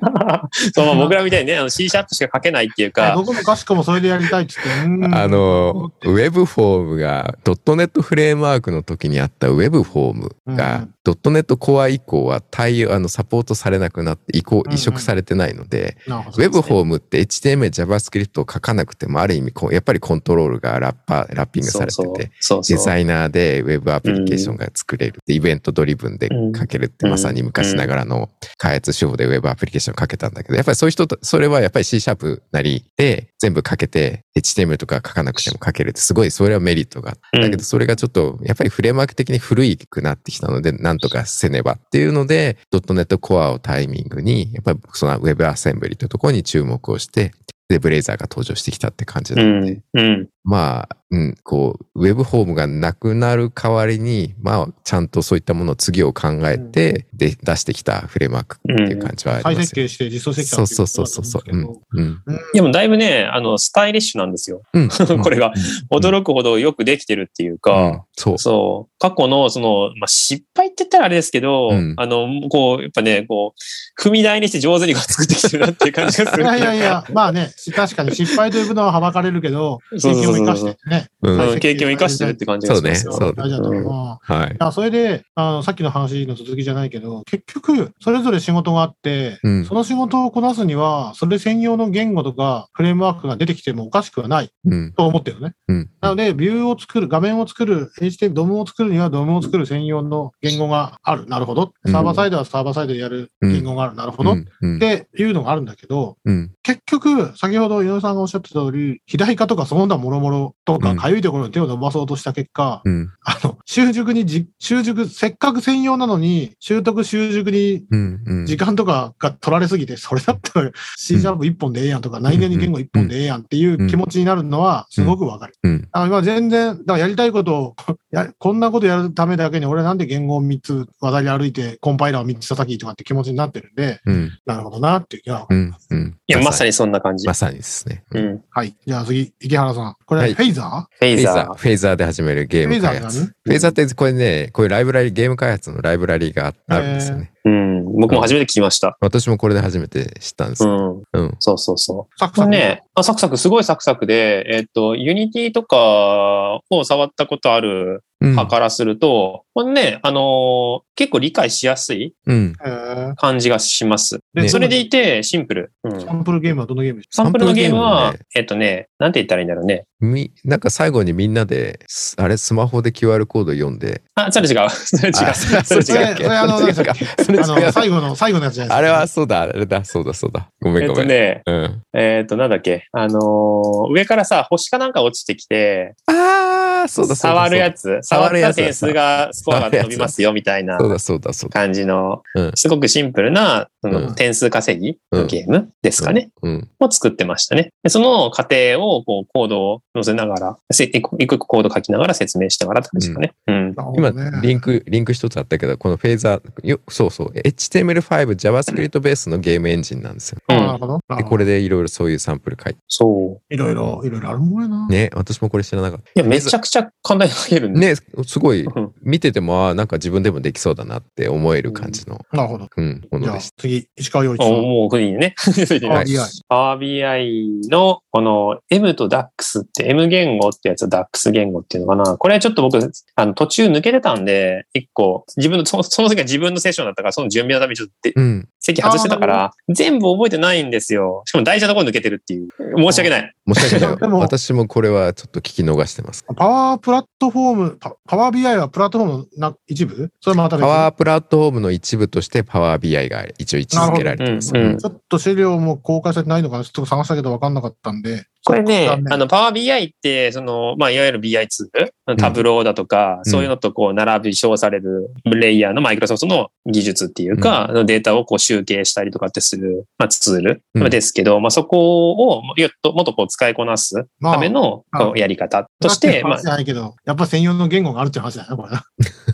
Speaker 2: まあ僕らみたいにね、あの C シャープしか書けないっていうか、
Speaker 1: どこもかしこもそれでやりたいっつって。うん
Speaker 3: あ、の、Web フォームが .NET フレームワークの時にあった Web フォーム
Speaker 1: う
Speaker 3: が
Speaker 1: ん
Speaker 3: .NET コア以降は対応、あの、サポートされなくなって移行
Speaker 1: う、んうん
Speaker 3: 移植されてないので、
Speaker 1: なるほど
Speaker 3: ウェブフォームって HTML、JavaScript を書かなくても、ある意味こう、やっぱりコントロールがラッパー、ラッピング
Speaker 2: そ
Speaker 3: さ
Speaker 2: う
Speaker 3: れて
Speaker 2: そう
Speaker 3: て、。
Speaker 2: そう
Speaker 3: デ
Speaker 2: そう。
Speaker 3: ザイナーでウェブアプリケーションが作れる。でイベントドリブンで書けるって、
Speaker 2: うん
Speaker 3: まさに昔ながらの開発手法でウェブアプリケーションを書けたんだけど、やっぱりそういう人と、それはやっぱり C シャープなりで全部書けて、HTML とか書かなくても書けるって、すごいそれはメリットがあっ
Speaker 2: う
Speaker 3: て
Speaker 2: ん
Speaker 3: だけどそれがちょっと、やっぱりフレームワーク的に古いくなってきたので、なんとかせねばっていうので、.NET コアをタイミングに、やっぱりその Web アセンブリというところに注目をして、で、ブレイザーが登場してきたって感じ
Speaker 2: う
Speaker 3: なので、
Speaker 2: ん。うん。
Speaker 3: まあ、うん、こう、ウェブホームがなくなる代わりに、まあ、ちゃんとそういったものを次を考えて、で、出してきたフレームワークっていう感じはあ
Speaker 1: 再
Speaker 3: りますよね。
Speaker 1: 設計して実装してきた
Speaker 3: そ
Speaker 1: っ
Speaker 3: う
Speaker 1: てい
Speaker 3: そう
Speaker 1: ことだ
Speaker 3: そう
Speaker 1: と
Speaker 3: そう
Speaker 1: 思
Speaker 3: そ
Speaker 1: う
Speaker 3: う。
Speaker 1: ん
Speaker 3: う
Speaker 1: ですけ
Speaker 3: ん
Speaker 1: ど。
Speaker 3: うん。
Speaker 2: でもだいぶね、あの、スタイリッシュなんですよ。
Speaker 3: う
Speaker 2: *laughs*
Speaker 3: ん。
Speaker 2: これが
Speaker 3: うん
Speaker 2: 驚くほどよくできてるっていう
Speaker 3: う
Speaker 2: か、
Speaker 3: ん。そう。
Speaker 2: そう。過去の、その、まあ、失敗って言ったらあれですけど、
Speaker 3: うん
Speaker 2: あの、こう、やっぱね、こう、踏み台にして上手にこう作ってきてるなっていう感じがす
Speaker 1: い
Speaker 2: る。
Speaker 1: やいやいや、まあね、確かに失敗というのははばかれるけど、
Speaker 2: そうそうそうそ
Speaker 1: 経
Speaker 2: う
Speaker 1: 験を生かしてね。
Speaker 3: うん
Speaker 1: は
Speaker 2: う
Speaker 1: い
Speaker 2: ん経験を生かしてるって感じがしますよ。
Speaker 3: そうね
Speaker 1: 大事だと思う。
Speaker 3: はい
Speaker 1: い。やそれであの、さっきの話の続きじゃないけど、結局、それぞれ仕事があって、
Speaker 3: うん
Speaker 1: そ。の仕事をこなすには、それ専用の言語とかフレームワークが出てきてもおかしくはない
Speaker 3: うん。
Speaker 1: と思ってるのね。
Speaker 3: うん。
Speaker 1: なので、ビューを作る、画面を作る、HTML、ドムを作るには、ドムを作る専用の言語がある。なるほど。
Speaker 3: うん
Speaker 1: サーバーサイドはサーバーサイドでやる言語がある。なるほど。
Speaker 3: う
Speaker 1: っ
Speaker 3: んうん
Speaker 1: ていうのがあるんだけど、
Speaker 3: うん。
Speaker 1: 結局、先ほど井上さんがおっしゃってた通り、肥大化とかその他もろもろと
Speaker 3: う
Speaker 1: か、
Speaker 3: ん
Speaker 1: かゆいところに手を伸ばそうとした結果、
Speaker 3: うん。
Speaker 1: あの、習熟にじ、習熟、せっかく専用なのに、習得習熟に
Speaker 3: うん。うん
Speaker 1: 時間とかが取られすぎて、それだったら C シャープ1本でええやんとか、内言に言語1本でええやんっていう気持ちになるのはすごくわかる。
Speaker 3: うん。
Speaker 1: あ今全然、だからやりたいことを *laughs* や、こんなことやるためだけに俺なんで言語を3つ渡り歩いて、コンパイラーを3つ叩きとかって気持ちになってるんで、
Speaker 3: うん。
Speaker 1: なるほどなっていう気が
Speaker 3: うん。うん。
Speaker 2: いや、まさにそんな感じ。
Speaker 3: まさにですね。
Speaker 2: う
Speaker 3: フ
Speaker 2: ん。フ
Speaker 1: はい。じゃあ次、池原さん。これ、
Speaker 3: はい
Speaker 1: フェイザ
Speaker 2: ェ
Speaker 3: ェ
Speaker 2: イ
Speaker 3: イ
Speaker 2: ザ
Speaker 3: ザー、
Speaker 2: ー。
Speaker 3: フェイザーで始めるゲ
Speaker 1: ー
Speaker 3: ー
Speaker 1: フェイ
Speaker 3: ム
Speaker 1: ザ
Speaker 3: 開
Speaker 1: ーが
Speaker 3: 発。
Speaker 1: ね。
Speaker 3: フェイザーってこれね、こういうライブラリ、ゲーム開発のライブラリがああるんですよね。
Speaker 2: うん。僕も初めて聞きました。
Speaker 3: 私もこれで初めて知ったんです
Speaker 2: う
Speaker 3: よ。
Speaker 2: ん。
Speaker 3: うん。
Speaker 2: そうそうそう。
Speaker 1: サク
Speaker 2: こ
Speaker 1: サ
Speaker 2: れ
Speaker 1: ク。
Speaker 2: ね、あサクサク、すごいサクサクで、えっ、と、ユニティとかを触ったことある
Speaker 3: うん。
Speaker 2: 派からすると、これね、あのー結構理解しやすい
Speaker 3: うん。
Speaker 1: えー
Speaker 2: 感じがします。
Speaker 1: で
Speaker 3: ね
Speaker 2: それでいて、シンプル。うん
Speaker 1: サンプルゲームはどのゲームでし
Speaker 2: サンプルのゲーム
Speaker 3: サン
Speaker 2: は
Speaker 3: プルゲームね、
Speaker 2: えっとね、なんて言ったらいいんだろうね。
Speaker 3: み、なんか最後にみんなで、すあれ、スマホで QR コード読んで。
Speaker 2: あ、それ違う。それ違う。
Speaker 3: あ
Speaker 2: それ
Speaker 1: たそれ
Speaker 2: 違う。
Speaker 3: う
Speaker 1: それあの、
Speaker 3: そ
Speaker 1: な
Speaker 3: れ
Speaker 1: んだっけ
Speaker 3: それ
Speaker 1: あ
Speaker 3: 違
Speaker 1: の、
Speaker 3: う。
Speaker 1: 最後の、最後のやつじゃないですか。
Speaker 3: あれは、そうだ、あれだ、そうだ、そうだ。ご
Speaker 2: え
Speaker 3: めん
Speaker 2: っ
Speaker 3: ご
Speaker 2: と
Speaker 3: めん。
Speaker 2: ね、
Speaker 3: うん。
Speaker 2: えっと、なんだっけ。あのー上からさ、星かなんか落ちてきて、
Speaker 3: ああ、そうだ、そうだ。
Speaker 2: 触るやつ、触
Speaker 3: 触
Speaker 2: っ
Speaker 3: るや
Speaker 2: た
Speaker 3: つだ
Speaker 2: 点数が、スコアが伸びますよ、みたいな
Speaker 3: そうだ、そうだ、そうだ。
Speaker 2: 感じの
Speaker 3: うん、
Speaker 2: すごくシンプルな、そうの
Speaker 3: ん
Speaker 2: 点数稼ぎのゲームですかね。
Speaker 3: うん。
Speaker 2: を作ってましたね。でその過程をこうコードを載せながら、せ一個一個コード書きながら説明しながらって感じですかね。うん。
Speaker 1: なるほ
Speaker 3: 今
Speaker 1: どね、
Speaker 3: リンク、リンク一つあったけど、このフェイザー、よそうそう、HTML5、JavaScript ベースのゲームエンジンなんですよ。
Speaker 2: う
Speaker 1: あなんる。ほど。な
Speaker 3: で、
Speaker 1: るほ
Speaker 3: こ
Speaker 1: ど
Speaker 3: れでいろいろそういうサンプル書いて。
Speaker 2: そう。
Speaker 1: いろいろ、いろいろあるもんやな。
Speaker 3: ね、私もこれ知らなかった。
Speaker 2: いや、めちゃくちゃ簡単に書けるんで。
Speaker 3: ね、すごい
Speaker 2: うん
Speaker 3: 見てても、ああ、なんか自分でもできそうだなって思える感じの、
Speaker 1: なるほど。
Speaker 3: うん、も
Speaker 1: じ
Speaker 3: の
Speaker 1: ゃあ
Speaker 3: でした。
Speaker 1: 次、石川陽一
Speaker 2: あ
Speaker 1: さん。
Speaker 2: もう、国に
Speaker 3: *laughs*
Speaker 2: ね。
Speaker 3: はい
Speaker 1: RBI。
Speaker 2: Power BI のこの M と DAX って M 言語ってやつ DAX 言語っていうのかな。これちょっと僕、あの途中抜けてたんで、一個、自分の、そのその時は自分のセッションだったから、その準備のためにちょっとで
Speaker 3: うん。
Speaker 2: 席外してたから、全部覚えてないんですよ。しかも大事なところ抜けてるっていう。申し訳ない。
Speaker 3: 申し訳
Speaker 2: *laughs*
Speaker 3: ない
Speaker 1: でも
Speaker 3: 私もこれはちょっと聞き逃してます。
Speaker 1: パワープラットフォーム、パパワー BI はプラットフォームのな一部それもまた別
Speaker 3: パワープラットフォームの一部としてパワー BI が一応位置づけられてます。
Speaker 2: なるほどうんうん
Speaker 1: ちょっと資料も公開されてないのかなちょっと探したけど分かんなかったんで。
Speaker 2: これね
Speaker 1: そっか、
Speaker 2: あの、パワー BI って、その、まあ、いわゆる BI ツール、タブローだとか、
Speaker 3: うん
Speaker 2: そういうのとこう、並び称されるレイヤーのマイクロソフトの技術っていうか、あのデータをこう集計したりとかってする、まあ、ツール
Speaker 3: うん
Speaker 2: ですけど、まあ、そこをもっともっとこう、使いこなす
Speaker 1: ま
Speaker 2: ための、
Speaker 1: まあ
Speaker 2: こうやり方とし
Speaker 1: だって
Speaker 2: て、ま
Speaker 1: 話じゃないけど、やっぱ専用の言語があるっていう話だよね、これな。
Speaker 2: あ、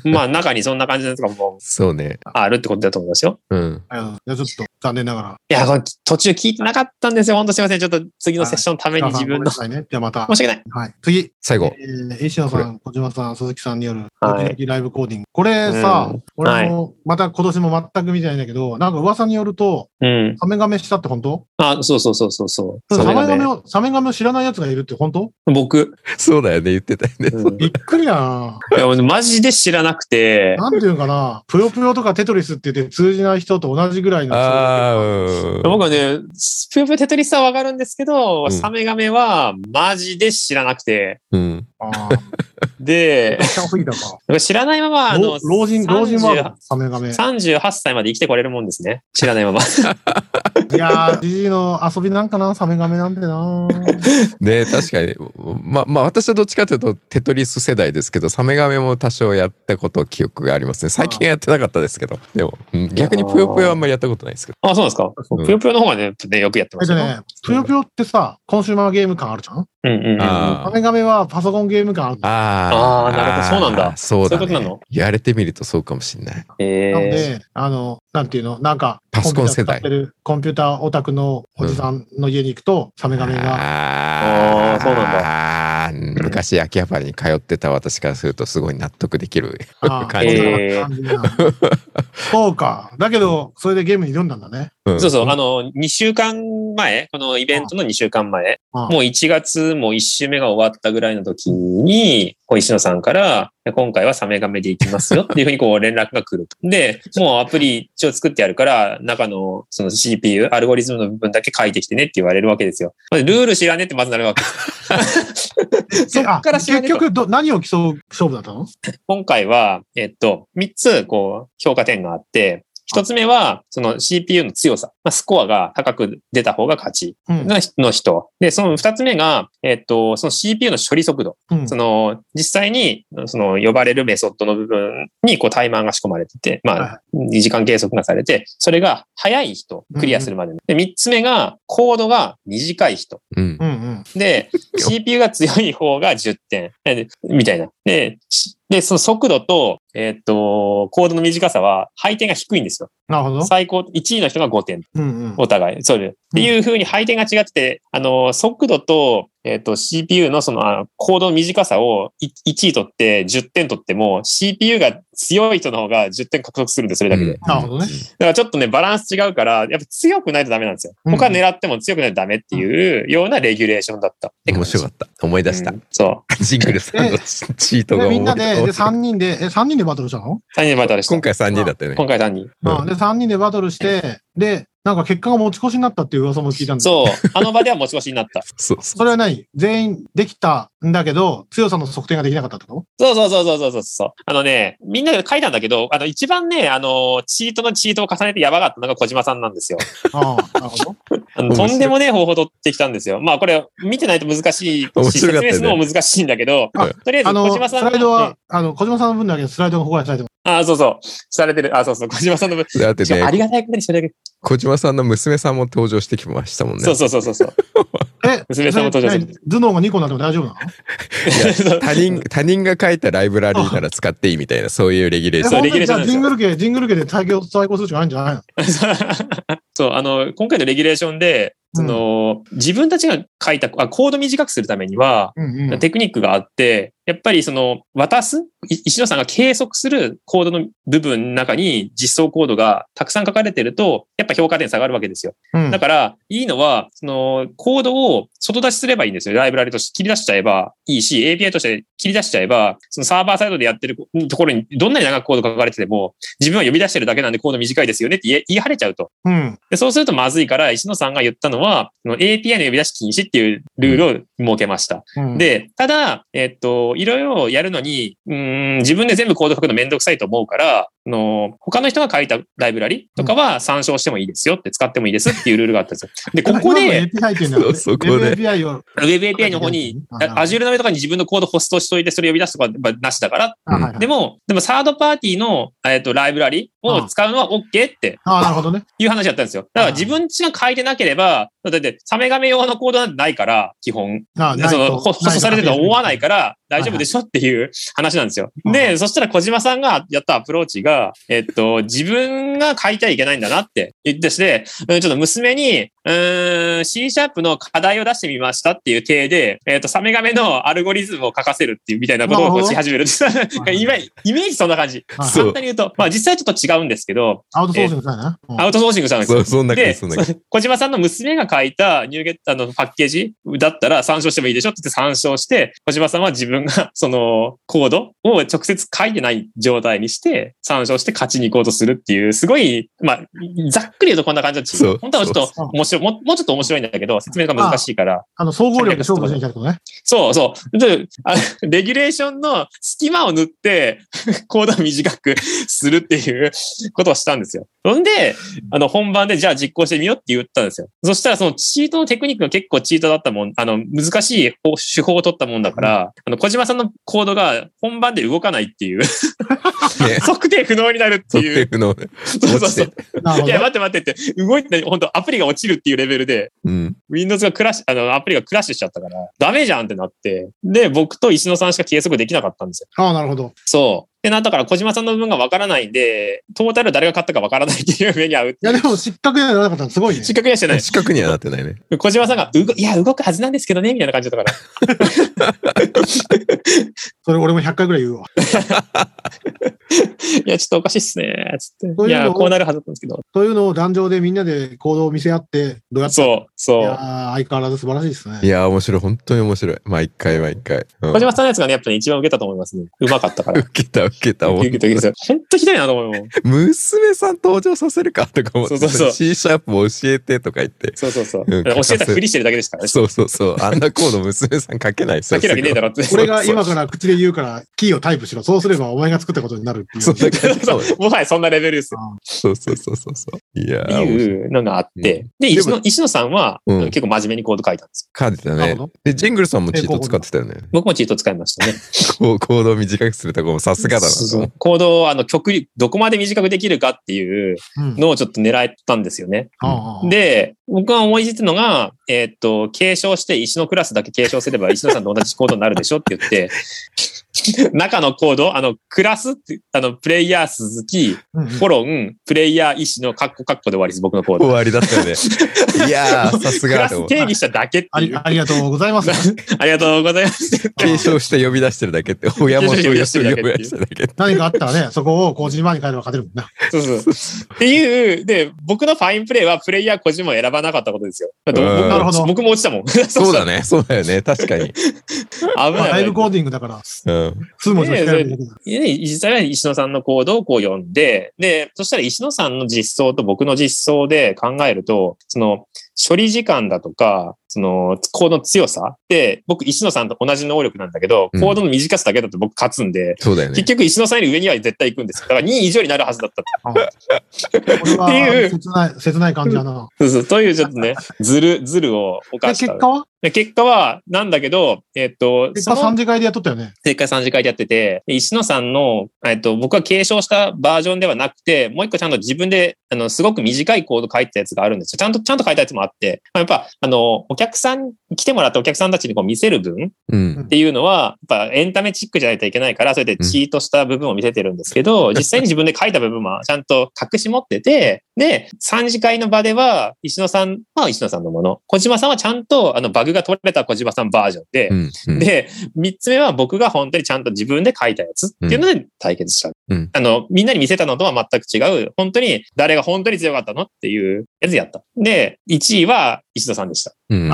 Speaker 2: まあ、中にそんな感じのやつがもう、
Speaker 3: そうね。
Speaker 2: あるってことだと思いますよ。
Speaker 3: うん。
Speaker 1: ありがとうございますいや、ちょっと残念ながら。
Speaker 2: いや、これ途中聞いてなかったんですよ。ほんとすいません。ちょっと次のセッションのために自分の。
Speaker 1: 皆
Speaker 2: 申し
Speaker 1: さんごめんなさいね。ではまた。
Speaker 2: 訳ない。
Speaker 1: はい。次。
Speaker 3: 最後。
Speaker 1: えー、石野さん、小島さん、鈴木さんによる、
Speaker 2: は
Speaker 1: ド
Speaker 2: い
Speaker 1: キドキライブコーディング。これさ、
Speaker 2: うん
Speaker 1: 俺も、また今年も全く見てないんだけど、なんか噂によると、
Speaker 2: うん。
Speaker 1: サメガメしたって本当
Speaker 2: あ、そうそうそうそうそう。
Speaker 1: サメ
Speaker 2: れ
Speaker 1: ガ
Speaker 2: が
Speaker 1: メ
Speaker 2: ね
Speaker 1: を、サメガメを知らない奴がいるって本当
Speaker 2: 僕。
Speaker 3: そうだよね。言ってたよね。
Speaker 2: うん
Speaker 1: びっくりや
Speaker 2: いや、俺マジで知らなくて
Speaker 1: ん。、なんていうのかな、ぷよぷよとかテトリスって言って通じない人と同じぐらいの。
Speaker 3: *laughs* ああ、うん。
Speaker 2: 僕はね、スプープテトリスはわかるんですけど、
Speaker 3: うん
Speaker 2: サメガメはマジで知らなくて、
Speaker 3: うん。
Speaker 1: あー。
Speaker 2: で、
Speaker 1: ちゃすぎたか。
Speaker 2: 知らないまま、 *laughs* あ
Speaker 1: 老
Speaker 2: の、
Speaker 1: 老人、老人
Speaker 2: 30
Speaker 1: はサメガメ。い
Speaker 2: 38歳まで生きてこれるもんですね。知らないま *laughs* ま。
Speaker 1: やー、じじいの遊びなんかな、サメガメなんでな。
Speaker 3: ね確かに。ま、まあ、私はどっちかというと、テトリス世代ですけど、サメガメも多少やったこと、記憶がありますね。最近はやってなかったですけど。でも、うん逆にぷよぷよはあんまりやったことないですけど。
Speaker 2: あ、そうなんですか。
Speaker 3: うん
Speaker 2: ぷよぷよの方がね、ねよくやってま
Speaker 1: えっ
Speaker 2: す
Speaker 1: と
Speaker 2: よ。
Speaker 1: ね、ぷよぷよってさ、コンシューマーゲーム感あるじゃん
Speaker 2: うんうんうん。
Speaker 3: あー
Speaker 1: サメガメはパソコンゲーム感ある。
Speaker 3: あ
Speaker 2: あーなるほどそうなんだ
Speaker 3: あーそうだ、ね。
Speaker 2: そういうことなの
Speaker 3: 言われてみるとそうかもしれない。
Speaker 2: え
Speaker 1: なの
Speaker 2: ー、
Speaker 1: で、あの、なんていうの、なんか、
Speaker 3: パソコン世代
Speaker 1: コンピューター使ってるコンピューターオタクのおじさんの家に行くと、サメガメが、
Speaker 3: あ
Speaker 2: あーそうなん
Speaker 3: だ。昔、秋葉原に通ってた私からすると、すごい納得できる
Speaker 1: あ
Speaker 3: 感
Speaker 2: え
Speaker 3: じ
Speaker 2: ー。
Speaker 1: 感じなそうか。だけど、それでゲームに挑んだんだね。
Speaker 3: うん
Speaker 2: そうそう、あの、2週間前、このイベントの2週間前、
Speaker 1: うん
Speaker 2: もう1月も1週目が終わったぐらいの時に、こう石野さんから、今回はサメガメで行きますよっていうふうにこう連絡が来ると。 *laughs* で、もうアプリ一応作ってやるから、中のその CPU、アルゴリズムの部分だけ書いてきてねって言われるわけですよ。まあルール知らねえってまずなるわけ。
Speaker 3: *laughs*
Speaker 2: そっから知
Speaker 1: 結
Speaker 2: らねえと
Speaker 1: 局ど、何を競う勝負だったの
Speaker 2: 今回は、えっと、3つ、こう、評価点があって、1つ目は、その CPU の強さ。まあ、スコアが高く出た方が勝ち。
Speaker 1: うん。
Speaker 2: のの人。で、その二つ目が、えっと、その CPU の処理速度。
Speaker 1: うん
Speaker 2: その、実際に、その、呼ばれるメソッドの部分に、こう、タイマーが仕込まれてて、ま
Speaker 1: は
Speaker 2: あ、2時間計測がされて、それが早い人、クリアするまでの。で、三つ目が、コードが短い人。
Speaker 3: うん
Speaker 1: う。んうん。 *laughs*
Speaker 2: で、CPU が強い方が10点。でみたいな。で、しで、その速度と、えっと、コードの短さは、配点が低いんですよ。
Speaker 1: なるほど。
Speaker 2: 最高、1位の人が5点。
Speaker 1: うんうん。
Speaker 2: お互い。そうです。っていう風に配点が違ってて、あの、速度と、えっ、と、CPU のその、あコードの短さをい1位取って10点取っても、CPU が強い人の方が10点獲得するんで、それだけで。だ
Speaker 1: なるほどね。
Speaker 2: からちょっとね、バランス違うから、やっぱ強くないとダメなんですよ。
Speaker 1: うん
Speaker 2: 他狙っても強くないとダメっていうようなレギュレーションだったって感
Speaker 3: 面
Speaker 2: じ。
Speaker 3: 白かった。思い出した
Speaker 2: う。んそう。
Speaker 3: ジングルさんのチチートが
Speaker 1: で、
Speaker 3: 思
Speaker 1: み
Speaker 3: い
Speaker 1: ん
Speaker 3: 出
Speaker 1: な
Speaker 3: し
Speaker 1: で、で、3
Speaker 3: た。
Speaker 1: 人で、え、3人でバトルしたの
Speaker 2: 3人でバトルした。
Speaker 3: 今回3人だったよね。
Speaker 2: 今回3人。
Speaker 3: うん
Speaker 1: うん。で、3人でバトルして、で、なんか結果が持ち越しになったっていう噂も聞いたんです
Speaker 2: そう。あの場では持ち越しになった。
Speaker 3: そうそ
Speaker 1: それは何全員できたんだけど、強さの測定ができなかったってこ
Speaker 2: そうそうそうそうそうそうそう。あのね、みんなで書いたんだけど、あの、一番ね、あの、チートのチートを重ねてやばかったのが小島さんなんですよ。
Speaker 1: とああ、
Speaker 2: *laughs*
Speaker 1: なるほど。
Speaker 2: あの
Speaker 3: 面白
Speaker 2: と
Speaker 3: い
Speaker 2: んでもねえ方法取ってきたんですよ。まあ、これ、見てないと難しいし、
Speaker 3: 面白
Speaker 2: 説
Speaker 3: かったね
Speaker 2: 明するのも難しいんだけど、
Speaker 1: あ
Speaker 2: とりあえず
Speaker 1: あの、
Speaker 2: 小
Speaker 1: ス
Speaker 2: 島さん
Speaker 1: ライド
Speaker 2: ね
Speaker 1: は、あの、小島さんの分だけスライドが崩壊されてます。
Speaker 2: あ、そうそう、されてる。あ、そうそう、小島さんの分。
Speaker 3: う。だって
Speaker 2: しかもあ
Speaker 3: ね、
Speaker 2: りがたいことにそれだけ。
Speaker 3: 小島さんの娘さんも登場してきましたもんね
Speaker 2: そう。そうそうそうそう。
Speaker 1: え、
Speaker 2: 娘さんも登場する
Speaker 1: それ何頭脳が2個になっても大丈夫なの
Speaker 2: *laughs* そう
Speaker 3: 他人、他人が書いたライブラリーなら使っていいみたいな、そういうレギュレー
Speaker 1: え、
Speaker 3: シ
Speaker 2: そ
Speaker 3: ョ
Speaker 2: う
Speaker 1: 本
Speaker 2: レ
Speaker 1: 当
Speaker 2: ギ
Speaker 1: に
Speaker 2: ュレー
Speaker 1: じ
Speaker 2: ショ
Speaker 1: ゃ
Speaker 2: ン
Speaker 1: あ
Speaker 2: です
Speaker 1: ジング
Speaker 2: よ
Speaker 1: ル系、ジングル系で対抗、対抗するしかないんじゃないの
Speaker 2: そう、あの、今回のレギュレーションで、その、自分たちが書いた、あ、コード短くするためには、
Speaker 1: うんうん
Speaker 2: テクニックがあって、やっぱりその、渡す、い石野さんが計測するコードの部分の中に実装コードがたくさん書かれてると、やっぱ評価点下がるわけですよ。
Speaker 1: うん
Speaker 2: だから、いいのは、その、コードを外出しすればいいんですよ。ライブラリとして切り出しちゃえばいいし、API として切り出しちゃえば、そのサーバーサイドでやってるところに、どんなに長くコード書かれてても、自分は読み出してるだけなんでコード短いですよねって言え言い張れちゃうと。
Speaker 1: うん。
Speaker 2: でそうするとまずいから、石野さんが言ったのは、その API の呼び出し禁止っていうルールを設けました。
Speaker 1: うん、
Speaker 2: で、ただ、えっと、いろいろやるのに、うーん、自分で全部コード書くのめんどくさいと思うから、あの他の人が書いたライブラリとかは参照してもいいですよって使ってもいいですっていうルールがあったんですよ。で、ここで、
Speaker 1: 今の API っていうのは、
Speaker 3: そうそこで
Speaker 1: Web API を、
Speaker 2: WebAPI の方に、
Speaker 1: あなるほど
Speaker 2: Azure の上とかに自分のコードホストしといて、それ呼び出すとかはなしだから。
Speaker 1: あ、はいはい
Speaker 2: でも、でもサードパーティーの、えっと、ライブラリを使うのは OK って
Speaker 1: あなるほどね。
Speaker 2: いう話だったんですよ。だから自分ちが書いてなければ、だってサメガメ用のコードなんてないから、基本。
Speaker 1: あ
Speaker 2: でその、ほ放送されてると思わない
Speaker 1: ら。
Speaker 2: から、大丈夫でしょっていう話なんですよ。
Speaker 1: はいはい
Speaker 2: で、そしたら小島さんがやったアプローチが、えっと、自分が書いちゃいけないんだなって言ってして、うんちょっと娘に、うーん、C シャープの課題を出してみましたっていう体で、えっと、サメガメのアルゴリズムを書かせるっていうみたいなことをこうし始める。 *laughs*
Speaker 1: い
Speaker 2: イメージイメージそんな感じ。
Speaker 1: はい
Speaker 3: そう
Speaker 2: 簡単に言うと、まあ実際ちょっと違うんですけど、
Speaker 1: アウトソーシングさえな。うん
Speaker 2: アウトソーシングしたんですよ
Speaker 3: そ。うそんな感
Speaker 2: で
Speaker 3: じ、そんな感じ。
Speaker 2: 小島さんの娘が書いたニューゲットあのパッケージだったら参照してもいいでしょって言って参照して、小島さんは自分が *laughs* そのコードを直接書いてない状態にして参照して勝ちに行こうとするっていう、すごい、まあ、ざっくり言うとこんな感じだ
Speaker 3: そう
Speaker 2: し、本当はちょっと面白い、ももうちょっと面白いんだけど、説明が難しいから。
Speaker 1: あの、総合力で勝負しに来たことね。
Speaker 2: そうそう。であレギュレーションの隙間を塗って、 *laughs* コードを短くするっていうことをしたんですよ。ほんで、あの、本番でじゃあ実行してみようって言ったんですよ。そしたらそのチートのテクニックが結構チートだったもん、あの、難しい方手法を取ったもんだから、あの、小島さんのコードが本番で動かないっていう、
Speaker 3: ね
Speaker 2: *laughs* 測定不能になるって
Speaker 3: 測
Speaker 2: いう。
Speaker 3: 定の。
Speaker 2: そうそうそ
Speaker 3: 落
Speaker 2: う。
Speaker 1: なるほ
Speaker 2: い
Speaker 1: ど
Speaker 2: や、。待って待ってって、動いてない、本当アプリが落ちるっていうレベルで、
Speaker 3: うん。
Speaker 2: Windows がクラッシュ、あの、アプリがクラッシュしちゃったから、ダメじゃんってなって、で、僕と石野さんしか計測できなかったんですよ。
Speaker 1: ああ、なるほど。
Speaker 2: そう。で、なんだから小島さんの部分がわからないんで、トータル誰が買ったかわからないっていう目に遭う。
Speaker 1: いや、でも失格にはならなかったのすごいね。
Speaker 2: 失格にはしてない。
Speaker 3: 四角にはなってないね。
Speaker 2: 小島さんが、うごいや、動くはずなんですけどね、みたいな感じだったから。
Speaker 1: それ俺も100回ぐらい言うわ。
Speaker 2: いや、ちょっとおかしいっすね、つっ
Speaker 1: こう
Speaker 2: て。い
Speaker 1: いうの
Speaker 2: や、こうなるはずだったんですけど。
Speaker 1: というのを壇上でみんなで行動を見せ合って、どうやって。
Speaker 2: そう、
Speaker 1: い
Speaker 2: そ
Speaker 1: やー
Speaker 2: う。
Speaker 1: 相変わらず素晴らしいですね。
Speaker 3: いやー、面白い。本当に面白い。毎回毎回。うん
Speaker 2: 小島さんのやつがね、やっぱり一番受けたと思いますね。うまかったから。
Speaker 3: 受けた、受
Speaker 2: *laughs*
Speaker 3: けた。
Speaker 2: 受けた、受けた。本当ひどいなと思うもん。
Speaker 3: 娘さん登場させるかとか思って
Speaker 2: そうそうそう
Speaker 3: C シャープ教えてとか言って。
Speaker 2: そうそう *laughs* そう。
Speaker 3: うん
Speaker 2: 教えたふりしてるだけでしたからね。
Speaker 3: そうそうそう。あんなコード娘さん書けないです
Speaker 2: 避けるわけねえだろって。
Speaker 1: これが
Speaker 2: *laughs*
Speaker 1: 今から口で言うから、キーをタイプしろ。そうすればお前が作ったことになるっていう。
Speaker 3: *laughs* そんな感じかも。
Speaker 2: もはや *laughs* そんなレベルです。
Speaker 3: そうそうそうそうそう。いや
Speaker 2: っ
Speaker 3: ー
Speaker 2: て、
Speaker 3: 面白い
Speaker 2: いうのがあって、で、
Speaker 3: でも
Speaker 2: 石野石野さんは、
Speaker 3: うん
Speaker 2: 結構真面目にコード書いたんですよ。
Speaker 3: 書いてた
Speaker 1: なる
Speaker 3: ね
Speaker 1: ほ。ど。
Speaker 3: で、ジングルさんもチート使ってたよね。
Speaker 2: 僕もチート使いましたね。 *laughs*
Speaker 3: こうコードを短くするとこもさすがだな
Speaker 2: そう
Speaker 3: と
Speaker 2: そ
Speaker 3: 思う
Speaker 2: う。コードを、あの、極力、どこまで短くできるかっていう
Speaker 1: うん。
Speaker 2: のをちょっと狙ったんですよね。
Speaker 1: ああ、
Speaker 2: で、僕が思いついたのが、えーっと、継承して石野クラスだけ継承すれば石野さんと同じコードになるでしょって言 *laughs* って、中のコード、あの、クラスって、あの、プレイヤー鈴木、
Speaker 1: うんうん
Speaker 2: コロン、プレイヤー石野、カッコカッコで終わりです、僕のコード
Speaker 3: 終。わりだったよね。いやー、さす
Speaker 2: ク
Speaker 3: がだ
Speaker 2: ラ
Speaker 3: と
Speaker 2: ス
Speaker 3: 思う。
Speaker 2: 定義しただけって
Speaker 1: あ
Speaker 2: い
Speaker 1: り
Speaker 2: う。
Speaker 1: ありがとうございます。
Speaker 2: ありがとうございます。
Speaker 3: 継承して呼び出してるだけって、親元を呼び出してるだけ
Speaker 1: *laughs*
Speaker 3: って。
Speaker 1: 何かあったらね、そこを工事前に帰れば勝てるもんな。
Speaker 2: そうそう。っていう、で、僕のファインプレーはプレイヤー個人も選ばなかったことですよ。だって
Speaker 3: うん
Speaker 2: 僕も
Speaker 1: なるほど
Speaker 2: 僕も落ちた
Speaker 3: *laughs*
Speaker 2: もん。
Speaker 3: そうだ
Speaker 2: ね。
Speaker 3: ね。そうだよね。確かに。
Speaker 2: 危
Speaker 1: まあ
Speaker 2: な
Speaker 1: ラ
Speaker 2: い
Speaker 1: イブコーディングだから、
Speaker 3: うん。
Speaker 1: 数文字を控えるだけだから。
Speaker 2: で実際は石野さんのコードをこう読んで、で、そしたら石野さんの実装と僕の実装で考えると、その、処理時間だとか、その、コードの強さって、僕石野さんと同じ能力なんだけど、
Speaker 3: うん
Speaker 2: コードの短さだけだと僕勝つんで、
Speaker 3: そうだよね
Speaker 2: 結。局石野さんより上には絶対行くんですよ。だから2位以上になるはずだった
Speaker 1: これ
Speaker 2: っていう
Speaker 1: は、切ない、切ない感じだな。
Speaker 2: そうそう、というちょっとね、ずる、ずるを
Speaker 1: で、
Speaker 2: 犯し
Speaker 1: 結
Speaker 2: た。
Speaker 1: 果は
Speaker 2: で結果は、なんだけど、えっと、
Speaker 1: 結
Speaker 2: そ
Speaker 1: 果3
Speaker 2: の
Speaker 1: 次会でやっとったよね。
Speaker 2: 正解3次会でやってて、で石野さんの、えっと、僕が継承したバージョンではなくて、もう一個ちゃんと自分で、あの、すごく短いコード書いてたやつがあるんですよ。ちゃんと、ちゃんと書いたやつもあって、まあやっぱ、あの、お客客さん、来てもらったお客さんたちにこう見せる分っ
Speaker 3: うん。
Speaker 2: ていうのは、やっぱエンタメチックじゃないといけないから、それでチートした部分を見せてるんですけど、実際に自分で書いた部分はちゃんと隠し持ってて、で、三次会の場では、石野さんは石野さんのもの、小島さんはちゃんとあのバグが取れた小島さんバージョンで
Speaker 3: う、ん。うん、
Speaker 2: で、三つ目は僕が本当にちゃんと自分で書いたやつっていうので対決した。
Speaker 3: うん
Speaker 2: あの、みんなに見せたのとは全く違う、本当に誰が本当に強かったのっていうやつやった。で、1位は石野さんでした。
Speaker 3: うん。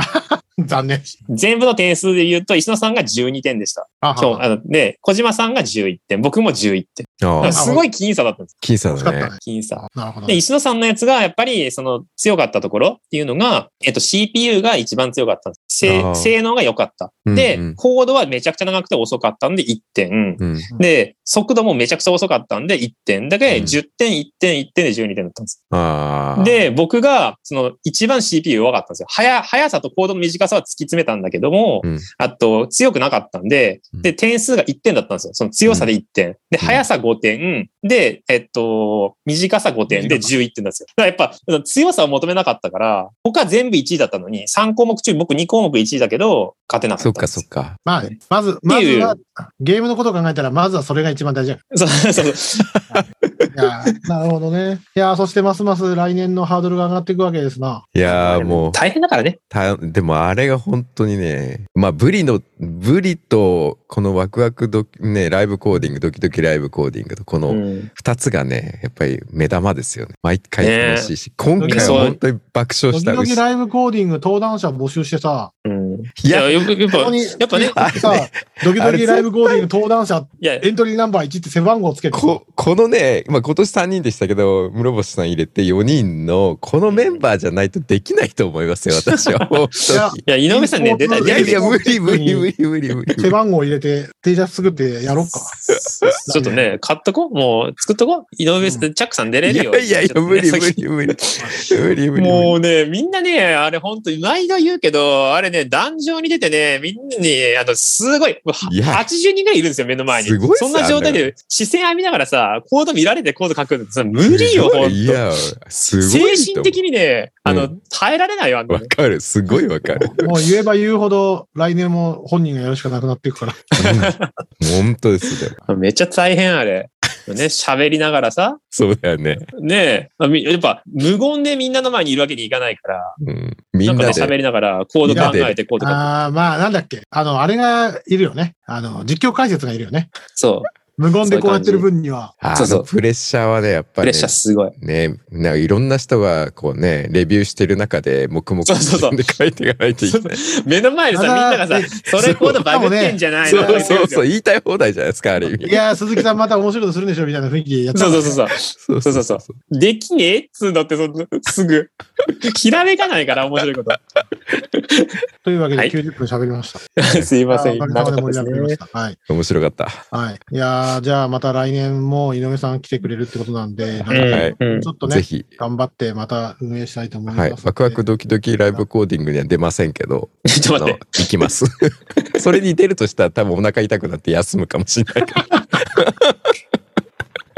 Speaker 1: 残念。
Speaker 2: 全部の点数で言うと、石野さんが12点でした。
Speaker 1: あ
Speaker 2: 今日、あの、で、小島さんが11点、僕も11点。だ
Speaker 3: あ
Speaker 2: から *laughs*
Speaker 3: あ、
Speaker 2: すごい僅差だったんです。
Speaker 3: 僅差
Speaker 1: 惜しかっ
Speaker 3: だ
Speaker 1: た
Speaker 3: ね。
Speaker 1: ね。
Speaker 2: 僅差。
Speaker 1: なるほど
Speaker 2: で、。石野さんのやつが、やっぱり、その、強かったところっていうのが、えっと、CPU が一番強かったんです。
Speaker 3: あ
Speaker 2: 性
Speaker 3: ー
Speaker 2: 性能が良かった。で、
Speaker 3: うんうん
Speaker 2: コードはめちゃくちゃ長くて遅かったんで1点。
Speaker 3: うん。
Speaker 2: で、速度もめちゃくちゃ遅かったんで1点。だけ
Speaker 3: うん
Speaker 2: 10点、1点、1点で12点だったんです。
Speaker 3: ああ。、
Speaker 2: で、僕が、その、一番 CPU 弱かったんですよ。速、速さとコードの短さは突き詰めたんだけども、
Speaker 3: うん
Speaker 2: あと、強くなかったんで、
Speaker 3: うん
Speaker 2: で、点数が1点だったんですよ。その強さで1点。で、速さ5点。で、えっと、短さ5点で
Speaker 1: 短
Speaker 2: 11点なんですよ。だからやっぱ、強さを求めなかったから、他全部1位だったのに、3項目中僕2項目1位だけど、勝てなか
Speaker 3: そ
Speaker 2: っ
Speaker 3: っ
Speaker 2: んで
Speaker 3: たか
Speaker 2: す
Speaker 3: そ
Speaker 2: よ。
Speaker 3: っか。
Speaker 1: まあね、まず、まずは、ゲームのことを考えたら、まずはそれが一番
Speaker 2: *laughs*
Speaker 1: 大事だか
Speaker 2: そうそうそう
Speaker 1: ら。いやーなるほどね。いやーそしてますます来年のハードルが上がっていくわけですな。
Speaker 3: いや
Speaker 2: *laughs*
Speaker 3: ーもう。
Speaker 2: 大変だからね。
Speaker 3: た、でもあれが本当にね、まあ、ブリの、ブリと、このワクワクドキ、ね、ライブコーディング、ドキドキライブコーディングと、こ
Speaker 2: う
Speaker 3: の
Speaker 2: ん
Speaker 3: 二つがね、やっぱり目玉ですよね。毎回楽しいし、今
Speaker 1: ドキ
Speaker 3: 回
Speaker 1: ド
Speaker 3: は
Speaker 1: キ
Speaker 3: 本当に爆笑
Speaker 1: ド
Speaker 3: し
Speaker 1: キ
Speaker 3: た。
Speaker 1: ドキライブコーディング登壇者募集してさ、
Speaker 2: うん
Speaker 3: い
Speaker 2: い
Speaker 3: や
Speaker 2: や、よく、やっぱ、
Speaker 1: ここに
Speaker 2: やっぱね、
Speaker 3: あれ
Speaker 1: さ
Speaker 3: ね、
Speaker 1: ドキドキライブコーディング登壇者
Speaker 2: いや、
Speaker 1: エントリーナンバー1って背番号つけて。
Speaker 3: こ、このね、まあ、今年3人でしたけど、室伏さん入れて4人の、このメンバーじゃないとできないと思いますよ、私は。本
Speaker 1: いや
Speaker 3: 当に
Speaker 2: いや、井上さんね、出た、
Speaker 3: いや
Speaker 2: 出
Speaker 3: い
Speaker 2: た
Speaker 3: や、無理無理無理無理無理。
Speaker 1: 背番号入れて、T シャツ作ってやろっ
Speaker 2: *laughs*
Speaker 1: か。
Speaker 3: *laughs*
Speaker 2: ちょっとね、買っとこう。もう、作っとこう。井上さん、チャックさん出れ
Speaker 3: い
Speaker 2: る
Speaker 3: や
Speaker 2: よ。
Speaker 3: いやい
Speaker 2: ち
Speaker 3: や、
Speaker 2: ょっと
Speaker 3: 無
Speaker 2: ね
Speaker 3: 理無
Speaker 2: 先
Speaker 3: 理無理。無理無理無理。
Speaker 2: もうね、みんなね、あれ本当に毎度言うけど、あれね、壇上に出てね、みんなに、あの、すごい、
Speaker 3: いや
Speaker 2: 80人ぐらいいるんですよ、目の前に。
Speaker 3: すごいっす
Speaker 2: そんな状態で、視線浴びながらさ、コード見られてコード書くのさ、無理よ、
Speaker 3: すご
Speaker 2: ほん
Speaker 3: いい
Speaker 2: と。
Speaker 3: や、すごいと
Speaker 2: 精
Speaker 3: 思
Speaker 2: 神
Speaker 3: う。
Speaker 2: 的にね、あの、
Speaker 3: う
Speaker 2: 耐えられないわ、あんな
Speaker 3: わ
Speaker 2: の
Speaker 3: かる。すごいわかる。
Speaker 1: もう言えば言うほど、来年も本人がやるしかなくなっていくから。
Speaker 3: 本当ですよ。
Speaker 2: めっちゃ大変、あれ。ね、喋りながらさ、
Speaker 3: そうだよね。
Speaker 2: ねえ、みやっぱ無言でみんなの前にいるわけにいかないから、
Speaker 3: うん。み
Speaker 2: なん
Speaker 3: ん
Speaker 2: かね、
Speaker 3: なで。
Speaker 2: 喋りながらコード考えてコード書く。
Speaker 1: ああ、まあ、なんだっけ。あの、あれがいるよね。あの、実況解説がいるよね。
Speaker 2: そう、
Speaker 1: 無言でこうやってる分には。
Speaker 3: あ
Speaker 2: そうそ
Speaker 3: の
Speaker 2: う
Speaker 3: プレッシャーはね、やっ
Speaker 2: プ
Speaker 3: ぱり
Speaker 2: レッシャーすごい。
Speaker 3: ね、なんかいろんな人がこうね、レビューしてる中で、黙々と
Speaker 2: そうそうそう
Speaker 3: 自分で書いていかないといけない。
Speaker 2: 目の前でさ、みんながさ、それコードバグってんじゃない
Speaker 3: そ
Speaker 2: の
Speaker 3: うそうそう、言いたい放題じゃないですか、ある
Speaker 1: い
Speaker 3: 意味。
Speaker 1: やー、鈴木さんまた面白いことするんでしょみたいな雰囲気やった
Speaker 2: そ
Speaker 1: か
Speaker 2: う
Speaker 1: ら
Speaker 2: そ
Speaker 1: ね。
Speaker 2: うそうそう。
Speaker 3: そう
Speaker 2: そうそうそう。できねえっつうのって、そのすぐ。 *laughs* ひらめかないから、面白いこと。
Speaker 1: というわけで
Speaker 2: はい
Speaker 1: 90分喋りました。
Speaker 2: *laughs* すいません。
Speaker 1: あーおかげ
Speaker 2: 長
Speaker 1: さ
Speaker 2: か
Speaker 1: ま
Speaker 2: っ
Speaker 1: で
Speaker 2: た
Speaker 1: 盛
Speaker 2: で
Speaker 1: り上がり
Speaker 2: す
Speaker 1: ま
Speaker 2: ね
Speaker 1: し。た。はい。
Speaker 3: 面白かった。
Speaker 1: はい。いやーじゃあまた来年も井上さん来てくれるってことなんで、
Speaker 2: う
Speaker 3: は
Speaker 2: ん
Speaker 3: い
Speaker 2: うん
Speaker 1: ちょっと
Speaker 3: ぜ
Speaker 1: ね、
Speaker 3: ひ。
Speaker 1: 頑張ってまた運営したいと思いま
Speaker 3: は
Speaker 1: す
Speaker 3: い
Speaker 1: ので。。
Speaker 3: ワクワクドキドキライブコーディングには出ませんけど、
Speaker 2: ちょっと待って。
Speaker 3: 行きます。 *laughs* それに出るとしたら多分お腹痛くなって休むかもしれないけど。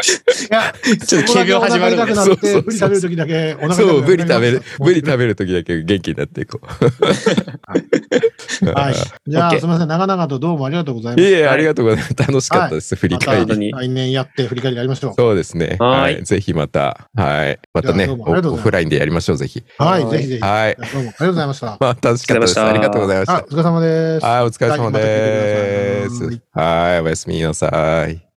Speaker 1: いや、
Speaker 2: ちょっと軽
Speaker 1: 急
Speaker 2: 秒始まる
Speaker 1: お
Speaker 2: の
Speaker 1: 腹痛く。なっ
Speaker 2: で
Speaker 3: そうそうそ
Speaker 1: て、ブ
Speaker 3: う
Speaker 1: リ食べるときだけお腹痛くな
Speaker 3: そ
Speaker 1: る
Speaker 3: う、ブリ食べる、ブリ食べる時だけ元気になっていこう。
Speaker 1: はい。じゃあ、
Speaker 2: OK
Speaker 1: すみません。長々とどうもありがとうございま
Speaker 3: い
Speaker 1: し
Speaker 3: えいえ、
Speaker 2: はい
Speaker 3: ありがとうございます。楽しかったです、振り
Speaker 1: た。
Speaker 3: 返
Speaker 2: また
Speaker 3: り。
Speaker 1: 来年やって振り返りやりましょ
Speaker 3: そうですね。
Speaker 2: は
Speaker 3: はいい。ぜひまた、はい。ま
Speaker 1: じ
Speaker 3: た
Speaker 1: ゃあ
Speaker 3: ね、
Speaker 1: どうもあ
Speaker 3: お
Speaker 1: りがとうございます
Speaker 3: オフラインでやりましょう、ぜひ。
Speaker 1: う。はい。
Speaker 2: はい
Speaker 1: ぜひぜひ。どうも
Speaker 3: はい。
Speaker 1: ありがとうございました。
Speaker 3: まあ、楽しかったです。
Speaker 2: あ
Speaker 3: あ
Speaker 2: り
Speaker 3: り
Speaker 2: が
Speaker 3: が
Speaker 2: と
Speaker 3: と
Speaker 2: う
Speaker 3: う
Speaker 2: ご
Speaker 3: ご
Speaker 2: ざ
Speaker 3: ざ
Speaker 1: あ、
Speaker 3: いまし
Speaker 1: お疲れ様です。
Speaker 3: た。はい、お疲れ
Speaker 1: ま
Speaker 3: 様
Speaker 1: た来てください
Speaker 3: です。はい、おやすみなさい。